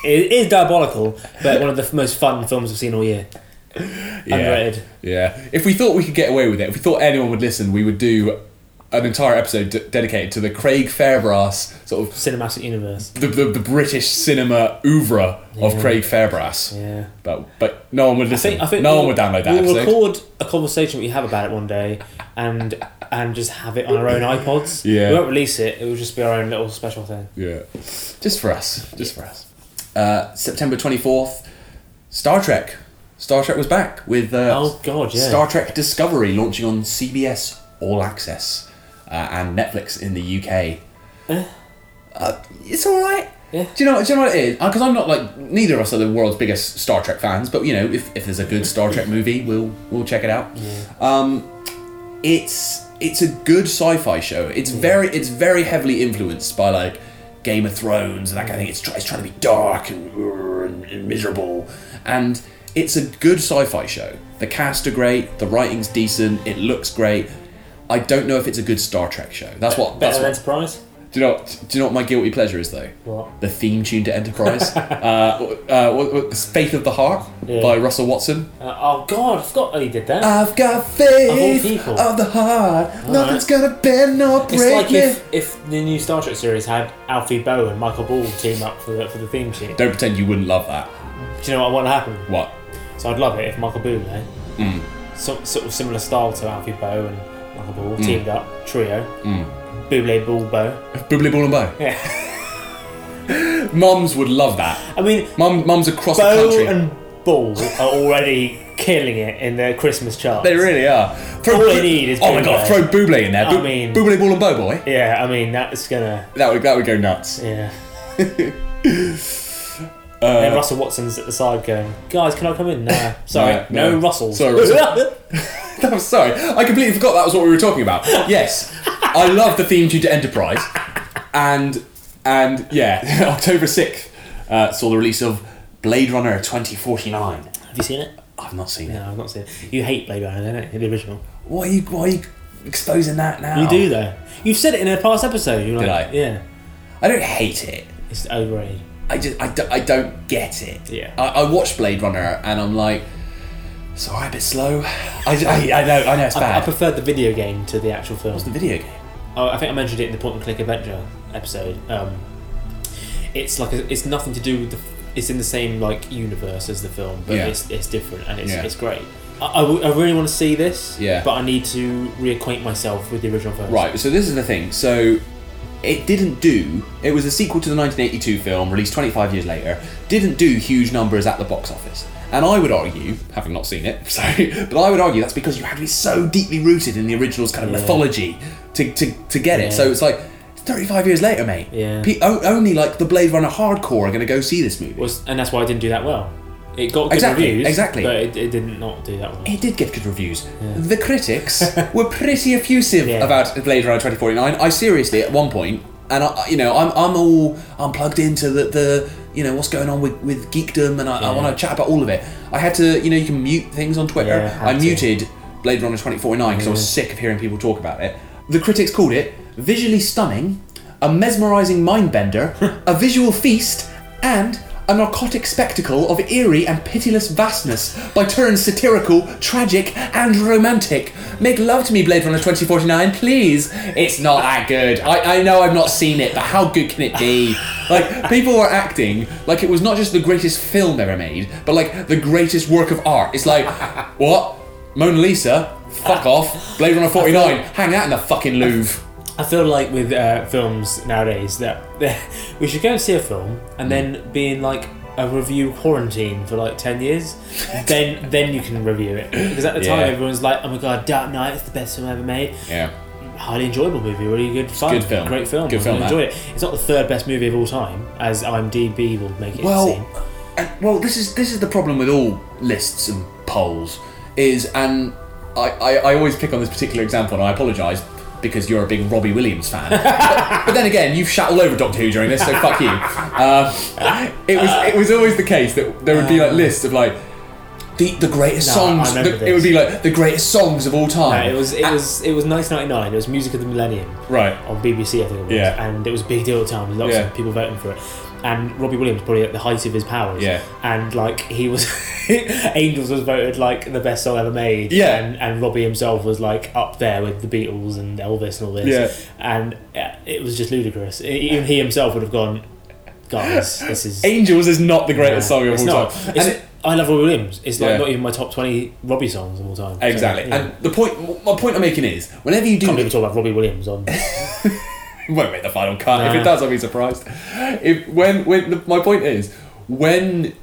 [SPEAKER 3] it [LAUGHS] is diabolical, but one of the f- most fun films I've seen all year. Underrated.
[SPEAKER 2] Yeah. If we thought we could get away with it, if we thought anyone would listen, we would do an entire episode d- dedicated to the Craig Fairbrass sort of
[SPEAKER 3] cinematic universe,
[SPEAKER 2] the the, the British cinema oeuvre of
[SPEAKER 3] Yeah.
[SPEAKER 2] Craig Fairbrass.
[SPEAKER 3] Yeah.
[SPEAKER 2] But but no one would listen. no
[SPEAKER 3] we'll-
[SPEAKER 2] one would download that
[SPEAKER 3] We'll
[SPEAKER 2] episode.
[SPEAKER 3] record a conversation we have about it one day, and and just have it on our own iPods.
[SPEAKER 2] Yeah.
[SPEAKER 3] we won't release it. It will just be our own little special thing.
[SPEAKER 2] Yeah. Just for us. Just for us. Uh, September 24th, Star Trek. Star Trek was back with uh,
[SPEAKER 3] Oh, God, yeah.
[SPEAKER 2] Star Trek Discovery launching on CBS All Access uh, and Netflix in the UK.
[SPEAKER 3] Eh.
[SPEAKER 2] Uh, it's all right. Yeah. Do you know? Do you know what it is? Because I'm not like neither of us are the world's biggest Star Trek fans, but you know, if, if there's a good Star Trek movie, we'll we'll check it out. Um, it's it's a good sci-fi show. It's very it's very heavily influenced by like Game of Thrones and that kind of thing. It's, try, it's trying to be dark and, and, and miserable, and it's a good sci-fi show. The cast are great. The writing's decent. It looks great. I don't know if it's a good Star Trek show. That's what.
[SPEAKER 3] Better
[SPEAKER 2] That's
[SPEAKER 3] than
[SPEAKER 2] what,
[SPEAKER 3] Enterprise.
[SPEAKER 2] do you know? Do you know what my guilty pleasure is though?
[SPEAKER 3] What?
[SPEAKER 2] The theme tune to Enterprise, uh, uh, what, what, "Faith of the Heart" by Russell Watson.
[SPEAKER 3] Uh, oh God, I forgot that he did that.
[SPEAKER 2] I've got faith
[SPEAKER 3] people.
[SPEAKER 2] of, the heart. Nothing's gonna bend nor break
[SPEAKER 3] it's like
[SPEAKER 2] me.
[SPEAKER 3] if, if the new Star Trek series had Alfie Bow and Michael Ball team up for the, for the theme tune.
[SPEAKER 2] Don't pretend you wouldn't love that.
[SPEAKER 3] Do you know what I want to happen?
[SPEAKER 2] What?
[SPEAKER 3] So I'd love it if Michael Bublé,
[SPEAKER 2] Mm.
[SPEAKER 3] so, sort of similar style to Alfie Bow and Michael Ball,
[SPEAKER 2] Mm.
[SPEAKER 3] teamed up trio.
[SPEAKER 2] Mm.
[SPEAKER 3] Bublé Ball Bow.
[SPEAKER 2] Boobly ball and bow.
[SPEAKER 3] Yeah.
[SPEAKER 2] [LAUGHS] Mums would love that.
[SPEAKER 3] I mean,
[SPEAKER 2] Mum, mums across the
[SPEAKER 3] Bow
[SPEAKER 2] country.
[SPEAKER 3] and Ball are already killing it in their Christmas charts.
[SPEAKER 2] they really are.
[SPEAKER 3] All they need is
[SPEAKER 2] oh my god,
[SPEAKER 3] Bublé.
[SPEAKER 2] throw Buble in there.
[SPEAKER 3] I
[SPEAKER 2] Bu-
[SPEAKER 3] mean-
[SPEAKER 2] Buble ball and bow boy.
[SPEAKER 3] Yeah, I mean that's gonna.
[SPEAKER 2] That would that would go nuts. [LAUGHS]
[SPEAKER 3] Yeah.
[SPEAKER 2] Uh,
[SPEAKER 3] and then Russell Watson's at the side going, guys, can I come in?
[SPEAKER 2] [LAUGHS]
[SPEAKER 3] Nah, sorry, no,
[SPEAKER 2] no, no.
[SPEAKER 3] Russell.
[SPEAKER 2] Sorry,
[SPEAKER 3] [LAUGHS]
[SPEAKER 2] Russell. [LAUGHS] I'm sorry. I completely forgot that was what we were talking about. Yes, I love the theme tune to Enterprise, and and yeah, [LAUGHS] October sixth uh, saw the release of Blade Runner twenty forty nine.
[SPEAKER 3] Have you seen it?
[SPEAKER 2] I've not seen
[SPEAKER 3] No, I've not seen it. You hate Blade Runner, don't you? The original.
[SPEAKER 2] Why are you why are you exposing that now?
[SPEAKER 3] You do though. You've said it in a past episode. You're
[SPEAKER 2] Oh. Did
[SPEAKER 3] like,
[SPEAKER 2] I?
[SPEAKER 3] Yeah.
[SPEAKER 2] I don't hate it.
[SPEAKER 3] It's overrated.
[SPEAKER 2] I just I, do, I don't get it.
[SPEAKER 3] Yeah.
[SPEAKER 2] I, I watched Blade Runner and I'm like, it's alright, a bit slow. I, I, I know I know it's
[SPEAKER 3] I,
[SPEAKER 2] bad.
[SPEAKER 3] I preferred the video game to the actual film. What's
[SPEAKER 2] the video game?
[SPEAKER 3] Oh, I think I mentioned it in the point and click adventure episode. Um, it's like a, it's nothing to do with the. It's in the same like universe as the film, but
[SPEAKER 2] Yeah.
[SPEAKER 3] it's, it's different and it's,
[SPEAKER 2] Yeah.
[SPEAKER 3] it's great. I, I, w- I really want to see this,
[SPEAKER 2] Yeah.
[SPEAKER 3] but I need to reacquaint myself with the original film.
[SPEAKER 2] Right, so this is the thing. So it didn't do. It was a sequel to the 1982 film, released 25 years later. Didn't do huge numbers at the box office. And I would argue, having not seen it, [LAUGHS] sorry, but I would argue that's because you had to be so deeply rooted in the original's kind of
[SPEAKER 3] Yeah.
[SPEAKER 2] mythology to, to, to get
[SPEAKER 3] Yeah.
[SPEAKER 2] it. So it's like, it's 35 years later, mate.
[SPEAKER 3] Yeah.
[SPEAKER 2] Pe- o- only like the Blade Runner hardcore are going to go see this movie.
[SPEAKER 3] Was and that's why I didn't do that well. It got good
[SPEAKER 2] Exactly,
[SPEAKER 3] reviews,
[SPEAKER 2] exactly.
[SPEAKER 3] but it, it didn't not do that well.
[SPEAKER 2] It did get good reviews. The
[SPEAKER 3] [LAUGHS]
[SPEAKER 2] critics were pretty effusive about Blade Runner 2049. I seriously, at one point, and I, you know, I'm, I'm all I'm plugged into the, the you know what's going on with, with geekdom, and I, I
[SPEAKER 3] Yeah.
[SPEAKER 2] want to chat about all of it. I had to, you know, you can mute things on Twitter.
[SPEAKER 3] Yeah, had
[SPEAKER 2] I
[SPEAKER 3] to.
[SPEAKER 2] muted Blade Runner 2049 because I was
[SPEAKER 3] Yeah.
[SPEAKER 2] sick of hearing people talk about it. The critics called it visually stunning, a mesmerizing mindbender, a visual feast, and a narcotic spectacle of eerie and pitiless vastness, by turns satirical, tragic, and romantic. Make love to me, Blade Runner 2049, please. It's not that good. I, I know I've not seen it, but how good can it be? Like, people were acting like it was not just the greatest film ever made, but like the greatest work of art. It's like, what? Mona Lisa? Fuck
[SPEAKER 3] Ah.
[SPEAKER 2] off. Blade Runner 49. Hang that in the fucking Louvre.
[SPEAKER 3] I feel like with uh, films nowadays that [LAUGHS] we should go and see a film
[SPEAKER 2] Hmm.
[SPEAKER 3] and then be in like a review quarantine for like ten
[SPEAKER 2] [LAUGHS]
[SPEAKER 3] years. then then you can review it because at the time
[SPEAKER 2] Yeah.
[SPEAKER 3] everyone's like, oh my god, Dark Knight is the best film ever made.
[SPEAKER 2] Yeah.
[SPEAKER 3] Highly enjoyable movie, really good fun,
[SPEAKER 2] good film.
[SPEAKER 3] great film.
[SPEAKER 2] Good
[SPEAKER 3] I
[SPEAKER 2] film,
[SPEAKER 3] enjoy
[SPEAKER 2] man.
[SPEAKER 3] it. It's not the third best movie of all time, as IMDb will make it seem.
[SPEAKER 2] Well, and, well, this is this is the problem with all lists and polls is, and I, I, I always pick on this particular example, and I apologise because you're a big Robbie Williams
[SPEAKER 3] [LAUGHS]
[SPEAKER 2] fan. but, but then again, you've shat all over Doctor Who during this, so fuck you. Uh, it was it was always the case that there would be like lists of like. The, the greatest
[SPEAKER 3] Uh. No, I
[SPEAKER 2] songs.
[SPEAKER 3] remember
[SPEAKER 2] the-
[SPEAKER 3] this.
[SPEAKER 2] it would be like the greatest songs of all
[SPEAKER 3] No,
[SPEAKER 2] time.
[SPEAKER 3] it was it was it was 1999. It was Music of the Millennium,
[SPEAKER 2] right
[SPEAKER 3] on BBC, I think it was,
[SPEAKER 2] Yeah.
[SPEAKER 3] and it was a big deal at the time. Lots
[SPEAKER 2] Yeah.
[SPEAKER 3] of people voting for it, and Robbie Williams probably at the height of his powers.
[SPEAKER 2] Yeah.
[SPEAKER 3] and like he was, [LAUGHS] Angels was voted like the best song ever made.
[SPEAKER 2] Yeah.
[SPEAKER 3] and, and Robbie himself was like up there with the Beatles and Elvis and all this.
[SPEAKER 2] Yeah.
[SPEAKER 3] and uh, it was just ludicrous. E- Even he himself would have gone, guys, this is
[SPEAKER 2] Angels is not the greatest
[SPEAKER 3] No,
[SPEAKER 2] song of
[SPEAKER 3] it's
[SPEAKER 2] all
[SPEAKER 3] not.
[SPEAKER 2] time.
[SPEAKER 3] It's-
[SPEAKER 2] And it-
[SPEAKER 3] I love Robbie Williams. It's like
[SPEAKER 2] Yeah.
[SPEAKER 3] not even my top twenty Robbie songs of all time. So,
[SPEAKER 2] Exactly.
[SPEAKER 3] yeah.
[SPEAKER 2] And the point, my point I'm making is, whenever you do,
[SPEAKER 3] Can't believe we talk about Robbie Williams on.
[SPEAKER 2] It won't make the final cut. If
[SPEAKER 3] Nah.
[SPEAKER 2] it does, I'll be surprised. If when when the, my point is when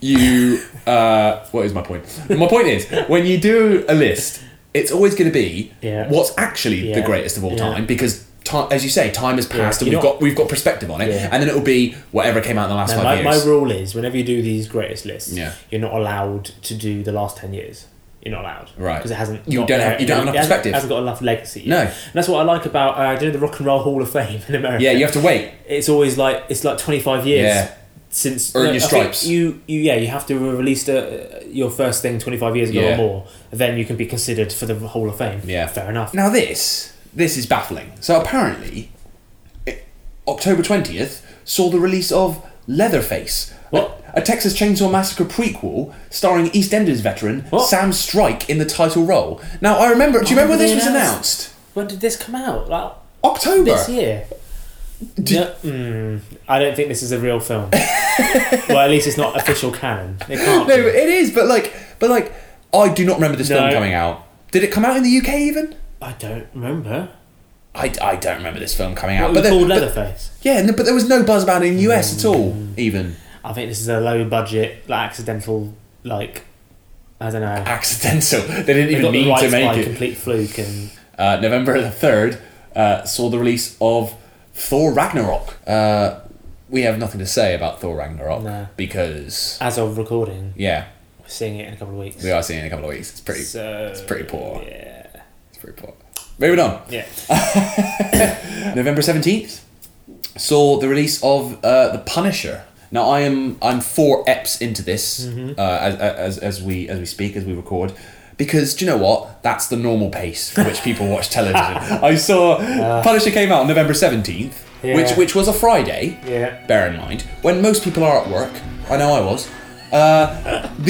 [SPEAKER 2] you [LAUGHS] uh, what is my point? My point is when you do a list, it's always going to be
[SPEAKER 3] Yeah.
[SPEAKER 2] what's actually
[SPEAKER 3] Yeah.
[SPEAKER 2] the greatest of all
[SPEAKER 3] Yeah.
[SPEAKER 2] time because. ti as you say, time has passed,
[SPEAKER 3] you
[SPEAKER 2] and we've
[SPEAKER 3] know-
[SPEAKER 2] got we've got perspective on it,
[SPEAKER 3] Yeah.
[SPEAKER 2] and then it'll be whatever came out in the last
[SPEAKER 3] No,
[SPEAKER 2] five
[SPEAKER 3] my, my
[SPEAKER 2] years.
[SPEAKER 3] rule is whenever you do these greatest lists,
[SPEAKER 2] Yeah.
[SPEAKER 3] you're not allowed to do the last ten years. You're not allowed,
[SPEAKER 2] Right.
[SPEAKER 3] Because it hasn't.
[SPEAKER 2] You
[SPEAKER 3] got
[SPEAKER 2] don't
[SPEAKER 3] there-
[SPEAKER 2] have- you don't have
[SPEAKER 3] it
[SPEAKER 2] enough
[SPEAKER 3] hasn't-
[SPEAKER 2] perspective.
[SPEAKER 3] Hasn't got enough legacy. yet.
[SPEAKER 2] No.
[SPEAKER 3] and that's what I like about uh, doing the Rock and Roll Hall of Fame in America.
[SPEAKER 2] Yeah, you have to wait.
[SPEAKER 3] It's always like it's like twenty five years.
[SPEAKER 2] Yeah.
[SPEAKER 3] Since
[SPEAKER 2] Earn
[SPEAKER 3] no,
[SPEAKER 2] your
[SPEAKER 3] I think
[SPEAKER 2] stripes.
[SPEAKER 3] you you yeah you have to have released a, your first thing twenty five years ago
[SPEAKER 2] Yeah.
[SPEAKER 3] or more, then you can be considered for the Hall of Fame. Yeah, fair enough.
[SPEAKER 2] Now this this is baffling. So apparently, it, October twentieth saw the release of Leatherface, what? A, Texas Chainsaw Massacre prequel starring EastEnders veteran Sam Strike in the title role. Now I remember. Do you remember when this was announced?
[SPEAKER 3] When did this come out? Like
[SPEAKER 2] October
[SPEAKER 3] this year. No, mm, I don't think this is a real
[SPEAKER 2] [LAUGHS]
[SPEAKER 3] film. well, at least it's not official canon. It
[SPEAKER 2] No,
[SPEAKER 3] can't.
[SPEAKER 2] but it is. But like, but like, I do not remember this
[SPEAKER 3] No.
[SPEAKER 2] film coming out. Did it come out in the UK even?
[SPEAKER 3] I don't remember.
[SPEAKER 2] I, I don't remember this film coming
[SPEAKER 3] What
[SPEAKER 2] out.
[SPEAKER 3] was it
[SPEAKER 2] there-
[SPEAKER 3] called Leatherface?
[SPEAKER 2] yeah, no, but there was no buzz about it in the US at all. Even
[SPEAKER 3] I think this is a low budget, like accidental, like I don't know.
[SPEAKER 2] Accidental. [LAUGHS] They didn't even
[SPEAKER 3] got the
[SPEAKER 2] mean to
[SPEAKER 3] rights
[SPEAKER 2] make
[SPEAKER 3] by
[SPEAKER 2] it.
[SPEAKER 3] Complete fluke and
[SPEAKER 2] Uh, November the 3rd uh, saw the release of Thor Ragnarok. Uh, we have nothing to say about Thor Ragnarok
[SPEAKER 3] No.
[SPEAKER 2] because,
[SPEAKER 3] as of recording,
[SPEAKER 2] yeah,
[SPEAKER 3] we're seeing it in a couple of weeks.
[SPEAKER 2] we are seeing it in a couple of weeks. It's pretty,
[SPEAKER 3] So,
[SPEAKER 2] it's pretty poor.
[SPEAKER 3] Yeah.
[SPEAKER 2] It's pretty poor. Moving on.
[SPEAKER 3] Yeah.
[SPEAKER 2] November 17th saw the release of uh, The Punisher. Now I am I'm four eps into this
[SPEAKER 3] Mhm.
[SPEAKER 2] uh, as, as, as we as we speak as we record because do you know what that's the normal pace at which
[SPEAKER 3] [LAUGHS]
[SPEAKER 2] people watch television. I saw Punisher came out on November 17th which
[SPEAKER 3] Uh. Yeah.
[SPEAKER 2] which was a Friday
[SPEAKER 3] Yeah.
[SPEAKER 2] bear in mind, when most people are at work, I know I was, uh,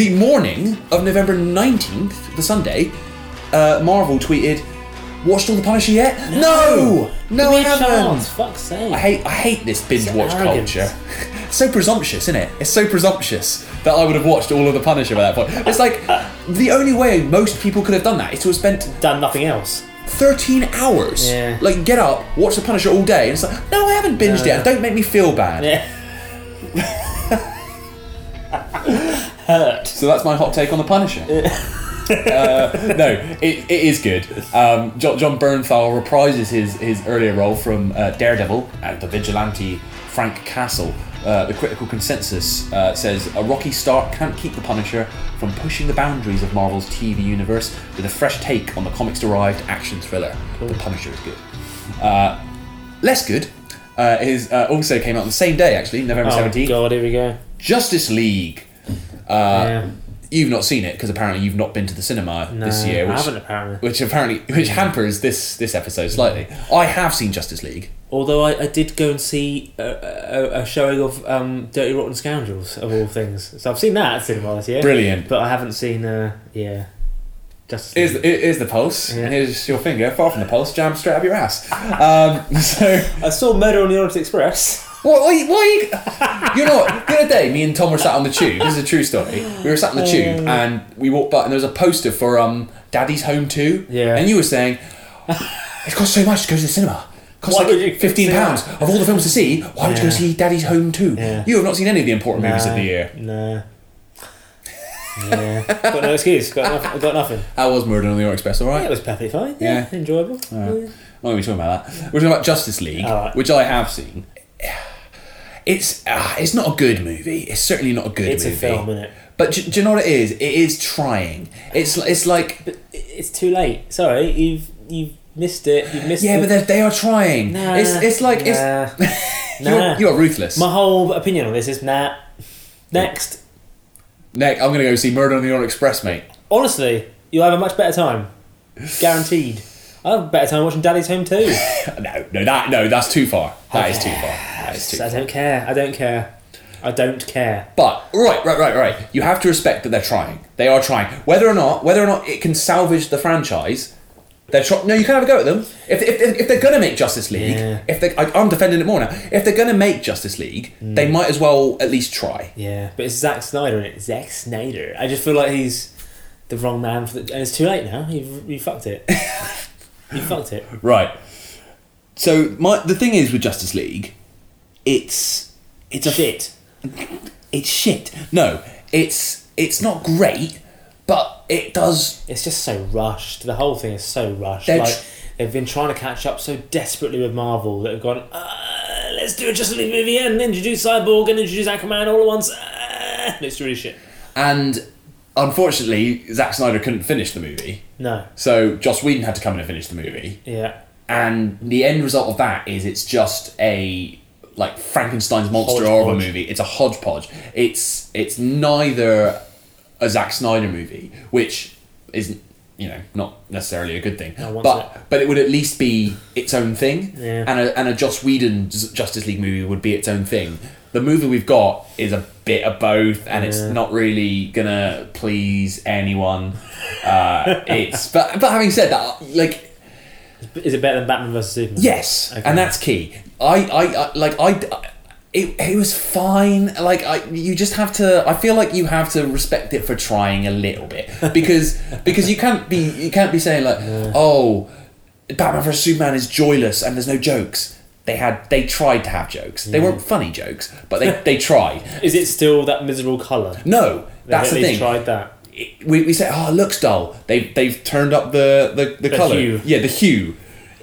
[SPEAKER 2] the morning of November 19th, the Sunday, uh, Marvel tweeted, Watched all the Punisher yet? No! Oh, No, I haven't!
[SPEAKER 3] Fuck's sake.
[SPEAKER 2] I hate, I hate this binge watch
[SPEAKER 3] arrogance.
[SPEAKER 2] culture. [LAUGHS] It's so presumptuous, isn't it? It's so presumptuous that I would have watched all of the Punisher by that point. It's like the only way most people could have done that is to have spent
[SPEAKER 3] done nothing else.
[SPEAKER 2] Thirteen hours.
[SPEAKER 3] Yeah.
[SPEAKER 2] Like get up, watch the Punisher all day, and it's like, no, I haven't binged
[SPEAKER 3] No.
[SPEAKER 2] it. And don't make me feel bad.
[SPEAKER 3] Hurt.
[SPEAKER 2] [LAUGHS] So that's my hot take on the Punisher. uh, no, it, it is good. Um, John, John Bernthal reprises his, his earlier role from uh, Daredevil and the vigilante Frank Castle. Uh, the critical consensus uh, says a rocky start can't keep the Punisher from pushing the boundaries of Marvel's TV universe with a fresh take on the comics derived action thriller. The Punisher is good. Uh, less good uh, is uh, also came out on the same day, actually, November
[SPEAKER 3] Oh,
[SPEAKER 2] 17th.
[SPEAKER 3] God, here we go.
[SPEAKER 2] Justice League. Uh,
[SPEAKER 3] Yeah.
[SPEAKER 2] You've not seen it because apparently you've not been to the cinema
[SPEAKER 3] No,
[SPEAKER 2] this year,
[SPEAKER 3] I
[SPEAKER 2] which
[SPEAKER 3] haven't apparently.
[SPEAKER 2] which apparently which hampers this this episode slightly. I have seen Justice League.
[SPEAKER 3] Although I, I did go and see a, a, a showing of um, Dirty Rotten Scoundrels of all things, so I've seen that at cinema this year.
[SPEAKER 2] Brilliant.
[SPEAKER 3] but I haven't seen uh, yeah, just
[SPEAKER 2] Here's the, here's the pulse.
[SPEAKER 3] Yeah.
[SPEAKER 2] Here's your finger. Far from the pulse, jam straight up your ass. Um, [LAUGHS] so
[SPEAKER 3] I saw Murder on the Orient Express.
[SPEAKER 2] What? Why? why are you, you know what? The other day, me and Tom were sat on the tube. This is a true story. We were sat
[SPEAKER 3] Um,
[SPEAKER 2] on the tube and we walked by, and there was a poster for um, Daddy's Home Two. Yeah. And you were saying it costs so much to go to the cinema. It costs
[SPEAKER 3] Why would you
[SPEAKER 2] like fifteen
[SPEAKER 3] see
[SPEAKER 2] pounds
[SPEAKER 3] that?
[SPEAKER 2] of all the films to see. Why would you go
[SPEAKER 3] Yeah.
[SPEAKER 2] see Daddy's Home Two? You have not seen any of the important movies of
[SPEAKER 3] Nah,
[SPEAKER 2] the year.
[SPEAKER 3] Nah. yeah. Got no excuse. Got nothing. Got nothing.
[SPEAKER 2] How was Murder on the Orient Express? All right.
[SPEAKER 3] Yeah, it was perfectly fine.
[SPEAKER 2] Yeah.
[SPEAKER 3] Yeah, enjoyable.
[SPEAKER 2] Alright.
[SPEAKER 3] Yeah.
[SPEAKER 2] Not going to be talking about that. We're talking about Justice League,
[SPEAKER 3] Alright.
[SPEAKER 2] which I have seen. It's ah, it's not a good movie. It's certainly not a good
[SPEAKER 3] It's a
[SPEAKER 2] movie.
[SPEAKER 3] film, innit?
[SPEAKER 2] But do, do you know what it is? It is trying. It's it's like
[SPEAKER 3] It's too late. Sorry, you've you've missed it. You've missed.
[SPEAKER 2] yeah,
[SPEAKER 3] the-
[SPEAKER 2] but they they are trying.
[SPEAKER 3] Nah.
[SPEAKER 2] It's it's like
[SPEAKER 3] Nah.
[SPEAKER 2] it's [LAUGHS] you're, you're ruthless.
[SPEAKER 3] My whole opinion on this is nah. Next,
[SPEAKER 2] Nick, I'm gonna go see Murder on the Orient Express, mate.
[SPEAKER 3] honestly, you'll have a much better time, guaranteed. I will have a better time watching Daddy's Home too.
[SPEAKER 2] no, no, that no, that's too far. That is too far. That is too
[SPEAKER 3] I don't care. I don't care. I don't care.
[SPEAKER 2] But right, right, right, right. You have to respect that they're trying. They are trying. Whether or not, whether or not it can salvage the franchise, they're trying. No, you can have a go at them. If if, if, if they're gonna make Justice League, if they, I, I'm defending it more now. If they're gonna make Justice League, they might as well at least try.
[SPEAKER 3] Yeah, but it's Zack Snyder in it. Zack Snyder. I just feel like he's the wrong man for the. And it's too late now. You've you fucked
[SPEAKER 2] [LAUGHS]
[SPEAKER 3] it. you fucked it.
[SPEAKER 2] Right. So my the thing is with Justice League, it's it's a shit. It's shit. No, it's it's not great, but it does.
[SPEAKER 3] It's just so rushed. The whole thing is so rushed.
[SPEAKER 2] They're
[SPEAKER 3] like
[SPEAKER 2] tr-
[SPEAKER 3] they've been trying to catch up so desperately with Marvel that have gone. "Uh, let's do a Justice League movie and introduce Cyborg and introduce Aquaman all at once. Uh, it's really shit.
[SPEAKER 2] And unfortunately, Zack Snyder couldn't finish the movie.
[SPEAKER 3] No.
[SPEAKER 2] So Joss Whedon had to come in and finish the movie.
[SPEAKER 3] Yeah.
[SPEAKER 2] And the end result of that is it's just a like Frankenstein's monster
[SPEAKER 3] Hodgepodge.
[SPEAKER 2] horror movie. It's a hodgepodge. It's it's neither a Zack Snyder movie, which is you know not necessarily a good thing,
[SPEAKER 3] No one wants
[SPEAKER 2] but but it would at least be its own thing.
[SPEAKER 3] Yeah.
[SPEAKER 2] And a and a Joss Whedon J- Justice League movie would be its own thing. The movie we've got is a bit of both, and it's
[SPEAKER 3] Yeah.
[SPEAKER 2] not really gonna please anyone. Uh, it's but but having said that, like
[SPEAKER 3] Is it better than Batman vs Superman?
[SPEAKER 2] Yes,
[SPEAKER 3] Okay.
[SPEAKER 2] and that's key. I, I, I like I. It, it was fine. Like I, you just have to. I feel like you have to respect it for trying a
[SPEAKER 3] [LAUGHS]
[SPEAKER 2] little bit because because you can't be you can't be saying like oh, Batman vs Superman is joyless and there's no jokes. They had they tried to have jokes. They
[SPEAKER 3] Yeah.
[SPEAKER 2] weren't funny jokes, but they they tried.
[SPEAKER 3] Is it still that miserable colour?
[SPEAKER 2] No,
[SPEAKER 3] They've
[SPEAKER 2] that's
[SPEAKER 3] at
[SPEAKER 2] the
[SPEAKER 3] least
[SPEAKER 2] thing.
[SPEAKER 3] Tried that.
[SPEAKER 2] we, we say, oh, it looks dull. They they've turned up the the, the,
[SPEAKER 3] The
[SPEAKER 2] color.
[SPEAKER 3] hue.
[SPEAKER 2] Yeah, the hue.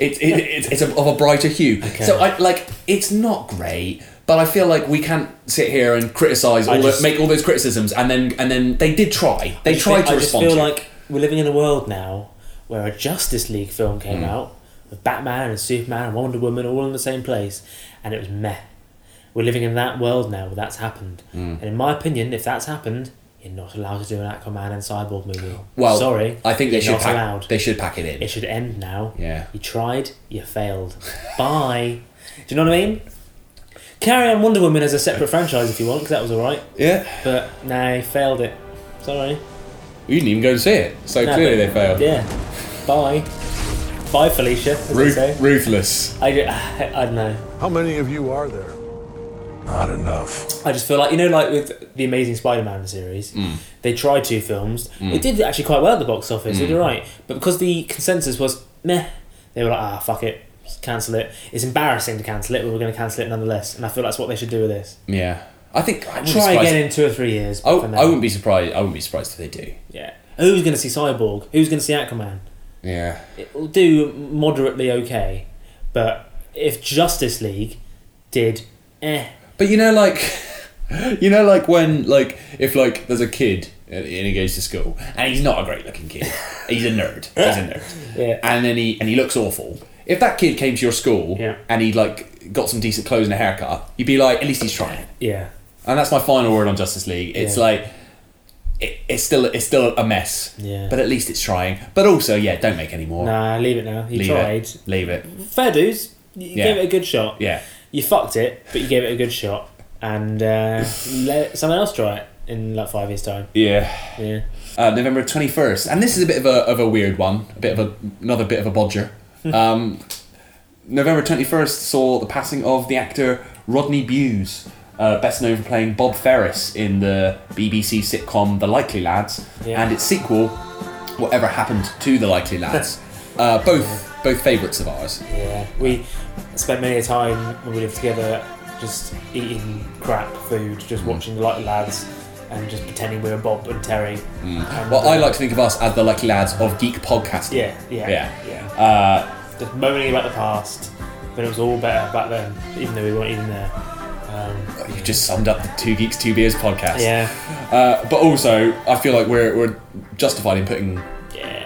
[SPEAKER 2] It, it, it's it's of a brighter hue. So I like it's not great, but I feel like we can't sit here and criticize
[SPEAKER 3] I
[SPEAKER 2] all
[SPEAKER 3] just-
[SPEAKER 2] the, make all those criticisms and then and then they did try. They
[SPEAKER 3] I just
[SPEAKER 2] tried
[SPEAKER 3] feel-
[SPEAKER 2] to
[SPEAKER 3] I just
[SPEAKER 2] respond.
[SPEAKER 3] feel
[SPEAKER 2] to it.
[SPEAKER 3] like we're living in a world now where a Justice League film came
[SPEAKER 2] Mm.
[SPEAKER 3] out with Batman and Superman and Wonder Woman all in the same place, and it was meh. We're living in that world now where that's happened,
[SPEAKER 2] Mm.
[SPEAKER 3] and in my opinion, if that's happened, you're not allowed to do an Aquaman and Cyborg movie.
[SPEAKER 2] well,
[SPEAKER 3] sorry,
[SPEAKER 2] I think they
[SPEAKER 3] you're
[SPEAKER 2] should
[SPEAKER 3] not
[SPEAKER 2] pack,
[SPEAKER 3] allowed.
[SPEAKER 2] they should pack it in.
[SPEAKER 3] It should end now.
[SPEAKER 2] Yeah.
[SPEAKER 3] You tried, you failed. [LAUGHS] Bye. Do you know what I mean? Carry on Wonder Woman as a separate franchise if you want, 'cause that was alright.
[SPEAKER 2] Yeah.
[SPEAKER 3] But no, you failed it. Sorry.
[SPEAKER 2] You didn't even go and see it, so
[SPEAKER 3] No,
[SPEAKER 2] clearly
[SPEAKER 3] but-
[SPEAKER 2] they failed.
[SPEAKER 3] Yeah. Bye. Bye, Felicia. As they
[SPEAKER 2] Ruth-
[SPEAKER 3] say.
[SPEAKER 2] ruthless.
[SPEAKER 3] I, ju- [SIGHS] I, don't know.
[SPEAKER 22] How many of you are there? Not enough.
[SPEAKER 3] I just feel like, you know, like with the Amazing Spider Man series,
[SPEAKER 2] Mm.
[SPEAKER 3] they tried two films.
[SPEAKER 22] Mm.
[SPEAKER 3] It did actually quite well at the box office,
[SPEAKER 22] Mm.
[SPEAKER 3] it did alright. But because the consensus was meh, they were like, ah, fuck it, Just cancel it. It's embarrassing to cancel it, but we're going to cancel it nonetheless. And I feel that's what they should do with this.
[SPEAKER 2] Yeah, I think I wouldn't be
[SPEAKER 3] Try
[SPEAKER 2] surprised- Oh,
[SPEAKER 3] again in two or three years.
[SPEAKER 2] I,
[SPEAKER 3] but for now-
[SPEAKER 2] I wouldn't be surprised. I wouldn't be surprised if they do.
[SPEAKER 3] Yeah. Who's going to see Cyborg? Who's going to see Aquaman?
[SPEAKER 2] Yeah.
[SPEAKER 3] it'll do moderately okay, but if Justice League did eh,
[SPEAKER 2] But you know, like, [LAUGHS] you know, like when, like, if like there's a kid uh, and and he goes to school and he's not a great looking kid,
[SPEAKER 3] [LAUGHS]
[SPEAKER 2] he's a nerd, he's a nerd,
[SPEAKER 3] Yeah.
[SPEAKER 2] and then he and he looks awful. If that kid came to your school and he like got some decent clothes and a haircut, you'd be like, at least he's trying.
[SPEAKER 3] yeah,
[SPEAKER 2] And that's my final word on Justice League. It's
[SPEAKER 3] Yeah.
[SPEAKER 2] like. It, it's still it's still a mess,
[SPEAKER 3] Yeah.
[SPEAKER 2] but at least it's trying. But also, yeah, don't make any more.
[SPEAKER 3] nah, leave it now. You
[SPEAKER 2] leave
[SPEAKER 3] tried.
[SPEAKER 2] it, leave it.
[SPEAKER 3] Fair dues. You
[SPEAKER 2] Yeah.
[SPEAKER 3] gave it a good shot.
[SPEAKER 2] Yeah,
[SPEAKER 3] You fucked it, but you gave it a good shot, and
[SPEAKER 2] [LAUGHS]
[SPEAKER 3] uh, let someone else try it in like five years' time.
[SPEAKER 2] yeah.
[SPEAKER 3] Yeah.
[SPEAKER 2] uh, November twenty first, and this is a bit of a of a weird one, a bit of a, another
[SPEAKER 3] Hmm.
[SPEAKER 2] bit of a bodger. Um, November twenty first saw the passing of the actor Rodney Bewes, uh, best known for playing Bob Ferris in the BBC sitcom The Likely Lads
[SPEAKER 3] Yeah.
[SPEAKER 2] and its sequel, Whatever Happened to
[SPEAKER 3] [LAUGHS]
[SPEAKER 2] the Likely Lads. uh, both both favourites of ours.
[SPEAKER 3] Yeah, we spent many a time when we lived together just eating crap food,
[SPEAKER 2] Mm.
[SPEAKER 3] just watching the Likely Lads, and just pretending we were Bob and Terry.
[SPEAKER 2] Mm.
[SPEAKER 3] And,
[SPEAKER 2] Well, I
[SPEAKER 3] uh,
[SPEAKER 2] like to think of us as the Likely Lads of geek podcasting.
[SPEAKER 3] Yeah, yeah,
[SPEAKER 2] yeah.
[SPEAKER 3] yeah.
[SPEAKER 2] Uh,
[SPEAKER 3] Just moaning about the past, but it was all better back then, even though we weren't even there. Um,
[SPEAKER 2] you just summed up the Two Geeks Two Beers podcast.
[SPEAKER 3] Yeah.
[SPEAKER 2] Uh, but also, I feel like we're, we're justified in putting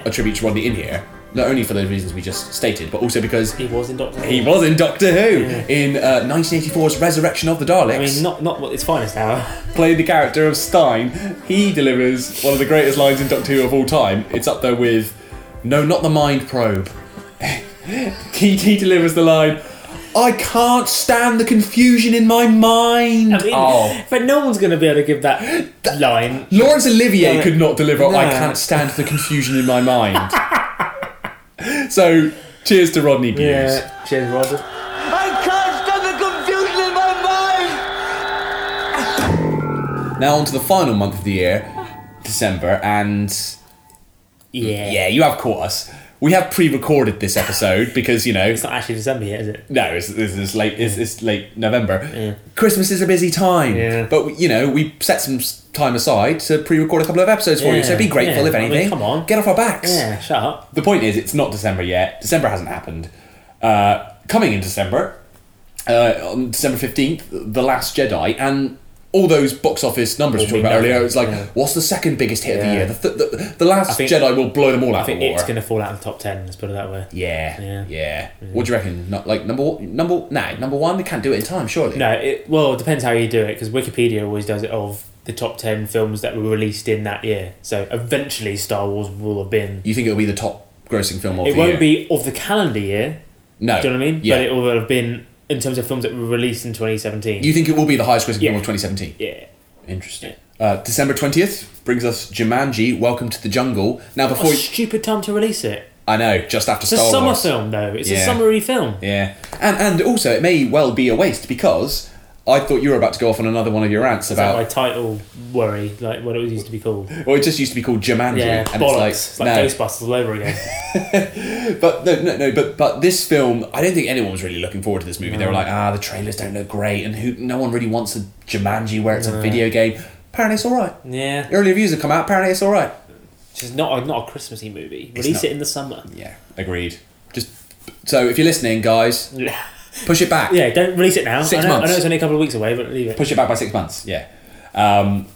[SPEAKER 2] a tribute to Rodney in here. Not only for those reasons we just stated, but also because he
[SPEAKER 3] was in Doctor Who.
[SPEAKER 2] He was in Doctor Who in uh, 1984's Resurrection of the Daleks. I mean,
[SPEAKER 3] not not what its finest hour. [LAUGHS]
[SPEAKER 2] Played the character of Stein. He delivers one of the greatest lines in Doctor Who of all time. It's up there with, no, not the Mind Probe. [LAUGHS] he, he delivers the line, I can't stand the confusion in my mind.
[SPEAKER 3] I mean,
[SPEAKER 2] oh.
[SPEAKER 3] but no one's going to be able to give that line.
[SPEAKER 2] Laurence Olivier
[SPEAKER 3] Yeah.
[SPEAKER 2] could not deliver
[SPEAKER 3] No.
[SPEAKER 2] I can't stand the confusion in my mind. [LAUGHS] so cheers to Rodney Bewes.
[SPEAKER 3] Yeah, cheers Rod.
[SPEAKER 12] I can't stand the confusion in my mind!
[SPEAKER 2] Now on to the final month of the year, December, and
[SPEAKER 3] Yeah.
[SPEAKER 2] Yeah, you have caught us. We have pre-recorded this episode because, you know, it's
[SPEAKER 3] not actually December yet, is it?
[SPEAKER 2] No, it's, it's, it's late it's, it's late November. Christmas is a busy time. But you know, we set some s- time aside to pre-record a couple of episodes for you. So be grateful
[SPEAKER 3] yeah.
[SPEAKER 2] if
[SPEAKER 3] I mean,
[SPEAKER 2] anything.
[SPEAKER 3] come on,
[SPEAKER 2] get off our backs.
[SPEAKER 3] Yeah, shut up.
[SPEAKER 2] The point is, it's not December yet. December hasn't happened. Uh, coming in December, uh, on December 15th, The Last Jedi, and all those box office numbers we
[SPEAKER 3] Will
[SPEAKER 2] talked
[SPEAKER 3] be
[SPEAKER 2] about earlier.
[SPEAKER 3] nothing,
[SPEAKER 2] It's like,
[SPEAKER 3] yeah.
[SPEAKER 2] what's the second biggest hit
[SPEAKER 3] Yeah.
[SPEAKER 2] of the year? The, th- the, the
[SPEAKER 3] I
[SPEAKER 2] Last
[SPEAKER 3] think-
[SPEAKER 2] Jedi will blow them all out
[SPEAKER 3] I think
[SPEAKER 2] of the water.
[SPEAKER 3] it's going to fall out of the top ten. Let's put it that way.
[SPEAKER 2] Yeah,
[SPEAKER 3] yeah,
[SPEAKER 2] yeah. What do you reckon? Not like number one, number nah, number one. They can't do it in time, surely.
[SPEAKER 3] No, it, well, it depends how you do it because Wikipedia always does it of the top ten films that were released in that year. So eventually, Star Wars will have been.
[SPEAKER 2] You think it'll be the top grossing film of
[SPEAKER 3] it
[SPEAKER 2] the
[SPEAKER 3] won't
[SPEAKER 2] year?
[SPEAKER 3] be of the calendar year.
[SPEAKER 2] No.
[SPEAKER 3] do you know what I mean?
[SPEAKER 2] Yeah.
[SPEAKER 3] But it will have been in terms of films that were released in twenty seventeen.
[SPEAKER 2] You think it will be the highest grossing
[SPEAKER 3] Yeah.
[SPEAKER 2] film of 2017?
[SPEAKER 3] Yeah.
[SPEAKER 2] Interesting. Uh, December 20th brings us Jumanji, Welcome to the Jungle. Now,
[SPEAKER 3] What
[SPEAKER 2] before.
[SPEAKER 3] a stupid time to release it.
[SPEAKER 2] I know, just after
[SPEAKER 3] It's
[SPEAKER 2] Star
[SPEAKER 3] a summer
[SPEAKER 2] Wars.
[SPEAKER 3] film, though. It's a
[SPEAKER 2] Yeah.
[SPEAKER 3] summery film.
[SPEAKER 2] Yeah. And, and also, it may well be a waste because I thought you were about to go off on another one of your rants
[SPEAKER 3] It's like
[SPEAKER 2] about.
[SPEAKER 3] my title worry, like what it was used to be called.
[SPEAKER 2] Well, it just used to be called Jumanji.
[SPEAKER 3] Yeah,
[SPEAKER 2] and
[SPEAKER 3] bollocks.
[SPEAKER 2] it's
[SPEAKER 3] It's
[SPEAKER 2] like,
[SPEAKER 3] like,
[SPEAKER 2] no.
[SPEAKER 3] Ghostbusters all over again.
[SPEAKER 2] [LAUGHS] But no, no, no. But but this film, I don't think anyone was really looking forward to this movie. They were
[SPEAKER 3] No.
[SPEAKER 2] like, ah, the trailers don't look great, and who? No one really wants a Jumanji where it's a
[SPEAKER 3] No.
[SPEAKER 2] video game. Apparently, it's all right.
[SPEAKER 3] yeah,
[SPEAKER 2] Early reviews have come out. Apparently, it's all right.
[SPEAKER 3] it's just not a, not a Christmassy movie.
[SPEAKER 2] It's
[SPEAKER 3] Release
[SPEAKER 2] not.
[SPEAKER 3] it in the summer.
[SPEAKER 2] Yeah, agreed. Just so if you're listening, guys, push it back.
[SPEAKER 3] Yeah, don't release it now.
[SPEAKER 2] Six
[SPEAKER 3] I know,
[SPEAKER 2] months.
[SPEAKER 3] I know it's only a couple of weeks away, but leave it.
[SPEAKER 2] Push it back by six months. Yeah. Um,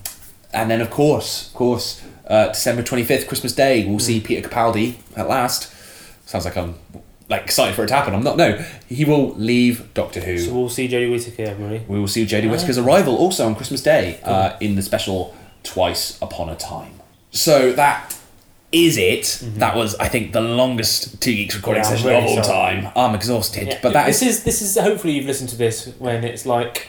[SPEAKER 2] and then, of course, of course, uh, December twenty fifth, Christmas Day, we'll see Peter Capaldi at last. Sounds like I'm like excited for it to happen. I'm not. No, he will leave Doctor Who.
[SPEAKER 3] So we'll see Jodie Whittaker, everybody.
[SPEAKER 2] We will see Jodie
[SPEAKER 3] Ah.
[SPEAKER 2] Whittaker's arrival also on Christmas Day uh, in the special Twice Upon a Time. So that is it. That was, I think, the longest Two Geeks recording
[SPEAKER 3] Mm-hmm. Yeah, I'm
[SPEAKER 2] session
[SPEAKER 3] really
[SPEAKER 2] of all
[SPEAKER 3] sorry.
[SPEAKER 2] time. I'm exhausted,
[SPEAKER 3] Yeah,
[SPEAKER 2] but that
[SPEAKER 3] this
[SPEAKER 2] is,
[SPEAKER 3] is this is hopefully you've listened to this when it's like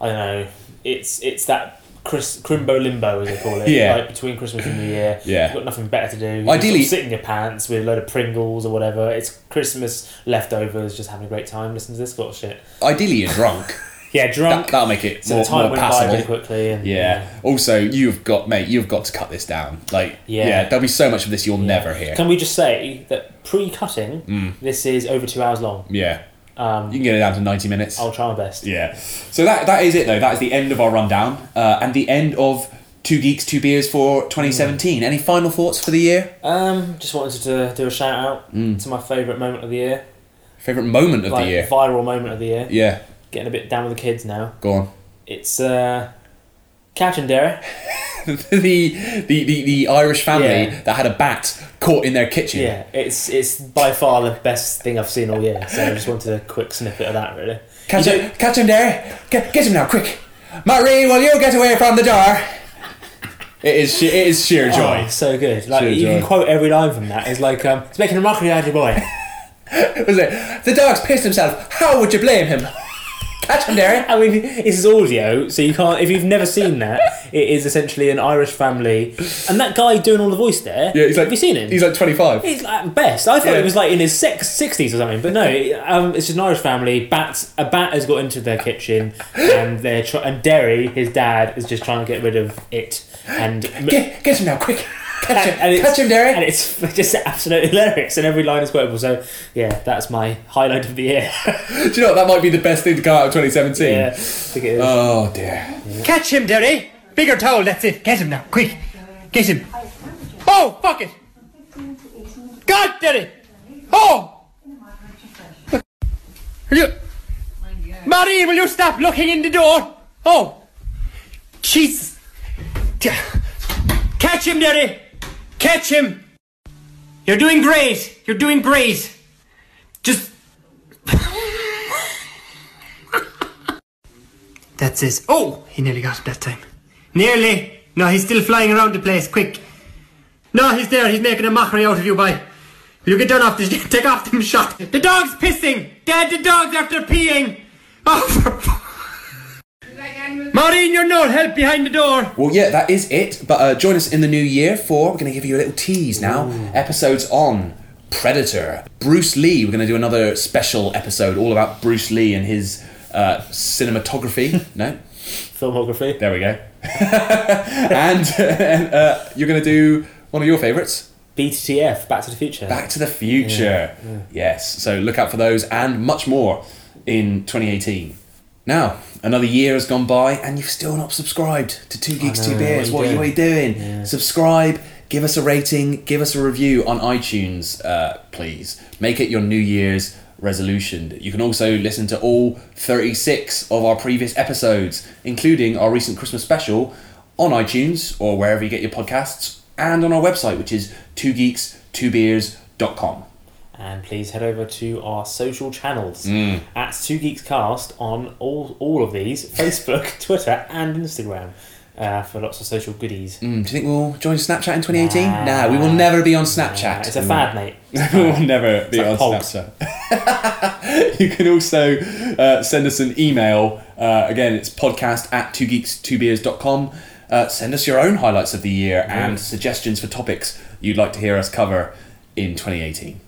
[SPEAKER 3] I don't know, it's it's that Chris crimbo limbo as they call it.
[SPEAKER 2] Yeah.
[SPEAKER 3] Like between Christmas and New Year.
[SPEAKER 2] Yeah.
[SPEAKER 3] You've got nothing better to do. You sort
[SPEAKER 2] Ideally-
[SPEAKER 3] of sit in your pants with a load of Pringles or whatever. It's Christmas leftovers, just having a great time, listen to this sort of shit.
[SPEAKER 2] ideally you're
[SPEAKER 3] [LAUGHS]
[SPEAKER 2] drunk.
[SPEAKER 3] Yeah, drunk.
[SPEAKER 2] That, that'll make it
[SPEAKER 3] So
[SPEAKER 2] more,
[SPEAKER 3] the time
[SPEAKER 2] more
[SPEAKER 3] went by
[SPEAKER 2] passable.
[SPEAKER 3] really quickly and-
[SPEAKER 2] yeah. Also, you've got, mate, you've got to cut this down. Like, yeah,
[SPEAKER 3] Yeah.
[SPEAKER 2] there'll be so much of this you'll never hear.
[SPEAKER 3] Can we just say that pre cutting
[SPEAKER 2] Mm.
[SPEAKER 3] this is over two hours long.
[SPEAKER 2] Yeah.
[SPEAKER 3] Um,
[SPEAKER 2] you can get it down to 90 minutes.
[SPEAKER 3] I'll try my best.
[SPEAKER 2] Yeah. So that that is it though. That is the end of our rundown uh, and the end of Two Geeks Two Beers for 2017. Any final thoughts for the year?
[SPEAKER 3] Um, just wanted to do a shout out
[SPEAKER 2] Mm.
[SPEAKER 3] to my favourite moment of the year.
[SPEAKER 2] Favorite moment of
[SPEAKER 3] Like,
[SPEAKER 2] the year?
[SPEAKER 3] Viral moment of the year.
[SPEAKER 2] Yeah.
[SPEAKER 3] Getting a bit down with the kids now.
[SPEAKER 2] Go on. [LAUGHS]
[SPEAKER 3] It's uh, Couch and Dara.
[SPEAKER 2] the, the the the Irish family
[SPEAKER 3] Yeah.
[SPEAKER 2] that had a bat caught in their kitchen.
[SPEAKER 3] Yeah, it's it's by far the best thing I've seen all year. So I just wanted a quick snippet of that, really.
[SPEAKER 2] Catch him! Catch him there! Get, get him now, quick! Marie, will you get away from the door? It is she- it is sheer joy.
[SPEAKER 3] Oh, so good. Like
[SPEAKER 2] Sheer
[SPEAKER 3] you can
[SPEAKER 2] joy.
[SPEAKER 3] quote every line from that. It's like um, it's making a mockery out of your boy.
[SPEAKER 2] Was it? The dog's pissed himself. How would you blame him? Catch him, Derry.
[SPEAKER 3] I mean, this is audio, so you can't. If you've never seen that, it is essentially an Irish family, and that guy doing all the voice there.
[SPEAKER 2] Yeah, he's like.
[SPEAKER 3] have you seen him?
[SPEAKER 2] He's like 25.
[SPEAKER 3] He's like best. I thought
[SPEAKER 2] Yeah.
[SPEAKER 3] it was like in his six, 60s or something, but no. it- Um, it's just an Irish family. Bats. A bat has got into their kitchen, and they're try- and Derry, his dad, is just trying to get rid of it. And
[SPEAKER 2] get, get him now, quick! Catch him.
[SPEAKER 3] catch him, Derry! And it's [LAUGHS] just absolutely hilarious, and every line is quotable. So yeah, that's my highlight of the year. [LAUGHS]
[SPEAKER 2] Do you know what? That might be the best thing to come out of 2017.
[SPEAKER 3] Yeah,
[SPEAKER 2] Oh dear.
[SPEAKER 8] Catch him, Derry! Bigger towel, that's it. Catch him now, quick. Get him. Oh, fuck it! God, Derry! Oh! Will you... Marie, will you stop looking in the door? Oh! Jesus! D- Catch him, Derry! Catch him! You're doing great! You're doing great! Just... That's it. Oh, he nearly got it that time. Nearly. No, he's still flying around the place. Quick. No, he's there. He's making a mockery out of you, boy. Will you get done off this? [LAUGHS] Take off them shot. The dog's pissing. Dad, the dog's after peeing. [LAUGHS] Oh, for fu- Maureen, you're no help behind the door.
[SPEAKER 2] Well, yeah, that is it. But uh, join us in the new year for, we're going to give you a little tease now. Episodes on Predator, Bruce Lee. We're going to do another special episode all about Bruce Lee and his uh, cinematography. no?
[SPEAKER 3] Filmography.
[SPEAKER 2] There we go. and [LAUGHS] and, uh, you're going to do one of your favourites.
[SPEAKER 3] BTTF, Back to the Future.
[SPEAKER 2] Back to the
[SPEAKER 3] Yeah,
[SPEAKER 2] Future.
[SPEAKER 3] yeah.
[SPEAKER 2] Yes. So look out for those and much more in 2018. Now, another year has gone by and you've still not subscribed to Two Geeks,
[SPEAKER 3] know,
[SPEAKER 2] Two Beers. What
[SPEAKER 3] what
[SPEAKER 2] are
[SPEAKER 3] are
[SPEAKER 2] you,
[SPEAKER 3] you
[SPEAKER 2] what are you doing? Subscribe, give us a rating, give us a review on iTunes, uh, please. Make it your New Year's resolution. You can also listen to all 36 of our previous episodes, including our recent [LAUGHS] Christmas special, on iTunes or wherever you get your podcasts, and on our website, which is twogeeks2beers.com.
[SPEAKER 3] And please head over to our social channels
[SPEAKER 2] Mm.
[SPEAKER 3] at Two Geeks Cast on all all of these [LAUGHS] Facebook, Twitter, and Instagram uh, for lots of social goodies.
[SPEAKER 2] Mm, do you think we'll join Snapchat in 2018? Nah,
[SPEAKER 3] Nah.
[SPEAKER 2] we will never be on Snapchat.
[SPEAKER 3] Uh, It's a fad, mate.
[SPEAKER 2] we [LAUGHS] will never be on Snapchat. [LAUGHS] you can also uh, send us an email. Uh, again, it's podcast at twogeeks2beers.com. Uh, send us your own highlights of the year and suggestions for topics you'd like to hear us cover in 2018.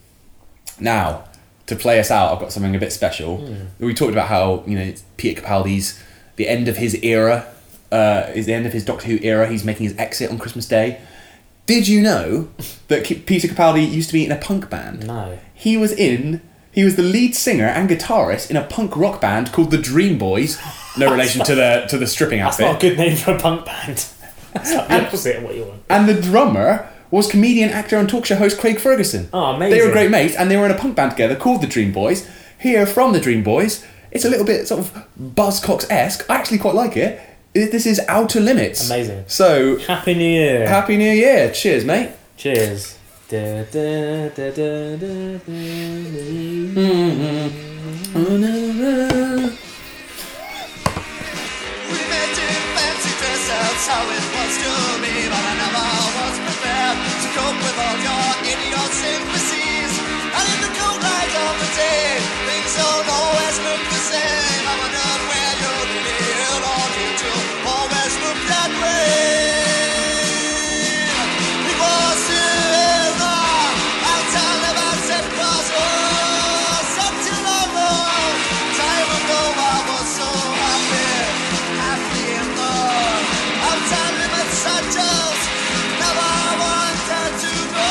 [SPEAKER 2] Now, to play us out, I've got something a bit special.
[SPEAKER 3] Mm.
[SPEAKER 2] We talked about how you know it's Peter Capaldi's the end of his era uh, is the end of his Doctor Who era. He's making his exit on Christmas Day. Did you
[SPEAKER 3] [LAUGHS]
[SPEAKER 2] know that Ki- Peter Capaldi used to be in a punk band?
[SPEAKER 3] No.
[SPEAKER 2] He was in. He was the lead singer and guitarist in a punk rock band called the Dream Boys. No relation to the to the
[SPEAKER 3] [LAUGHS]
[SPEAKER 2] stripping
[SPEAKER 3] That's
[SPEAKER 2] outfit.
[SPEAKER 3] not a good name for a punk
[SPEAKER 2] [LAUGHS]
[SPEAKER 3] band. That's like the opposite of what you want.
[SPEAKER 2] And the drummer was comedian, actor, and talk show host Craig Ferguson.
[SPEAKER 3] Oh, amazing.
[SPEAKER 2] They were great mates, and they were in a punk band together called the Dream Boys. Here from the Dream Boys, it's a little bit sort of Buzzcocks esque. I actually quite like it. I- This is Outer Limits.
[SPEAKER 3] Amazing.
[SPEAKER 2] So
[SPEAKER 3] happy New Year.
[SPEAKER 2] Happy New Year. Cheers, mate.
[SPEAKER 3] Cheers. Da, da, da, da, da, da.
[SPEAKER 12] Time ago I was so happy happy in love. I'm telling my just never wanted to go.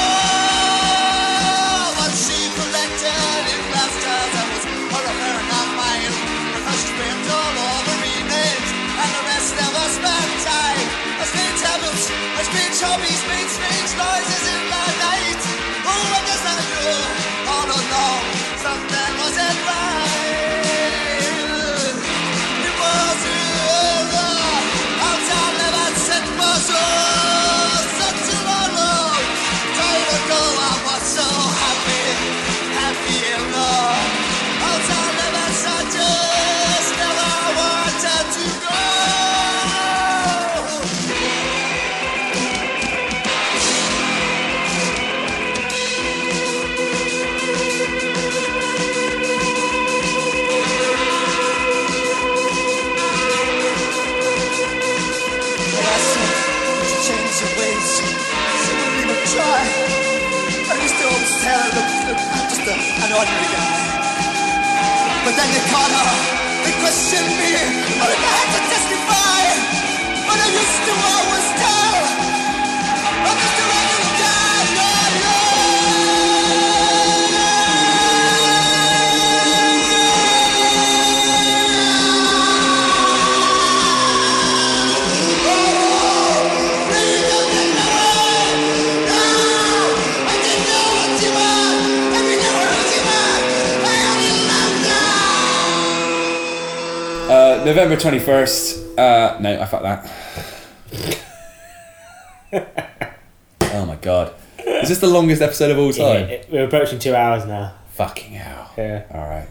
[SPEAKER 12] But she collected in laughter that was all of her, not mine. Because she spent all of her evenings and the rest of us spent time. I speech habits, I speech hobbies, speech, speech noises in the night. Who wonders that you all along? Something wasn't right. It was over. Our time never set was over. Such a long, long time ago. I was so happy, happy in love. Our time never set us. Never wanted to go. uh, ordinary guy. But then they caught up, they questioned me, but if I had to testify, what I used to always tell, I'm just a regular guy, yeah, Oh,
[SPEAKER 2] Uh, November 21st. Uh, no, I fucked that. oh my god. Is this the longest episode of all time?
[SPEAKER 3] we're approaching two hours now.
[SPEAKER 2] Fucking hell.
[SPEAKER 3] Yeah.
[SPEAKER 2] Alright.